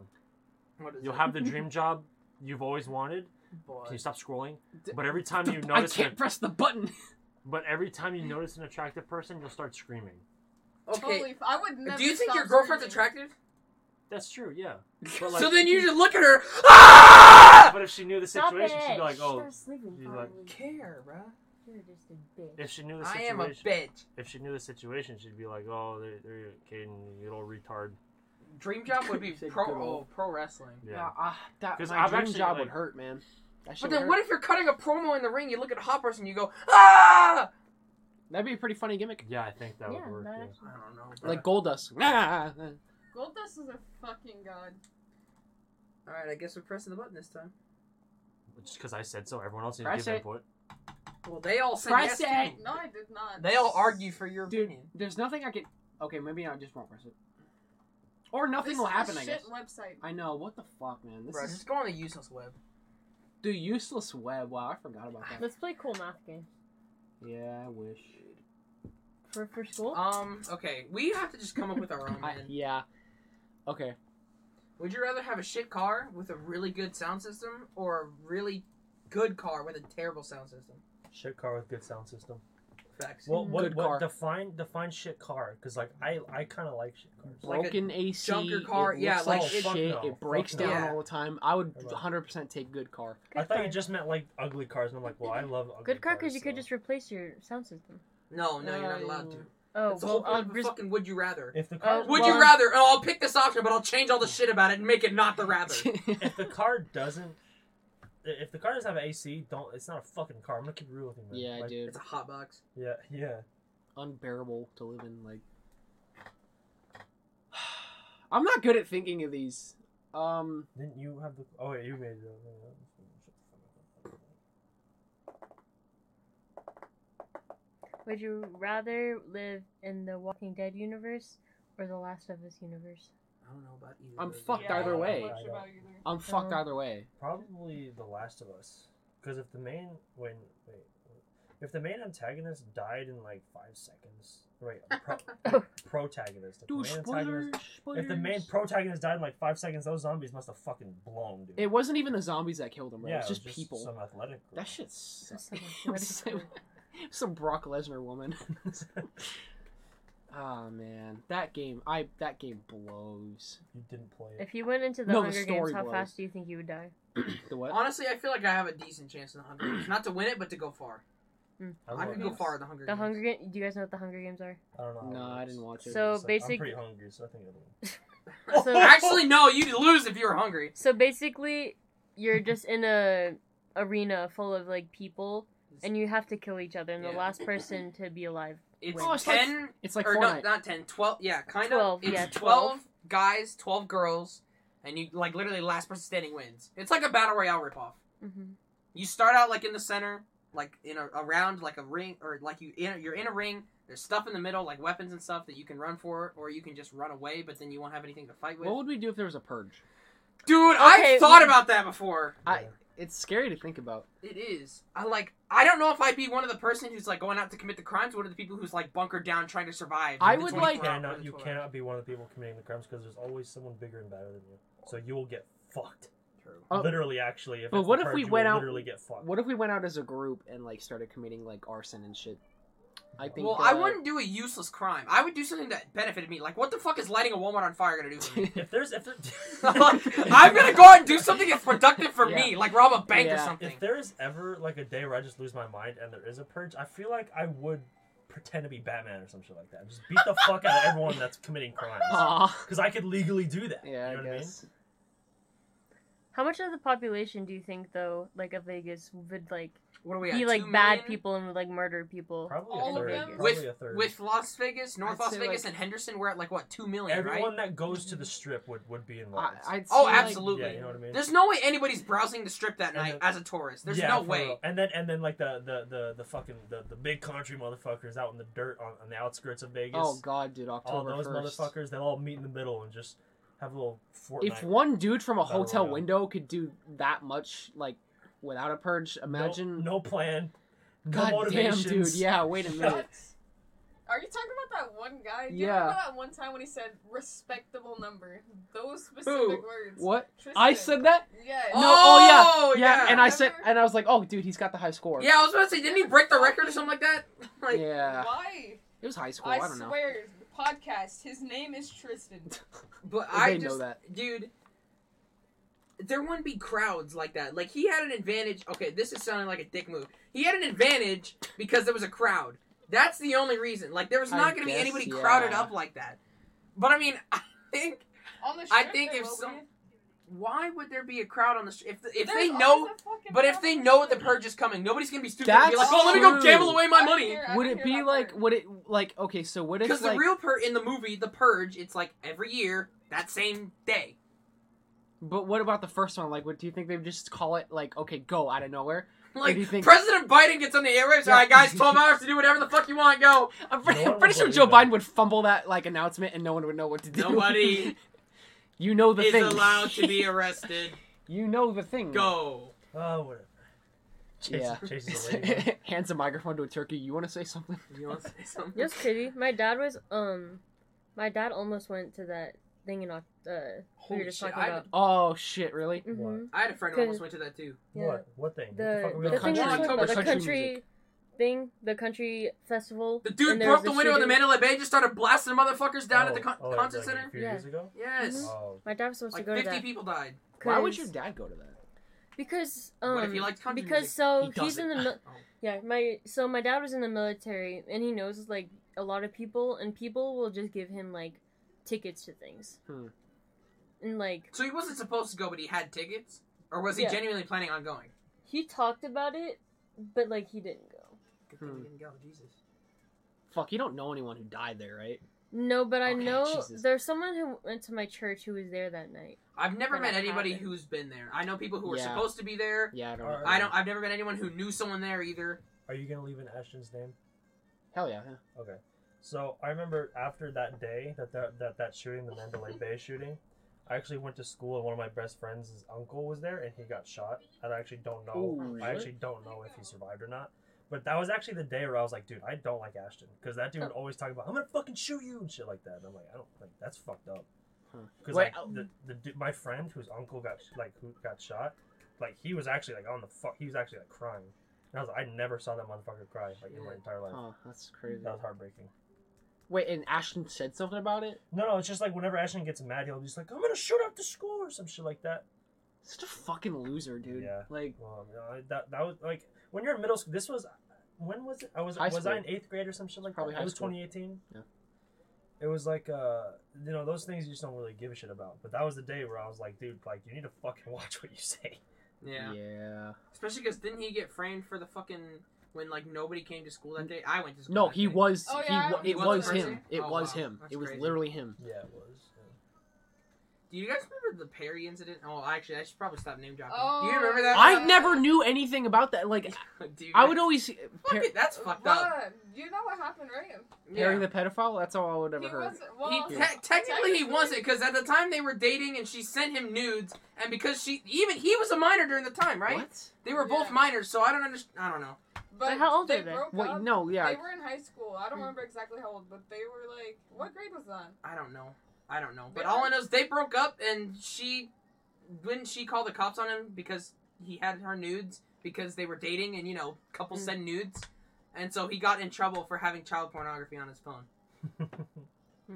[SPEAKER 2] What is
[SPEAKER 6] You'll
[SPEAKER 2] it?
[SPEAKER 6] have the dream job you've always wanted.
[SPEAKER 2] Boy.
[SPEAKER 6] Can you stop scrolling?
[SPEAKER 4] D-
[SPEAKER 6] But every time you
[SPEAKER 4] I
[SPEAKER 6] notice,
[SPEAKER 4] can't
[SPEAKER 6] an,
[SPEAKER 4] press the button.
[SPEAKER 6] but every time you notice an attractive person, you'll start screaming.
[SPEAKER 2] Okay.
[SPEAKER 1] Totally. f- I would never.
[SPEAKER 2] Do you think
[SPEAKER 1] stop
[SPEAKER 2] your girlfriend's
[SPEAKER 1] drinking.
[SPEAKER 2] attractive?
[SPEAKER 6] That's true, yeah. But
[SPEAKER 2] so
[SPEAKER 6] like-
[SPEAKER 2] then you just look at her. Ah!
[SPEAKER 6] But if she knew the
[SPEAKER 5] Stop
[SPEAKER 6] situation,
[SPEAKER 5] it.
[SPEAKER 6] she'd be like,
[SPEAKER 5] She's
[SPEAKER 6] "Oh,
[SPEAKER 5] not sleeping
[SPEAKER 6] she's
[SPEAKER 5] properly.
[SPEAKER 2] Care, bro.
[SPEAKER 5] You're just a bitch.
[SPEAKER 6] if she knew the
[SPEAKER 2] I
[SPEAKER 6] situation,
[SPEAKER 2] am a bitch.
[SPEAKER 6] if she knew the situation, she'd be like, "Oh, they're, they're Caden, you little retard."
[SPEAKER 2] Dream job would be
[SPEAKER 4] You said
[SPEAKER 2] pro
[SPEAKER 4] good
[SPEAKER 2] oh,
[SPEAKER 4] old.
[SPEAKER 2] pro wrestling.
[SPEAKER 4] Yeah,
[SPEAKER 6] Yeah.
[SPEAKER 4] ah, that
[SPEAKER 6] 'Cause
[SPEAKER 4] my
[SPEAKER 6] I've
[SPEAKER 4] dream
[SPEAKER 6] actually,
[SPEAKER 4] job
[SPEAKER 6] like-
[SPEAKER 4] would hurt, man. That
[SPEAKER 2] But
[SPEAKER 4] shit would
[SPEAKER 2] then
[SPEAKER 4] hurt.
[SPEAKER 2] what if you're cutting a promo in the ring? You look at a hot person, you go ah.
[SPEAKER 4] That'd be a pretty funny gimmick.
[SPEAKER 6] Yeah, I think that
[SPEAKER 5] Yeah,
[SPEAKER 6] would work.
[SPEAKER 5] that
[SPEAKER 6] yeah.
[SPEAKER 5] actually-
[SPEAKER 2] I don't know.
[SPEAKER 4] Like Goldust. Ah,
[SPEAKER 1] Goldust is a fucking god.
[SPEAKER 2] all right, I guess we're pressing the button this time.
[SPEAKER 6] Just because I said so, everyone else needs to
[SPEAKER 4] Price
[SPEAKER 6] give
[SPEAKER 4] it.
[SPEAKER 6] input.
[SPEAKER 2] Well, they all said
[SPEAKER 4] Press
[SPEAKER 2] yes.
[SPEAKER 1] No, I did not.
[SPEAKER 2] They all argue for your
[SPEAKER 4] Dude,
[SPEAKER 2] opinion.
[SPEAKER 4] there's nothing I can. Okay, maybe I just won't press it. Or nothing
[SPEAKER 1] This
[SPEAKER 4] will
[SPEAKER 1] is a
[SPEAKER 4] happen. I
[SPEAKER 1] shit
[SPEAKER 4] guess.
[SPEAKER 1] Website.
[SPEAKER 4] I know. What the fuck, man? This
[SPEAKER 2] Bro,
[SPEAKER 4] is
[SPEAKER 2] just go on the useless web.
[SPEAKER 4] the useless web. Wow, I forgot about that.
[SPEAKER 5] Let's play cool math game
[SPEAKER 4] Yeah, I wish.
[SPEAKER 5] for for school.
[SPEAKER 2] Um. Okay, we have to just come up with our own.
[SPEAKER 4] I,
[SPEAKER 2] Man.
[SPEAKER 4] yeah. Okay.
[SPEAKER 2] Would you rather have a shit car with a really good sound system or a really good car with a terrible sound system?
[SPEAKER 6] Shit car with good sound system.
[SPEAKER 2] Facts.
[SPEAKER 6] Well, what,
[SPEAKER 4] Good
[SPEAKER 6] what
[SPEAKER 4] car.
[SPEAKER 6] define define shit car? Because like I I kind of like shit cars.
[SPEAKER 2] Like a
[SPEAKER 4] Broken AC.
[SPEAKER 2] junker car,
[SPEAKER 4] It
[SPEAKER 2] yeah,
[SPEAKER 4] looks
[SPEAKER 2] like
[SPEAKER 4] like
[SPEAKER 2] it- Oh,
[SPEAKER 4] shit.
[SPEAKER 6] Fuck no,
[SPEAKER 4] It breaks
[SPEAKER 6] fuck
[SPEAKER 2] no.
[SPEAKER 4] down
[SPEAKER 2] Yeah.
[SPEAKER 4] all the time. I would
[SPEAKER 6] Hello.
[SPEAKER 4] 100% take good car.
[SPEAKER 5] Good
[SPEAKER 6] I thought
[SPEAKER 5] car.
[SPEAKER 6] you just meant like ugly cars, and I'm like, well, I love ugly
[SPEAKER 5] Good car because
[SPEAKER 6] cars,
[SPEAKER 5] you could
[SPEAKER 6] so-
[SPEAKER 5] just replace your sound system.
[SPEAKER 2] No, no, you're not allowed to.
[SPEAKER 5] Oh,
[SPEAKER 2] That's the whole
[SPEAKER 5] well,
[SPEAKER 2] point
[SPEAKER 5] uh,
[SPEAKER 2] of a
[SPEAKER 5] res-
[SPEAKER 2] fucking would you rather.
[SPEAKER 6] if the
[SPEAKER 5] Oh,
[SPEAKER 6] car
[SPEAKER 2] Would
[SPEAKER 5] Well-
[SPEAKER 2] you rather? Oh, I'll pick this option, but I'll change all the shit about it and make it not the rather.
[SPEAKER 6] if the car doesn't if the car doesn't have AC, don't it's not a fucking car. I'm gonna keep it real with you, man.
[SPEAKER 4] yeah,
[SPEAKER 6] like,
[SPEAKER 4] dude.
[SPEAKER 2] it's a hot box.
[SPEAKER 6] Yeah, yeah.
[SPEAKER 4] unbearable to live in. Like, I'm not good at thinking of these. Um,
[SPEAKER 6] Didn't you have the? Oh wait, you made it.
[SPEAKER 5] would you rather live in the Walking Dead universe or the Last of Us universe?
[SPEAKER 2] I don't know about either.
[SPEAKER 4] I'm
[SPEAKER 2] of these.
[SPEAKER 4] fucked
[SPEAKER 1] yeah,
[SPEAKER 4] either way.
[SPEAKER 1] I don't know much about either.
[SPEAKER 4] I'm fucked
[SPEAKER 5] Um,
[SPEAKER 2] Uh,
[SPEAKER 4] either way.
[SPEAKER 6] Probably The Last of Us, because if the main when wait, if the main antagonist died in like five seconds, right? Pro, protagonist. If the,
[SPEAKER 4] Dude,
[SPEAKER 6] main
[SPEAKER 4] spoilers,
[SPEAKER 6] antagonist if the main
[SPEAKER 4] spoilers.
[SPEAKER 6] protagonist died in like five seconds, those zombies must have fucking blown, dude.
[SPEAKER 4] it wasn't even the zombies that killed him, right?
[SPEAKER 6] yeah,
[SPEAKER 4] it's
[SPEAKER 6] it was
[SPEAKER 4] just, people.
[SPEAKER 6] Some athletic.
[SPEAKER 4] That
[SPEAKER 6] girl.
[SPEAKER 4] shit sucks.
[SPEAKER 5] Some
[SPEAKER 4] It was some,
[SPEAKER 5] athletic
[SPEAKER 4] some Brock Lesnar woman. Ah man, that game. I that game blows.
[SPEAKER 6] you didn't play it.
[SPEAKER 5] If you went into the
[SPEAKER 4] No, the
[SPEAKER 5] Hunger
[SPEAKER 4] story
[SPEAKER 5] Games, how
[SPEAKER 4] was.
[SPEAKER 5] fast do you think you would die?
[SPEAKER 4] The what?
[SPEAKER 2] Honestly, I feel like I have a decent chance in the Hunger Games. Not to win it, but to go far.
[SPEAKER 6] I don't
[SPEAKER 2] I
[SPEAKER 6] know
[SPEAKER 2] could
[SPEAKER 6] how
[SPEAKER 2] go
[SPEAKER 6] it
[SPEAKER 2] far
[SPEAKER 6] works.
[SPEAKER 2] in the Hunger
[SPEAKER 5] The
[SPEAKER 2] Games.
[SPEAKER 5] Hunger Games. Do you guys know what the Hunger Games are?
[SPEAKER 6] I don't know. how it
[SPEAKER 4] no, I
[SPEAKER 6] works.
[SPEAKER 4] didn't watch it.
[SPEAKER 5] So
[SPEAKER 6] It's like, I'm
[SPEAKER 5] basic.
[SPEAKER 6] pretty hungry, so I think it'll.
[SPEAKER 5] So-
[SPEAKER 2] Actually, no, you'd lose if you were hungry.
[SPEAKER 5] So basically, you're just in a arena full of like people, and you have to kill each other, and the
[SPEAKER 2] Yeah.
[SPEAKER 5] last person to be alive.
[SPEAKER 2] It's
[SPEAKER 4] Oh, it's like-
[SPEAKER 2] 10
[SPEAKER 4] it's like
[SPEAKER 2] or no,
[SPEAKER 4] Fortnite.
[SPEAKER 2] not 10, 12, yeah, kind of.
[SPEAKER 5] 12,
[SPEAKER 2] it's
[SPEAKER 5] yeah,
[SPEAKER 2] 12.
[SPEAKER 5] 12.
[SPEAKER 2] guys, 12 girls, and you, like, literally last person standing wins. It's like a Battle Royale ripoff.
[SPEAKER 5] Mm-hmm.
[SPEAKER 2] You start out, like, in the center, like, in a, around, like, a ring, or, like, you in, you're in a ring, there's stuff in the middle, like, weapons and stuff that you can run for, or you can just run away, but then you won't have anything to fight with.
[SPEAKER 4] what would we do if there was a purge?
[SPEAKER 2] Dude,
[SPEAKER 5] Okay,
[SPEAKER 2] I've thought
[SPEAKER 5] we-
[SPEAKER 2] about that before.
[SPEAKER 4] I. It's scary to think about.
[SPEAKER 2] It is. I, like, I don't know if I'd be one of the person who's, like, going out to commit the crimes, one of the people who's, like, bunkered down trying to survive.
[SPEAKER 4] I
[SPEAKER 2] the
[SPEAKER 4] would
[SPEAKER 2] 24
[SPEAKER 4] like-
[SPEAKER 6] You
[SPEAKER 2] hour- or
[SPEAKER 6] cannot,
[SPEAKER 2] the
[SPEAKER 6] you
[SPEAKER 2] 12 hour.
[SPEAKER 6] cannot be one of the people committing the crimes because there's always someone bigger and better than you. So you will get fucked.
[SPEAKER 2] True.
[SPEAKER 4] Oh.
[SPEAKER 6] literally, actually. If
[SPEAKER 4] But
[SPEAKER 6] it's the
[SPEAKER 4] what if
[SPEAKER 6] purge,
[SPEAKER 4] we
[SPEAKER 6] you will
[SPEAKER 4] went out-
[SPEAKER 6] Literally get fucked.
[SPEAKER 4] What if we went out as a group and like started committing like arson and shit? I think.
[SPEAKER 2] Well, I
[SPEAKER 4] uh,
[SPEAKER 2] wouldn't do a useless crime. I would do something that benefited me. Like, what the fuck is lighting a Walmart on fire gonna do for me?
[SPEAKER 6] If there's if there,
[SPEAKER 2] Like, I'm gonna go out and do something that's productive for me, like rob a bank or
[SPEAKER 4] Yeah.
[SPEAKER 2] something.
[SPEAKER 6] if there is ever like a day where I just lose my mind and there is a purge, I feel like I would pretend to be Batman or some shit like that. Just beat the fuck out of everyone that's committing crimes
[SPEAKER 4] Aw.
[SPEAKER 6] because I could legally do that.
[SPEAKER 4] Yeah,
[SPEAKER 6] you know
[SPEAKER 4] I
[SPEAKER 6] what
[SPEAKER 4] guess.
[SPEAKER 5] How much of the population do you think, though, like of Vegas, would like
[SPEAKER 2] What do we
[SPEAKER 5] be
[SPEAKER 2] at,
[SPEAKER 5] like
[SPEAKER 2] 2
[SPEAKER 5] bad
[SPEAKER 2] million?
[SPEAKER 5] people and would like murder people?
[SPEAKER 6] I mean? Probably
[SPEAKER 1] All of
[SPEAKER 6] a third.
[SPEAKER 1] them?
[SPEAKER 6] Probably
[SPEAKER 2] With-
[SPEAKER 6] a third.
[SPEAKER 2] With Las Vegas, North
[SPEAKER 4] I'd
[SPEAKER 2] Las
[SPEAKER 4] say,
[SPEAKER 2] Vegas,
[SPEAKER 4] like-
[SPEAKER 2] and Henderson, we're at like what two million,
[SPEAKER 6] everyone
[SPEAKER 2] right?
[SPEAKER 6] that goes to the strip would would be
[SPEAKER 4] I,
[SPEAKER 6] involved.
[SPEAKER 4] I'd
[SPEAKER 2] Oh,
[SPEAKER 4] say,
[SPEAKER 2] absolutely.
[SPEAKER 6] Yeah, you know what I mean.
[SPEAKER 2] There's no way anybody's browsing the strip that
[SPEAKER 6] And
[SPEAKER 2] night
[SPEAKER 6] the-
[SPEAKER 2] as a tourist. There's
[SPEAKER 6] Yeah,
[SPEAKER 2] no
[SPEAKER 6] for
[SPEAKER 2] way.
[SPEAKER 6] real. And then and then like the the the, the fucking the, the big country motherfuckers out in the dirt on, on the outskirts of Vegas.
[SPEAKER 4] Like, oh god, dude,
[SPEAKER 6] all
[SPEAKER 4] October
[SPEAKER 6] those
[SPEAKER 4] first.
[SPEAKER 6] motherfuckers, they'll all meet in the middle and just have a little Fortnite.
[SPEAKER 4] If one dude from a
[SPEAKER 6] Battle
[SPEAKER 4] hotel
[SPEAKER 6] Royale.
[SPEAKER 4] window could do that much, like without a purge,
[SPEAKER 6] No-
[SPEAKER 4] imagine.
[SPEAKER 6] no, plan, no
[SPEAKER 4] god damn,
[SPEAKER 6] motivations.
[SPEAKER 4] dude. Yeah, wait a minute.
[SPEAKER 1] That's- Are you talking about that one guy? Do you
[SPEAKER 4] Yeah.
[SPEAKER 1] remember that one time when he said respectable number? Those specific words.
[SPEAKER 4] What?
[SPEAKER 1] Tristan.
[SPEAKER 4] I said that?
[SPEAKER 1] Yeah.
[SPEAKER 4] No.
[SPEAKER 2] Oh,
[SPEAKER 4] Oh, yeah, yeah.
[SPEAKER 2] yeah.
[SPEAKER 4] And I said,
[SPEAKER 1] Remember?
[SPEAKER 4] and I was like, oh, dude, he's got the high score.
[SPEAKER 2] Yeah, I was about to say, didn't he break the record or something like that? like,
[SPEAKER 4] yeah.
[SPEAKER 1] Why?
[SPEAKER 4] It was high score.
[SPEAKER 1] I,
[SPEAKER 4] Oh, I, don't know.
[SPEAKER 1] swear, podcast. His name is Tristan.
[SPEAKER 2] But
[SPEAKER 4] They
[SPEAKER 2] I
[SPEAKER 4] know
[SPEAKER 2] just,
[SPEAKER 4] that.
[SPEAKER 2] dude, there wouldn't be crowds like that. Like he had an advantage. Okay, this is sounding like a dick move. He had an advantage because there was a crowd. That's the only reason. Like there was
[SPEAKER 4] I
[SPEAKER 2] not going to be
[SPEAKER 4] guess,
[SPEAKER 2] anybody
[SPEAKER 4] yeah.
[SPEAKER 2] crowded up like that. But I mean, I think
[SPEAKER 1] On the
[SPEAKER 2] I
[SPEAKER 1] strip,
[SPEAKER 2] think
[SPEAKER 1] there
[SPEAKER 2] if
[SPEAKER 1] will be-
[SPEAKER 2] some- why would there be a crowd on the street if if
[SPEAKER 1] There's
[SPEAKER 2] they know?
[SPEAKER 1] always a fucking
[SPEAKER 2] But if
[SPEAKER 1] crowd
[SPEAKER 2] they
[SPEAKER 1] on
[SPEAKER 2] know the
[SPEAKER 1] strip.
[SPEAKER 2] purge is coming, nobody's gonna be stupid and be like,
[SPEAKER 4] That's
[SPEAKER 2] "Oh, let me go
[SPEAKER 4] true.
[SPEAKER 2] gamble away
[SPEAKER 1] I
[SPEAKER 2] my
[SPEAKER 1] don't
[SPEAKER 2] money."
[SPEAKER 1] care, I
[SPEAKER 4] Would
[SPEAKER 1] don't
[SPEAKER 4] it
[SPEAKER 1] care
[SPEAKER 4] be
[SPEAKER 1] about
[SPEAKER 4] like?
[SPEAKER 1] purge.
[SPEAKER 4] Would it like? Okay, so what
[SPEAKER 2] Because
[SPEAKER 4] if
[SPEAKER 2] the
[SPEAKER 4] like?
[SPEAKER 2] real purge in the movie, the purge, it's like every year that same day.
[SPEAKER 4] But what about the first one? Like, what do you think they would just call it? Like, okay, go out of nowhere.
[SPEAKER 2] Like
[SPEAKER 4] do you think-
[SPEAKER 2] President Biden gets on the airwaves.
[SPEAKER 4] Yeah.
[SPEAKER 2] All right, guys, twelve hours to do whatever the fuck you want. Go.
[SPEAKER 4] I'm pretty,
[SPEAKER 6] No one
[SPEAKER 4] I'm pretty
[SPEAKER 6] would
[SPEAKER 4] sure
[SPEAKER 6] believe
[SPEAKER 4] Joe
[SPEAKER 6] that.
[SPEAKER 4] Biden would fumble that like announcement and no one would know what to do.
[SPEAKER 2] Nobody
[SPEAKER 4] you know the
[SPEAKER 2] is
[SPEAKER 4] thing.
[SPEAKER 2] allowed to be arrested.
[SPEAKER 4] You know the thing.
[SPEAKER 2] Go.
[SPEAKER 6] Oh, whatever. Chase,
[SPEAKER 4] Yeah.
[SPEAKER 6] Chase is a lady.
[SPEAKER 4] Hands a microphone to a turkey. You want to say something?
[SPEAKER 2] You want to say something?
[SPEAKER 5] That's crazy. My dad was um, my dad almost went to that thing in Oc- uh, we
[SPEAKER 2] Holy
[SPEAKER 5] were just
[SPEAKER 2] shit,
[SPEAKER 5] talking
[SPEAKER 2] I-
[SPEAKER 5] about.
[SPEAKER 4] Oh shit! Really?
[SPEAKER 5] Mhm.
[SPEAKER 2] I had a friend who almost went to that too.
[SPEAKER 5] Yeah.
[SPEAKER 6] What? What thing?
[SPEAKER 5] The,
[SPEAKER 6] what
[SPEAKER 5] the,
[SPEAKER 6] the fuck are
[SPEAKER 5] thing
[SPEAKER 6] we
[SPEAKER 2] Yeah,
[SPEAKER 5] we're
[SPEAKER 6] on?
[SPEAKER 5] talking about, the
[SPEAKER 4] October
[SPEAKER 5] country,
[SPEAKER 4] country music.
[SPEAKER 5] thing, the country festival.
[SPEAKER 2] The dude
[SPEAKER 5] and there
[SPEAKER 2] broke
[SPEAKER 5] was
[SPEAKER 2] the
[SPEAKER 5] a
[SPEAKER 2] window of the
[SPEAKER 5] shooting.
[SPEAKER 2] Mandalay Bay, just started blasting motherfuckers down at the con-
[SPEAKER 6] Oh, oh,
[SPEAKER 2] concert
[SPEAKER 6] like
[SPEAKER 2] center.
[SPEAKER 6] A few
[SPEAKER 5] Yeah.
[SPEAKER 6] years ago?
[SPEAKER 4] Mm-hmm.
[SPEAKER 2] Yes,
[SPEAKER 5] Mhm.
[SPEAKER 6] Oh.
[SPEAKER 5] My dad was supposed
[SPEAKER 2] like
[SPEAKER 5] to go to
[SPEAKER 2] fifty
[SPEAKER 5] that.
[SPEAKER 2] people died.
[SPEAKER 4] Why would
[SPEAKER 5] 'cause-
[SPEAKER 4] your dad go to that?
[SPEAKER 5] Because um,
[SPEAKER 2] What if he likes country
[SPEAKER 5] because
[SPEAKER 2] music?
[SPEAKER 5] so
[SPEAKER 2] He
[SPEAKER 5] Oh, he's in the
[SPEAKER 2] doesn't.
[SPEAKER 5] mil- yeah my so my dad was in the military and he knows like a lot of people and people will just give him like tickets to things.
[SPEAKER 4] Hmm.
[SPEAKER 5] And like
[SPEAKER 2] So he wasn't supposed to go, but he had tickets, or was he
[SPEAKER 5] Yeah.
[SPEAKER 2] genuinely planning on going?
[SPEAKER 5] he talked about it, but like he didn't go.
[SPEAKER 2] Good thing
[SPEAKER 4] Hmm.
[SPEAKER 2] he didn't go. Jesus.
[SPEAKER 4] Fuck, you don't know anyone who died there, right?
[SPEAKER 5] No, but I
[SPEAKER 4] Okay,
[SPEAKER 5] know
[SPEAKER 4] Jesus.
[SPEAKER 5] there's someone who went to my church who was there that night.
[SPEAKER 2] I've never
[SPEAKER 5] When
[SPEAKER 2] met
[SPEAKER 5] it
[SPEAKER 2] anybody
[SPEAKER 5] happened.
[SPEAKER 2] who's been there. I know people who were
[SPEAKER 4] Yeah.
[SPEAKER 2] supposed to be there.
[SPEAKER 4] Yeah, I don't.
[SPEAKER 6] Alright.
[SPEAKER 2] I don't. I've never met anyone who knew someone there either.
[SPEAKER 6] Are you gonna leave in Ashton's name?
[SPEAKER 4] Hell yeah. yeah.
[SPEAKER 6] Okay. So I remember after that day that that that, that shooting, the Mandalay Bay shooting, I actually went to school and one of my best friends' his uncle was there and he got shot. And I actually don't know.
[SPEAKER 4] Ooh,
[SPEAKER 6] I actually don't know if he survived or not. But that was actually the day where I was like, dude, I don't like Ashton because that
[SPEAKER 4] Oh.
[SPEAKER 6] dude would always talk about I'm gonna fucking shoot you and shit like that. And I'm like, I don't like that's fucked up.
[SPEAKER 4] Huh.
[SPEAKER 6] Because
[SPEAKER 4] Wait, oh.
[SPEAKER 6] like the, the du- my friend whose uncle got sh- like who got shot, like he was actually like on the fuck. He was actually like crying. And I was like, I never saw that motherfucker cry like in my entire life.
[SPEAKER 4] Oh, that's crazy.
[SPEAKER 6] That was heartbreaking.
[SPEAKER 4] Wait, and Ashton said something about it.
[SPEAKER 6] No, no, it's just like whenever Ashton gets mad, he'll be just like, I'm gonna shoot up the school or some shit like that.
[SPEAKER 4] Such a fucking loser, dude.
[SPEAKER 6] Yeah.
[SPEAKER 4] Like,
[SPEAKER 6] Um, no, that that was like when you're in middle school. This was when was it? I was
[SPEAKER 4] High
[SPEAKER 6] was
[SPEAKER 4] school.
[SPEAKER 6] I in eighth grade or some shit like
[SPEAKER 4] Probably
[SPEAKER 6] that.
[SPEAKER 4] high
[SPEAKER 6] it was
[SPEAKER 4] school.
[SPEAKER 6] 2018.
[SPEAKER 4] Yeah.
[SPEAKER 6] It was like uh, you know, those things you just don't really give a shit about. But that was the day where I was like, dude, like you need to fucking watch what you say.
[SPEAKER 2] Yeah.
[SPEAKER 4] yeah.
[SPEAKER 2] Especially because didn't he get framed for the fucking when like nobody came to school that day? I went to school.
[SPEAKER 4] No,
[SPEAKER 2] that
[SPEAKER 4] he
[SPEAKER 2] day.
[SPEAKER 4] was.
[SPEAKER 1] Oh,
[SPEAKER 4] he
[SPEAKER 1] yeah,
[SPEAKER 4] wa-
[SPEAKER 1] I
[SPEAKER 4] it
[SPEAKER 2] was
[SPEAKER 4] was
[SPEAKER 2] the
[SPEAKER 4] him.
[SPEAKER 2] person.
[SPEAKER 4] It
[SPEAKER 2] Oh,
[SPEAKER 4] was
[SPEAKER 2] wow.
[SPEAKER 4] him.
[SPEAKER 2] That's
[SPEAKER 4] It was
[SPEAKER 2] crazy.
[SPEAKER 4] literally him.
[SPEAKER 6] Yeah, it was.
[SPEAKER 2] Do you guys remember the Perry incident? Oh, actually, I should probably stop name dropping.
[SPEAKER 1] Oh.
[SPEAKER 2] Do you remember that?
[SPEAKER 4] I never knew anything about that. Like,
[SPEAKER 2] Do you
[SPEAKER 4] I would always
[SPEAKER 2] Fuck
[SPEAKER 4] Par-
[SPEAKER 2] it, that's fucked
[SPEAKER 1] Bruh,
[SPEAKER 2] up.
[SPEAKER 1] You know what happened, right?
[SPEAKER 4] Perry
[SPEAKER 2] Yeah.
[SPEAKER 4] the pedophile. That's all I would ever
[SPEAKER 1] He
[SPEAKER 4] heard.
[SPEAKER 1] wasn't. Well,
[SPEAKER 2] He, te- technically, he wasn't because at the time they were dating, and she sent him nudes, and because she even he was a minor during the time, right?
[SPEAKER 4] What?
[SPEAKER 2] They were both
[SPEAKER 1] Yeah.
[SPEAKER 2] minors, so I don't understand. I don't know.
[SPEAKER 5] But how old
[SPEAKER 1] they
[SPEAKER 5] are they?
[SPEAKER 1] broke
[SPEAKER 4] Wait,
[SPEAKER 1] up.
[SPEAKER 4] no, yeah.
[SPEAKER 1] They were in high school. I don't remember exactly how old, but they were like, what grade was that?
[SPEAKER 2] I don't know. I don't know. But
[SPEAKER 1] They
[SPEAKER 2] all
[SPEAKER 1] were-
[SPEAKER 2] I know is they broke up, and she didn't she call the cops on him because he had her nudes because they were dating, and you know couples
[SPEAKER 1] Hmm.
[SPEAKER 5] Mm.
[SPEAKER 2] send nudes, and so he got in trouble for having child pornography on his phone.
[SPEAKER 6] Yeah.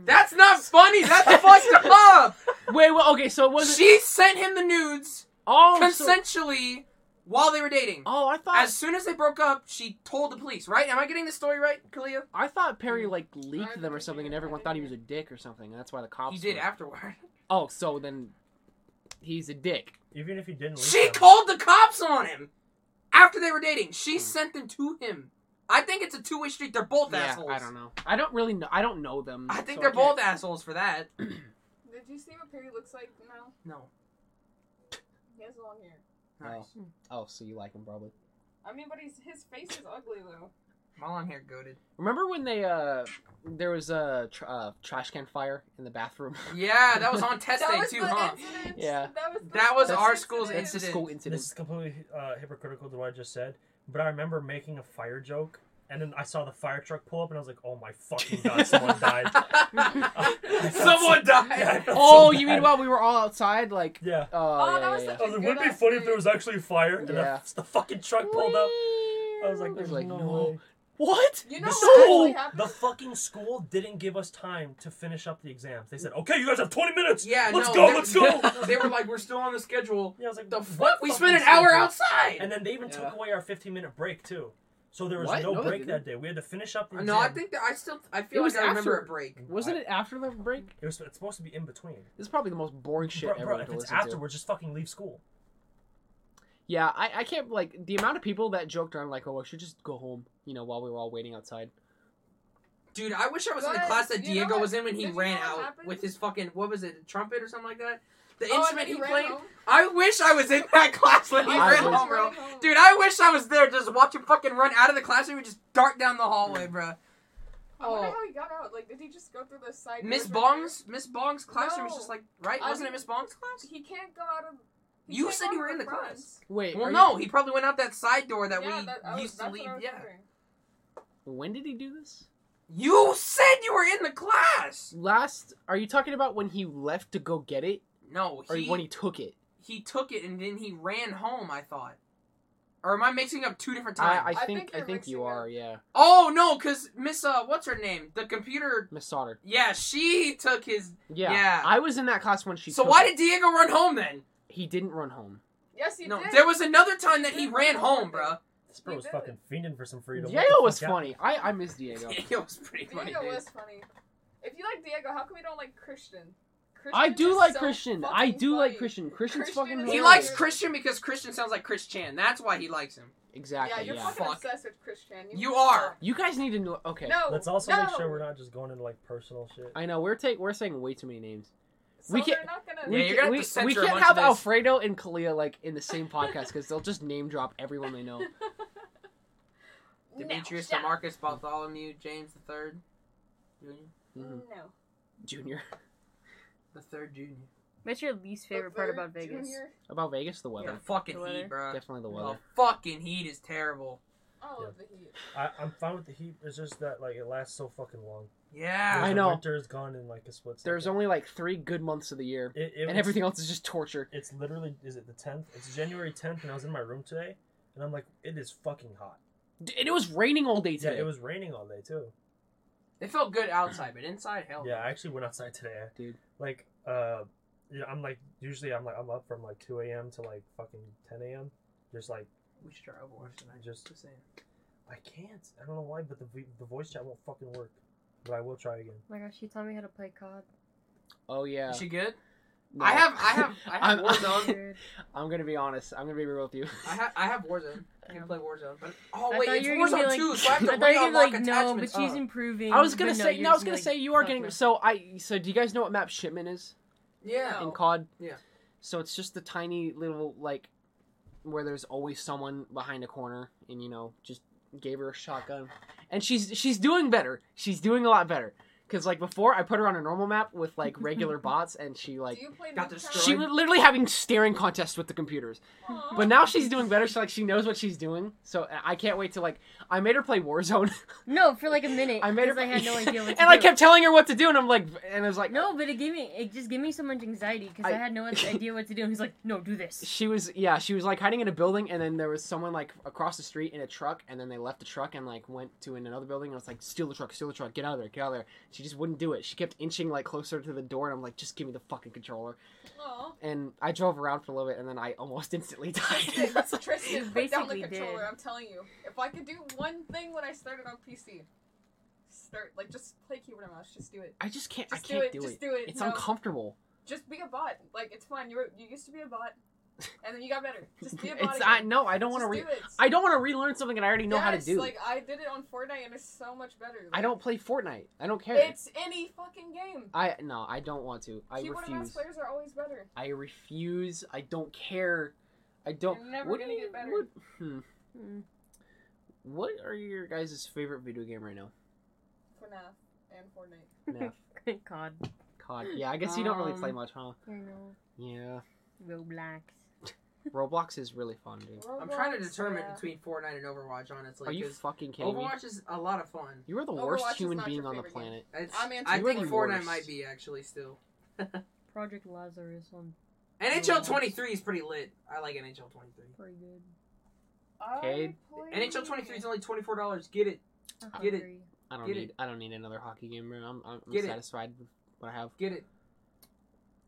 [SPEAKER 2] That's not funny. That's fucked up.
[SPEAKER 4] Wait, well, okay, so it wasn't.
[SPEAKER 2] She sent him the nudes
[SPEAKER 4] oh, so-
[SPEAKER 2] consensually while they were dating.
[SPEAKER 4] oh, I thought
[SPEAKER 2] As soon as they broke up, she told the police. Right? Am I getting the story right, Kalia?
[SPEAKER 4] I thought
[SPEAKER 1] Mm.
[SPEAKER 4] Perry like
[SPEAKER 1] I
[SPEAKER 4] leaked
[SPEAKER 1] don't
[SPEAKER 4] them or
[SPEAKER 1] think he
[SPEAKER 4] something, and
[SPEAKER 1] did. I
[SPEAKER 4] everyone
[SPEAKER 1] don't
[SPEAKER 4] thought he
[SPEAKER 1] think
[SPEAKER 4] was a dick or something. And that's why the cops.
[SPEAKER 2] He did
[SPEAKER 4] were-
[SPEAKER 2] afterward.
[SPEAKER 4] Oh, so then he's a dick.
[SPEAKER 6] Even if you didn't. leak
[SPEAKER 2] She
[SPEAKER 6] them-
[SPEAKER 2] called the cops on him after they were dating. She sent them to him. I think it's a two way street. They're both
[SPEAKER 4] Hmm. yeah,
[SPEAKER 2] assholes.
[SPEAKER 4] I don't know. I don't really know. I don't know them.
[SPEAKER 2] I think
[SPEAKER 4] so
[SPEAKER 2] they're
[SPEAKER 4] can't-
[SPEAKER 2] both assholes for that.
[SPEAKER 1] Did you see what Perry looks like now?
[SPEAKER 2] No.
[SPEAKER 1] He has long hair.
[SPEAKER 2] Nice.
[SPEAKER 4] Oh, so you like them probably.
[SPEAKER 1] I mean, but he's, his face is ugly though.
[SPEAKER 2] My long hair goaded.
[SPEAKER 4] Remember when they uh there was a tr- uh, trash can fire in the bathroom?
[SPEAKER 6] Oh,
[SPEAKER 2] Yeah, that was on test
[SPEAKER 1] that
[SPEAKER 2] day
[SPEAKER 1] was
[SPEAKER 2] too,
[SPEAKER 1] the
[SPEAKER 2] huh?
[SPEAKER 1] incident.
[SPEAKER 4] Yeah.
[SPEAKER 1] That was, the
[SPEAKER 2] That was
[SPEAKER 1] first
[SPEAKER 2] our school's
[SPEAKER 4] That's the
[SPEAKER 2] incident.
[SPEAKER 4] school
[SPEAKER 6] This
[SPEAKER 4] incident.
[SPEAKER 6] is completely uh, hypocritical to what I just said, but I remember making a fire joke, and then I saw the fire truck pull up, and I was like, "Oh my fucking god, someone died!"
[SPEAKER 2] Someone
[SPEAKER 6] Yeah, I
[SPEAKER 2] died.
[SPEAKER 6] felt
[SPEAKER 4] Oh,
[SPEAKER 6] so
[SPEAKER 4] you
[SPEAKER 6] bad.
[SPEAKER 4] mean while we were all outside, like?
[SPEAKER 6] Yeah.
[SPEAKER 4] Oh,
[SPEAKER 1] Oh,
[SPEAKER 4] yeah,
[SPEAKER 1] that was
[SPEAKER 4] yeah,
[SPEAKER 1] the-
[SPEAKER 4] yeah.
[SPEAKER 6] I was like,
[SPEAKER 1] Good
[SPEAKER 6] wouldn't it be funny if
[SPEAKER 1] idea.
[SPEAKER 6] there was actually fire and
[SPEAKER 4] Yeah.
[SPEAKER 6] the, the fucking truck pulled up? I was like,
[SPEAKER 4] I was
[SPEAKER 6] "There's
[SPEAKER 4] like,
[SPEAKER 6] no,
[SPEAKER 4] no.
[SPEAKER 6] way."
[SPEAKER 4] What?
[SPEAKER 1] You know
[SPEAKER 6] The
[SPEAKER 1] what
[SPEAKER 6] school-
[SPEAKER 1] actually happened?
[SPEAKER 6] The fucking school didn't give us time to finish up the exams. They said, "Okay, you guys have 20 minutes.
[SPEAKER 2] Yeah,
[SPEAKER 6] let's
[SPEAKER 2] no,
[SPEAKER 6] go,
[SPEAKER 2] they-
[SPEAKER 6] let's go."
[SPEAKER 2] they were like, we're still on the schedule.
[SPEAKER 6] Yeah, I was like,
[SPEAKER 2] The
[SPEAKER 6] "What
[SPEAKER 2] fuck? We
[SPEAKER 6] fucking
[SPEAKER 2] spent an hour
[SPEAKER 6] schedule?"
[SPEAKER 2] outside.
[SPEAKER 6] And then they even
[SPEAKER 4] Yeah.
[SPEAKER 6] took away our 15 minute break too. So there was
[SPEAKER 4] What?
[SPEAKER 6] no,
[SPEAKER 4] No, they
[SPEAKER 6] break
[SPEAKER 4] didn't.
[SPEAKER 6] that day. We had to finish up. The
[SPEAKER 2] no, I
[SPEAKER 6] exam.
[SPEAKER 2] think that I still I
[SPEAKER 4] It
[SPEAKER 2] feel
[SPEAKER 4] was
[SPEAKER 2] like I remember
[SPEAKER 4] after-
[SPEAKER 2] a break.
[SPEAKER 4] Wasn't it after the break?
[SPEAKER 6] it was it's supposed to be in between.
[SPEAKER 4] This is probably the most boring shit
[SPEAKER 6] Bro,
[SPEAKER 4] ever
[SPEAKER 6] bro,
[SPEAKER 4] to
[SPEAKER 6] if it's
[SPEAKER 4] listen to.
[SPEAKER 6] afterwards, just fucking leave school.
[SPEAKER 4] Yeah, I, I can't like the amount of people that joked around like, oh, I should just go home, you know, while we were all waiting outside.
[SPEAKER 2] Dude, I wish I was in the
[SPEAKER 1] But
[SPEAKER 2] class that
[SPEAKER 1] you know
[SPEAKER 2] Diego
[SPEAKER 1] what-
[SPEAKER 2] was in when he
[SPEAKER 1] did you
[SPEAKER 2] ran
[SPEAKER 1] know what
[SPEAKER 2] out
[SPEAKER 1] happened?
[SPEAKER 2] with his fucking what was it, trumpet or something like that? The
[SPEAKER 1] Oh, and
[SPEAKER 2] instrument
[SPEAKER 1] then
[SPEAKER 2] he
[SPEAKER 1] ran
[SPEAKER 2] played.
[SPEAKER 1] home.
[SPEAKER 2] I wish I was in that class when he
[SPEAKER 4] I
[SPEAKER 2] ran
[SPEAKER 4] was-
[SPEAKER 2] home, bro.
[SPEAKER 1] Ran home.
[SPEAKER 2] Dude, I wish I was there just watch him fucking run out of the classroom and just dart down the hallway, bro.
[SPEAKER 1] I wonder
[SPEAKER 2] Oh.
[SPEAKER 1] how he got out. Like, did he just go through the side? door
[SPEAKER 2] Miss
[SPEAKER 1] from
[SPEAKER 2] Bong's Miss Bong's classroom was
[SPEAKER 1] No.
[SPEAKER 2] just like right.
[SPEAKER 1] I
[SPEAKER 2] Wasn't it
[SPEAKER 1] mean-
[SPEAKER 2] Miss Bong's
[SPEAKER 1] there?
[SPEAKER 2] class?
[SPEAKER 1] He can't go out of. he
[SPEAKER 2] You
[SPEAKER 1] can't
[SPEAKER 2] said
[SPEAKER 1] go
[SPEAKER 2] you
[SPEAKER 1] out
[SPEAKER 2] were
[SPEAKER 1] of
[SPEAKER 2] in the
[SPEAKER 1] front.
[SPEAKER 2] class.
[SPEAKER 4] Wait,
[SPEAKER 2] Well,
[SPEAKER 4] are
[SPEAKER 2] no, he probably went out that side door that
[SPEAKER 1] yeah,
[SPEAKER 2] we
[SPEAKER 1] that, I was,
[SPEAKER 2] used
[SPEAKER 1] that's
[SPEAKER 2] to
[SPEAKER 1] what
[SPEAKER 2] leave.
[SPEAKER 1] I was
[SPEAKER 2] Yeah,
[SPEAKER 1] wondering.
[SPEAKER 4] you- when did he do this?
[SPEAKER 2] you said you were in the class.
[SPEAKER 4] Last, are you talking about when he left to go get it,
[SPEAKER 2] No,
[SPEAKER 4] or
[SPEAKER 2] he
[SPEAKER 4] when he took it?
[SPEAKER 2] he took it and then he ran home. I thought, or am I mixing up two different times?
[SPEAKER 4] I, I
[SPEAKER 1] I
[SPEAKER 4] think
[SPEAKER 1] think
[SPEAKER 4] I
[SPEAKER 1] you're
[SPEAKER 4] think you
[SPEAKER 1] mixing
[SPEAKER 4] are, yeah.
[SPEAKER 2] Oh no, because Miss uh, what's her name? The computer.
[SPEAKER 4] Miss Sauter.
[SPEAKER 2] Yeah, she took his.
[SPEAKER 4] Yeah.
[SPEAKER 2] Yeah.
[SPEAKER 4] I was in that class when she.
[SPEAKER 2] so
[SPEAKER 4] took
[SPEAKER 2] why
[SPEAKER 4] it.
[SPEAKER 2] did Diego run home then?
[SPEAKER 4] he didn't run home?
[SPEAKER 1] Yes, he
[SPEAKER 2] no,
[SPEAKER 1] did.
[SPEAKER 2] there was another time that he
[SPEAKER 1] He
[SPEAKER 2] ran
[SPEAKER 1] did.
[SPEAKER 2] home, bro.
[SPEAKER 6] This bro
[SPEAKER 1] He
[SPEAKER 6] was
[SPEAKER 1] did.
[SPEAKER 6] fucking fiending for some freedom. What
[SPEAKER 4] Diego
[SPEAKER 6] the
[SPEAKER 4] was
[SPEAKER 6] fuck
[SPEAKER 4] funny. I I miss Diego.
[SPEAKER 2] Diego was pretty funny.
[SPEAKER 1] Diego
[SPEAKER 2] dude.
[SPEAKER 1] was funny. If you like Diego, how come you don't like Christian? Christian
[SPEAKER 4] I do
[SPEAKER 1] is
[SPEAKER 4] like
[SPEAKER 1] so
[SPEAKER 4] Christian. I
[SPEAKER 1] fucking
[SPEAKER 4] do like
[SPEAKER 1] funny.
[SPEAKER 4] Christian. Christian's
[SPEAKER 1] Christian
[SPEAKER 4] fucking.
[SPEAKER 1] is
[SPEAKER 2] He
[SPEAKER 1] Yeah.
[SPEAKER 4] hilarious.
[SPEAKER 2] likes Christian because Christian sounds like Chris Chan. That's why he likes him.
[SPEAKER 1] Yeah,
[SPEAKER 4] Exactly.
[SPEAKER 1] you're
[SPEAKER 4] Yeah.
[SPEAKER 1] fucking
[SPEAKER 2] Fuck.
[SPEAKER 1] obsessed with Christian.
[SPEAKER 2] You are.
[SPEAKER 4] You guys need to know. Okay.
[SPEAKER 1] No.
[SPEAKER 6] Let's also
[SPEAKER 1] no.
[SPEAKER 6] make sure we're not just going into like personal shit.
[SPEAKER 4] I know we're take we're saying way too many names.
[SPEAKER 1] So
[SPEAKER 4] we
[SPEAKER 1] they're
[SPEAKER 4] can't-
[SPEAKER 1] Not gonna,
[SPEAKER 2] Yeah,
[SPEAKER 4] We
[SPEAKER 2] you're
[SPEAKER 4] ca-
[SPEAKER 2] gonna have
[SPEAKER 4] we,
[SPEAKER 2] to censor
[SPEAKER 4] we
[SPEAKER 2] a
[SPEAKER 4] can't
[SPEAKER 2] bunch of
[SPEAKER 4] have
[SPEAKER 2] this.
[SPEAKER 4] Alfredo and Kalia like in the same podcast because they'll just name drop everyone they know.
[SPEAKER 1] No,
[SPEAKER 2] Demetrius,
[SPEAKER 1] shut up.
[SPEAKER 2] Demarcus, Bartholomew, James the Third, Junior,
[SPEAKER 4] Mhm.
[SPEAKER 1] No.
[SPEAKER 4] Junior
[SPEAKER 2] the Third Junior.
[SPEAKER 5] What's your least favorite part about Vegas?
[SPEAKER 1] Junior.
[SPEAKER 4] about Vegas, the
[SPEAKER 2] The
[SPEAKER 4] weather,
[SPEAKER 2] fucking
[SPEAKER 5] The weather.
[SPEAKER 2] heat, bro.
[SPEAKER 4] definitely the
[SPEAKER 2] The
[SPEAKER 4] weather.
[SPEAKER 2] fucking heat is terrible.
[SPEAKER 1] All
[SPEAKER 6] Yeah.
[SPEAKER 1] of the heat.
[SPEAKER 6] I, I'm fine with the heat. It's just that like it lasts so fucking long.
[SPEAKER 2] Yeah.
[SPEAKER 4] I know.
[SPEAKER 6] Winter is gone in like a split. Second.
[SPEAKER 4] There's only like three good months of the year,
[SPEAKER 6] It- it
[SPEAKER 4] and
[SPEAKER 6] was-
[SPEAKER 4] everything else is just torture.
[SPEAKER 6] It's literally is it the 10th? It's January 10th, and I was in my room today, and I'm like, it is fucking hot.
[SPEAKER 4] D- And it was raining all day
[SPEAKER 6] Yeah,
[SPEAKER 4] today.
[SPEAKER 6] it was raining all day too.
[SPEAKER 2] It felt good outside, but inside, hell.
[SPEAKER 6] Yeah, I actually went outside today,
[SPEAKER 4] Oh. Dude.
[SPEAKER 6] Like, uh, you know, I'm like usually I'm like I'm up from like 2 a.m. to like fucking 10 a.m. Just like
[SPEAKER 2] we should try Overwatch tonight.
[SPEAKER 6] Just-
[SPEAKER 2] saying.
[SPEAKER 6] I can't. I don't know why, but the v- the voice chat won't fucking work. But I will try again.
[SPEAKER 5] Oh my gosh, she taught me how to play COD.
[SPEAKER 4] Oh yeah.
[SPEAKER 2] Is she good?
[SPEAKER 4] No.
[SPEAKER 2] I have, I have, I have
[SPEAKER 4] I'm-
[SPEAKER 2] Warzone.
[SPEAKER 5] Dude.
[SPEAKER 4] I'm gonna be honest. I'm gonna be real with you.
[SPEAKER 2] I have, I have Warzone. I can play Warzone. But oh
[SPEAKER 5] I
[SPEAKER 2] wait,
[SPEAKER 5] thought
[SPEAKER 2] it's
[SPEAKER 5] you were gonna
[SPEAKER 2] Warzone
[SPEAKER 5] be like,
[SPEAKER 2] too, so I have to
[SPEAKER 5] I thought you were
[SPEAKER 2] re-unlock
[SPEAKER 5] gonna be like, no, but
[SPEAKER 2] attachments.
[SPEAKER 5] she's
[SPEAKER 2] Oh.
[SPEAKER 5] improving.
[SPEAKER 4] I was
[SPEAKER 5] but
[SPEAKER 4] gonna
[SPEAKER 5] no,
[SPEAKER 4] say
[SPEAKER 5] you're
[SPEAKER 4] no. I was
[SPEAKER 5] just
[SPEAKER 4] gonna
[SPEAKER 5] like,
[SPEAKER 4] say you are
[SPEAKER 5] fuck
[SPEAKER 4] getting.
[SPEAKER 5] no.
[SPEAKER 4] So I. So do you guys know what map shipment is
[SPEAKER 2] Yeah.
[SPEAKER 1] No.
[SPEAKER 4] in COD?
[SPEAKER 2] Yeah.
[SPEAKER 4] So it's just the tiny little like, where there's always someone behind a corner, and you know just gave her a shotgun, and she's she's doing better. She's doing a lot better. Cause like before, I put her on a normal map with like regular bots, and she like
[SPEAKER 1] Do you play
[SPEAKER 2] got
[SPEAKER 1] Nuketown?
[SPEAKER 2] destroyed.
[SPEAKER 4] she was literally having staring contests with the computers.
[SPEAKER 1] Aw.
[SPEAKER 4] But now she's doing better. She like she knows what she's doing. So I can't wait to like I made her play Warzone.
[SPEAKER 5] No, for like a minute.
[SPEAKER 4] I made her.
[SPEAKER 5] I had no idea what to
[SPEAKER 4] and I
[SPEAKER 5] do.
[SPEAKER 4] kept telling her what to do, and I'm like, and I was like,
[SPEAKER 5] No, but it gave me it just gave me so much anxiety because I,
[SPEAKER 4] I-
[SPEAKER 5] had no idea what to do. And he's like, "No, do this."
[SPEAKER 4] She was yeah, she was like hiding in a building, and then there was someone like across the street in a truck, and then they left the truck and like went to another building, and I was like, steal the truck, steal the truck, get out of there, get out of there. She just wouldn't do it. She kept inching like closer to the door, and I'm like, just give me the fucking controller.
[SPEAKER 1] Aw.
[SPEAKER 4] And I drove around for a little bit, and then I almost instantly
[SPEAKER 1] Hey,
[SPEAKER 4] died.
[SPEAKER 1] that's Tristan, put down the
[SPEAKER 5] Basically
[SPEAKER 1] controller.
[SPEAKER 5] did.
[SPEAKER 1] I'm telling you, if I could do one thing when I started on PC, start like just play keyboard and mouse. Just do it.
[SPEAKER 4] I just can't.
[SPEAKER 1] Just
[SPEAKER 4] I can't
[SPEAKER 1] do
[SPEAKER 4] do
[SPEAKER 1] it.
[SPEAKER 4] it.
[SPEAKER 1] Just do it.
[SPEAKER 4] It's
[SPEAKER 1] no.
[SPEAKER 4] uncomfortable.
[SPEAKER 1] Just be a bot. Like it's fine. You were, you used to be a bot, and then you got better. Just be a bot.
[SPEAKER 4] It's I
[SPEAKER 1] again.
[SPEAKER 4] no, I don't want to
[SPEAKER 1] Just
[SPEAKER 4] re.
[SPEAKER 1] do it.
[SPEAKER 4] I don't want to relearn something that I already know how to
[SPEAKER 1] Yes,
[SPEAKER 4] do.
[SPEAKER 1] Like I did it on Fortnite, and it's so much better.
[SPEAKER 4] I
[SPEAKER 1] Like,
[SPEAKER 4] don't play Fortnite. I don't care.
[SPEAKER 1] It's any fucking game.
[SPEAKER 4] I no, I don't want to. I
[SPEAKER 1] keyboard and mouse
[SPEAKER 4] refuse.
[SPEAKER 1] players are always better.
[SPEAKER 4] I refuse. I don't care. I don't.
[SPEAKER 1] You're never
[SPEAKER 4] what
[SPEAKER 1] gonna
[SPEAKER 4] do you,
[SPEAKER 1] get better.
[SPEAKER 4] What, hmm,
[SPEAKER 5] Mm.
[SPEAKER 4] what are your guys' favorite video game right now?
[SPEAKER 1] For now, and Fortnite.
[SPEAKER 4] Nah,
[SPEAKER 5] COD.
[SPEAKER 4] COD. Yeah, I guess you don't really play
[SPEAKER 5] Um,
[SPEAKER 4] much, huh?
[SPEAKER 5] I know.
[SPEAKER 4] Yeah,
[SPEAKER 5] Roblox.
[SPEAKER 4] Roblox is really fun, dude.
[SPEAKER 2] I'm trying to
[SPEAKER 1] Roblox,
[SPEAKER 2] determine
[SPEAKER 1] yeah.
[SPEAKER 2] between Fortnite and Overwatch, honestly.
[SPEAKER 4] Are you
[SPEAKER 2] 'cause
[SPEAKER 4] fucking kidding me?
[SPEAKER 2] Overwatch is a lot of fun.
[SPEAKER 4] You are the worst
[SPEAKER 1] Overwatch is
[SPEAKER 4] human
[SPEAKER 1] not
[SPEAKER 4] being
[SPEAKER 1] your
[SPEAKER 4] on the
[SPEAKER 1] favorite game.
[SPEAKER 4] planet.
[SPEAKER 2] It's,
[SPEAKER 1] I'm into
[SPEAKER 2] I
[SPEAKER 4] You
[SPEAKER 2] think
[SPEAKER 4] are the
[SPEAKER 2] Fortnite
[SPEAKER 4] worst.
[SPEAKER 2] might be actually still.
[SPEAKER 5] Project Lazarus on
[SPEAKER 2] NHL 23 is pretty lit. I like NHL 23.
[SPEAKER 5] pretty good.
[SPEAKER 1] I
[SPEAKER 4] Okay.
[SPEAKER 1] played-
[SPEAKER 2] NHL 23 is only twenty four dollars. Get it? Get it.
[SPEAKER 5] hungry.
[SPEAKER 4] I don't
[SPEAKER 2] Get
[SPEAKER 4] need.
[SPEAKER 2] it.
[SPEAKER 4] I don't need another hockey game. man. I'm, I'm, I'm
[SPEAKER 2] Get it.
[SPEAKER 4] satisfied with what I have.
[SPEAKER 2] Get it.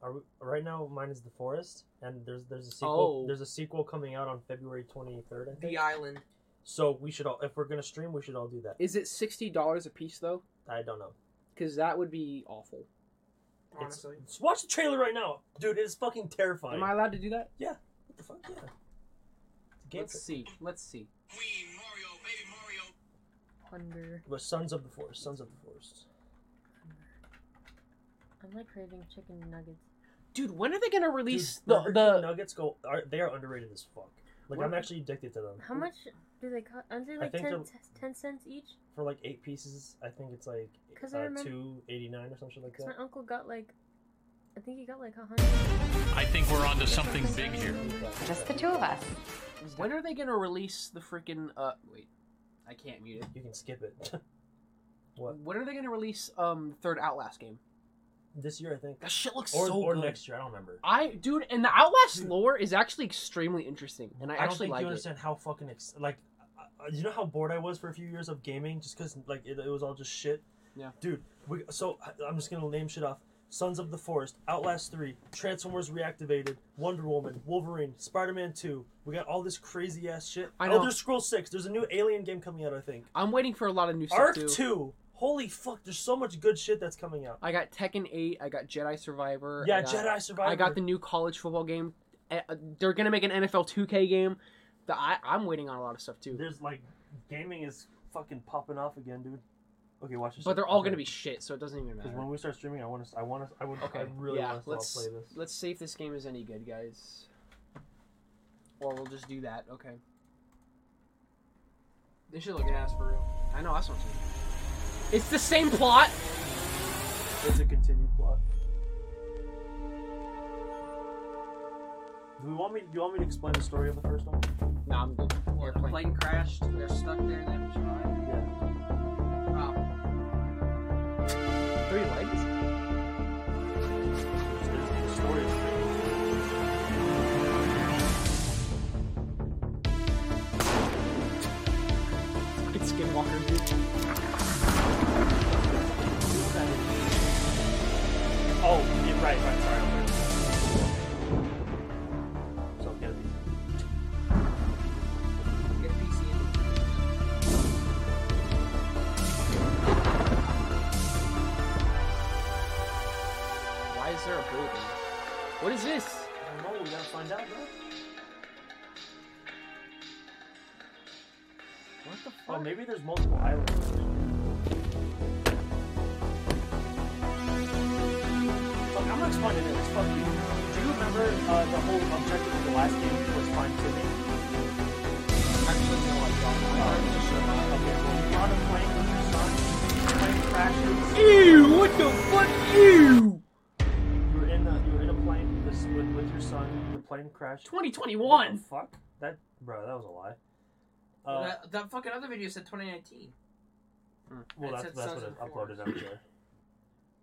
[SPEAKER 6] Are we, right now, mine is the forest, and there's there's a sequel.
[SPEAKER 4] Oh.
[SPEAKER 6] There's a sequel coming out on February twenty third. I think.
[SPEAKER 2] The island.
[SPEAKER 6] So we should all, if we're gonna stream, we should all do that.
[SPEAKER 4] Is it sixty dollars a piece though?
[SPEAKER 6] I don't know.
[SPEAKER 4] Because that would be awful.
[SPEAKER 6] It's-
[SPEAKER 2] Honestly.
[SPEAKER 6] Just watch the trailer right now, dude. It is fucking terrifying.
[SPEAKER 4] Am I allowed to do that?
[SPEAKER 6] What the fuck? Yeah. It's a Game
[SPEAKER 4] Let's
[SPEAKER 6] tra-
[SPEAKER 4] see. Let's see.
[SPEAKER 5] Hunger.
[SPEAKER 6] but Sons of the Forest. Sons of the Forest.
[SPEAKER 5] I'm like craving chicken nuggets.
[SPEAKER 4] Dude, when are they gonna
[SPEAKER 6] Dude,
[SPEAKER 4] release
[SPEAKER 6] Burger
[SPEAKER 4] the the?
[SPEAKER 6] King Nuggets go. Are, they are underrated as fuck. Like I'm
[SPEAKER 4] What-
[SPEAKER 6] actually addicted to them.
[SPEAKER 5] How much do they cost? Aren't they
[SPEAKER 6] I
[SPEAKER 5] like
[SPEAKER 6] think
[SPEAKER 5] 10,
[SPEAKER 6] they're-
[SPEAKER 5] c- 10 cents each?
[SPEAKER 6] For like eight pieces, I think it's like
[SPEAKER 5] 'Cause I
[SPEAKER 6] uh,
[SPEAKER 5] remember-
[SPEAKER 6] two eighty nine or something like
[SPEAKER 5] Because
[SPEAKER 6] that.
[SPEAKER 5] my uncle got like, I think he got like a hundred.
[SPEAKER 7] I think we're onto something big here.
[SPEAKER 8] Just the two of us.
[SPEAKER 4] When are they gonna release the freaking? Uh, wait, I can't mute it.
[SPEAKER 6] You can skip it. What?
[SPEAKER 4] When are they gonna release um the third Outlast game?
[SPEAKER 6] this year, I think.
[SPEAKER 4] That shit looks
[SPEAKER 6] Or,
[SPEAKER 4] so
[SPEAKER 6] or
[SPEAKER 4] good.
[SPEAKER 6] next year, I don't remember.
[SPEAKER 4] I dude, and the Outlast lore is actually extremely interesting, and I,
[SPEAKER 6] I, don't
[SPEAKER 4] actually
[SPEAKER 6] think
[SPEAKER 4] like
[SPEAKER 6] you
[SPEAKER 4] it.
[SPEAKER 6] understand how fucking ex- like uh, uh, you know how bored I was for a few years of gaming just because like it, it was all just shit.
[SPEAKER 4] Yeah.
[SPEAKER 6] dude. We, so I- I'm just gonna name shit off: Sons of the Forest, Outlast Three, Transformers Reactivated, Wonder Woman, Wolverine, Spider-Man Two. We got all this crazy ass shit.
[SPEAKER 4] I know.
[SPEAKER 6] Elder Scrolls Six. There's a new Alien game coming out, I think.
[SPEAKER 4] I'm waiting for a lot of new stuff
[SPEAKER 6] Ark
[SPEAKER 4] too.
[SPEAKER 6] Two. Holy fuck! There's so much good shit that's coming out.
[SPEAKER 4] I got Tekken 8. I got Jedi Survivor.
[SPEAKER 6] yeah,
[SPEAKER 4] I got,
[SPEAKER 6] Jedi Survivor.
[SPEAKER 4] I got the new college football game. Eh, uh, They're gonna make an NFL 2K game. The, I, I'm waiting on a lot of stuff too.
[SPEAKER 6] There's like, gaming is fucking popping off again, dude. Okay, watch this.
[SPEAKER 4] But they're all
[SPEAKER 6] Okay.
[SPEAKER 4] gonna be shit, so it doesn't even
[SPEAKER 6] Because
[SPEAKER 4] matter.
[SPEAKER 6] when we start streaming, I want to. I want to. I would.
[SPEAKER 4] Okay,
[SPEAKER 6] I really
[SPEAKER 4] yeah,
[SPEAKER 6] want to
[SPEAKER 4] let's-
[SPEAKER 6] play this.
[SPEAKER 4] Let's see if this game is any good, guys. Or we'll just do that. Okay.
[SPEAKER 2] This should look ass for real.
[SPEAKER 4] I know that's what I'm saying. It's the same plot.
[SPEAKER 6] It's a continued plot. Do you want me? Do you want me to explain the story of the first one?
[SPEAKER 4] Nah, I'm good.
[SPEAKER 2] Well, the plane crashed. They're stuck there. They have to survive.
[SPEAKER 6] Yeah.
[SPEAKER 2] Oh,
[SPEAKER 4] Three legs.
[SPEAKER 6] It's the- the story of it.
[SPEAKER 4] Fucking skinwalker, dude.
[SPEAKER 6] Oh, yeah, right, right. Sorry. I'm sorry. So get it.
[SPEAKER 2] get PC.
[SPEAKER 4] Why is there a building? What is this?
[SPEAKER 6] I don't know. We gotta find out, bro.
[SPEAKER 4] What the
[SPEAKER 6] Oh,
[SPEAKER 4] fuck?
[SPEAKER 6] maybe there's multiple islands. Fuck, I'm gonna explain it. It's fuck you. Do you remember uh, the whole objective of the last game was find Timmy?
[SPEAKER 4] Actually, no, I don't.
[SPEAKER 6] Uh, okay, well, you're on a plane with your son. The plane crashes.
[SPEAKER 4] Ew, what the fuck? Ew!
[SPEAKER 6] You were in a, you were in a plane with, with, with your son. The plane crashed. What the
[SPEAKER 4] 2021!
[SPEAKER 6] fuck? That, bro, that was a lie.
[SPEAKER 5] Oh.
[SPEAKER 2] Well,
[SPEAKER 6] Uh,
[SPEAKER 2] that, that fucking other video said 2019.
[SPEAKER 6] Well,
[SPEAKER 2] It
[SPEAKER 6] that's,
[SPEAKER 2] said
[SPEAKER 6] that's what
[SPEAKER 2] Sons
[SPEAKER 6] it
[SPEAKER 2] and
[SPEAKER 6] uploaded
[SPEAKER 2] Fours.
[SPEAKER 6] out there.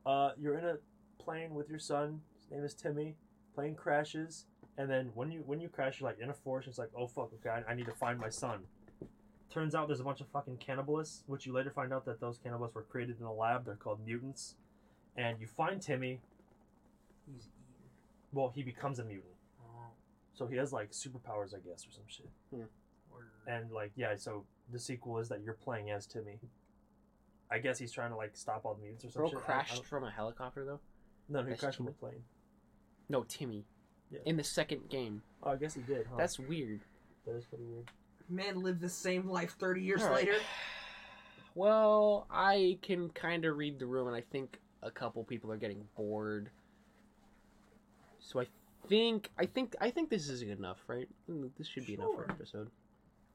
[SPEAKER 6] Uh, you're in a plane with your son. His name is Timmy. Plane crashes, and then when you when you crash, you're like in a forest. It's like, oh fuck, okay, I, I need to find my son. Turns out there's a bunch of fucking cannibalists, which you later find out that those cannibalists were created in a lab. They're called mutants, and you find Timmy.
[SPEAKER 2] He's
[SPEAKER 6] Well, he becomes a mutant, so he has like superpowers, I guess, or some shit.
[SPEAKER 4] Hmm.
[SPEAKER 6] And like, yeah, so the sequel is that you're playing as Timmy. I guess he's trying to like stop all the mutants or some
[SPEAKER 4] Bro
[SPEAKER 6] shit. I- I
[SPEAKER 4] crashed
[SPEAKER 6] don't-
[SPEAKER 4] from a helicopter, though?
[SPEAKER 6] No, he
[SPEAKER 4] That's
[SPEAKER 6] crashed from a
[SPEAKER 4] Timmy.
[SPEAKER 6] plane.
[SPEAKER 4] No, Timmy.
[SPEAKER 6] Yeah.
[SPEAKER 4] In the second game.
[SPEAKER 6] Oh, I guess he did. Huh?
[SPEAKER 4] That's weird.
[SPEAKER 6] that is pretty weird.
[SPEAKER 2] Man lived the same life 30 years
[SPEAKER 4] All right.
[SPEAKER 2] later.
[SPEAKER 4] Well, I can kind of read the room, and I think a couple people are getting bored. So I think I think I think this is good enough, right? Mm, This should be enough
[SPEAKER 2] Sure.
[SPEAKER 4] for an episode.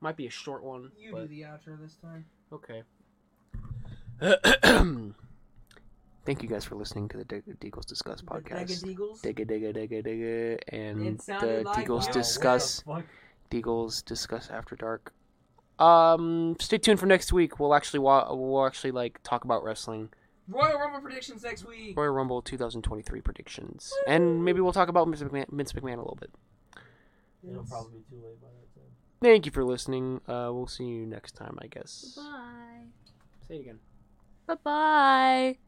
[SPEAKER 4] Might be a short one,
[SPEAKER 2] You do
[SPEAKER 4] but
[SPEAKER 2] the outro this time.
[SPEAKER 4] okay. Thank you guys for listening to the De- Deagles Discuss podcast.
[SPEAKER 2] Mega Deagles.
[SPEAKER 4] Digga digga digga digga, and
[SPEAKER 2] It sounded
[SPEAKER 4] the
[SPEAKER 2] like
[SPEAKER 4] Deagles
[SPEAKER 2] that.
[SPEAKER 4] discuss.
[SPEAKER 6] What the fuck?
[SPEAKER 4] Deagles discuss after dark. Um, stay tuned for next week. We'll actually wa- we'll actually like talk about wrestling,
[SPEAKER 2] Royal Rumble predictions next week.
[SPEAKER 4] Royal Rumble 2023 predictions, and maybe we'll talk about Vince McMahon, Vince McMahon a little bit.
[SPEAKER 6] It'll probably be too late by that time.
[SPEAKER 4] Thank you for listening. Uh, we'll see you next time, I guess.
[SPEAKER 5] Bye.
[SPEAKER 4] Say it again.
[SPEAKER 5] Bye bye.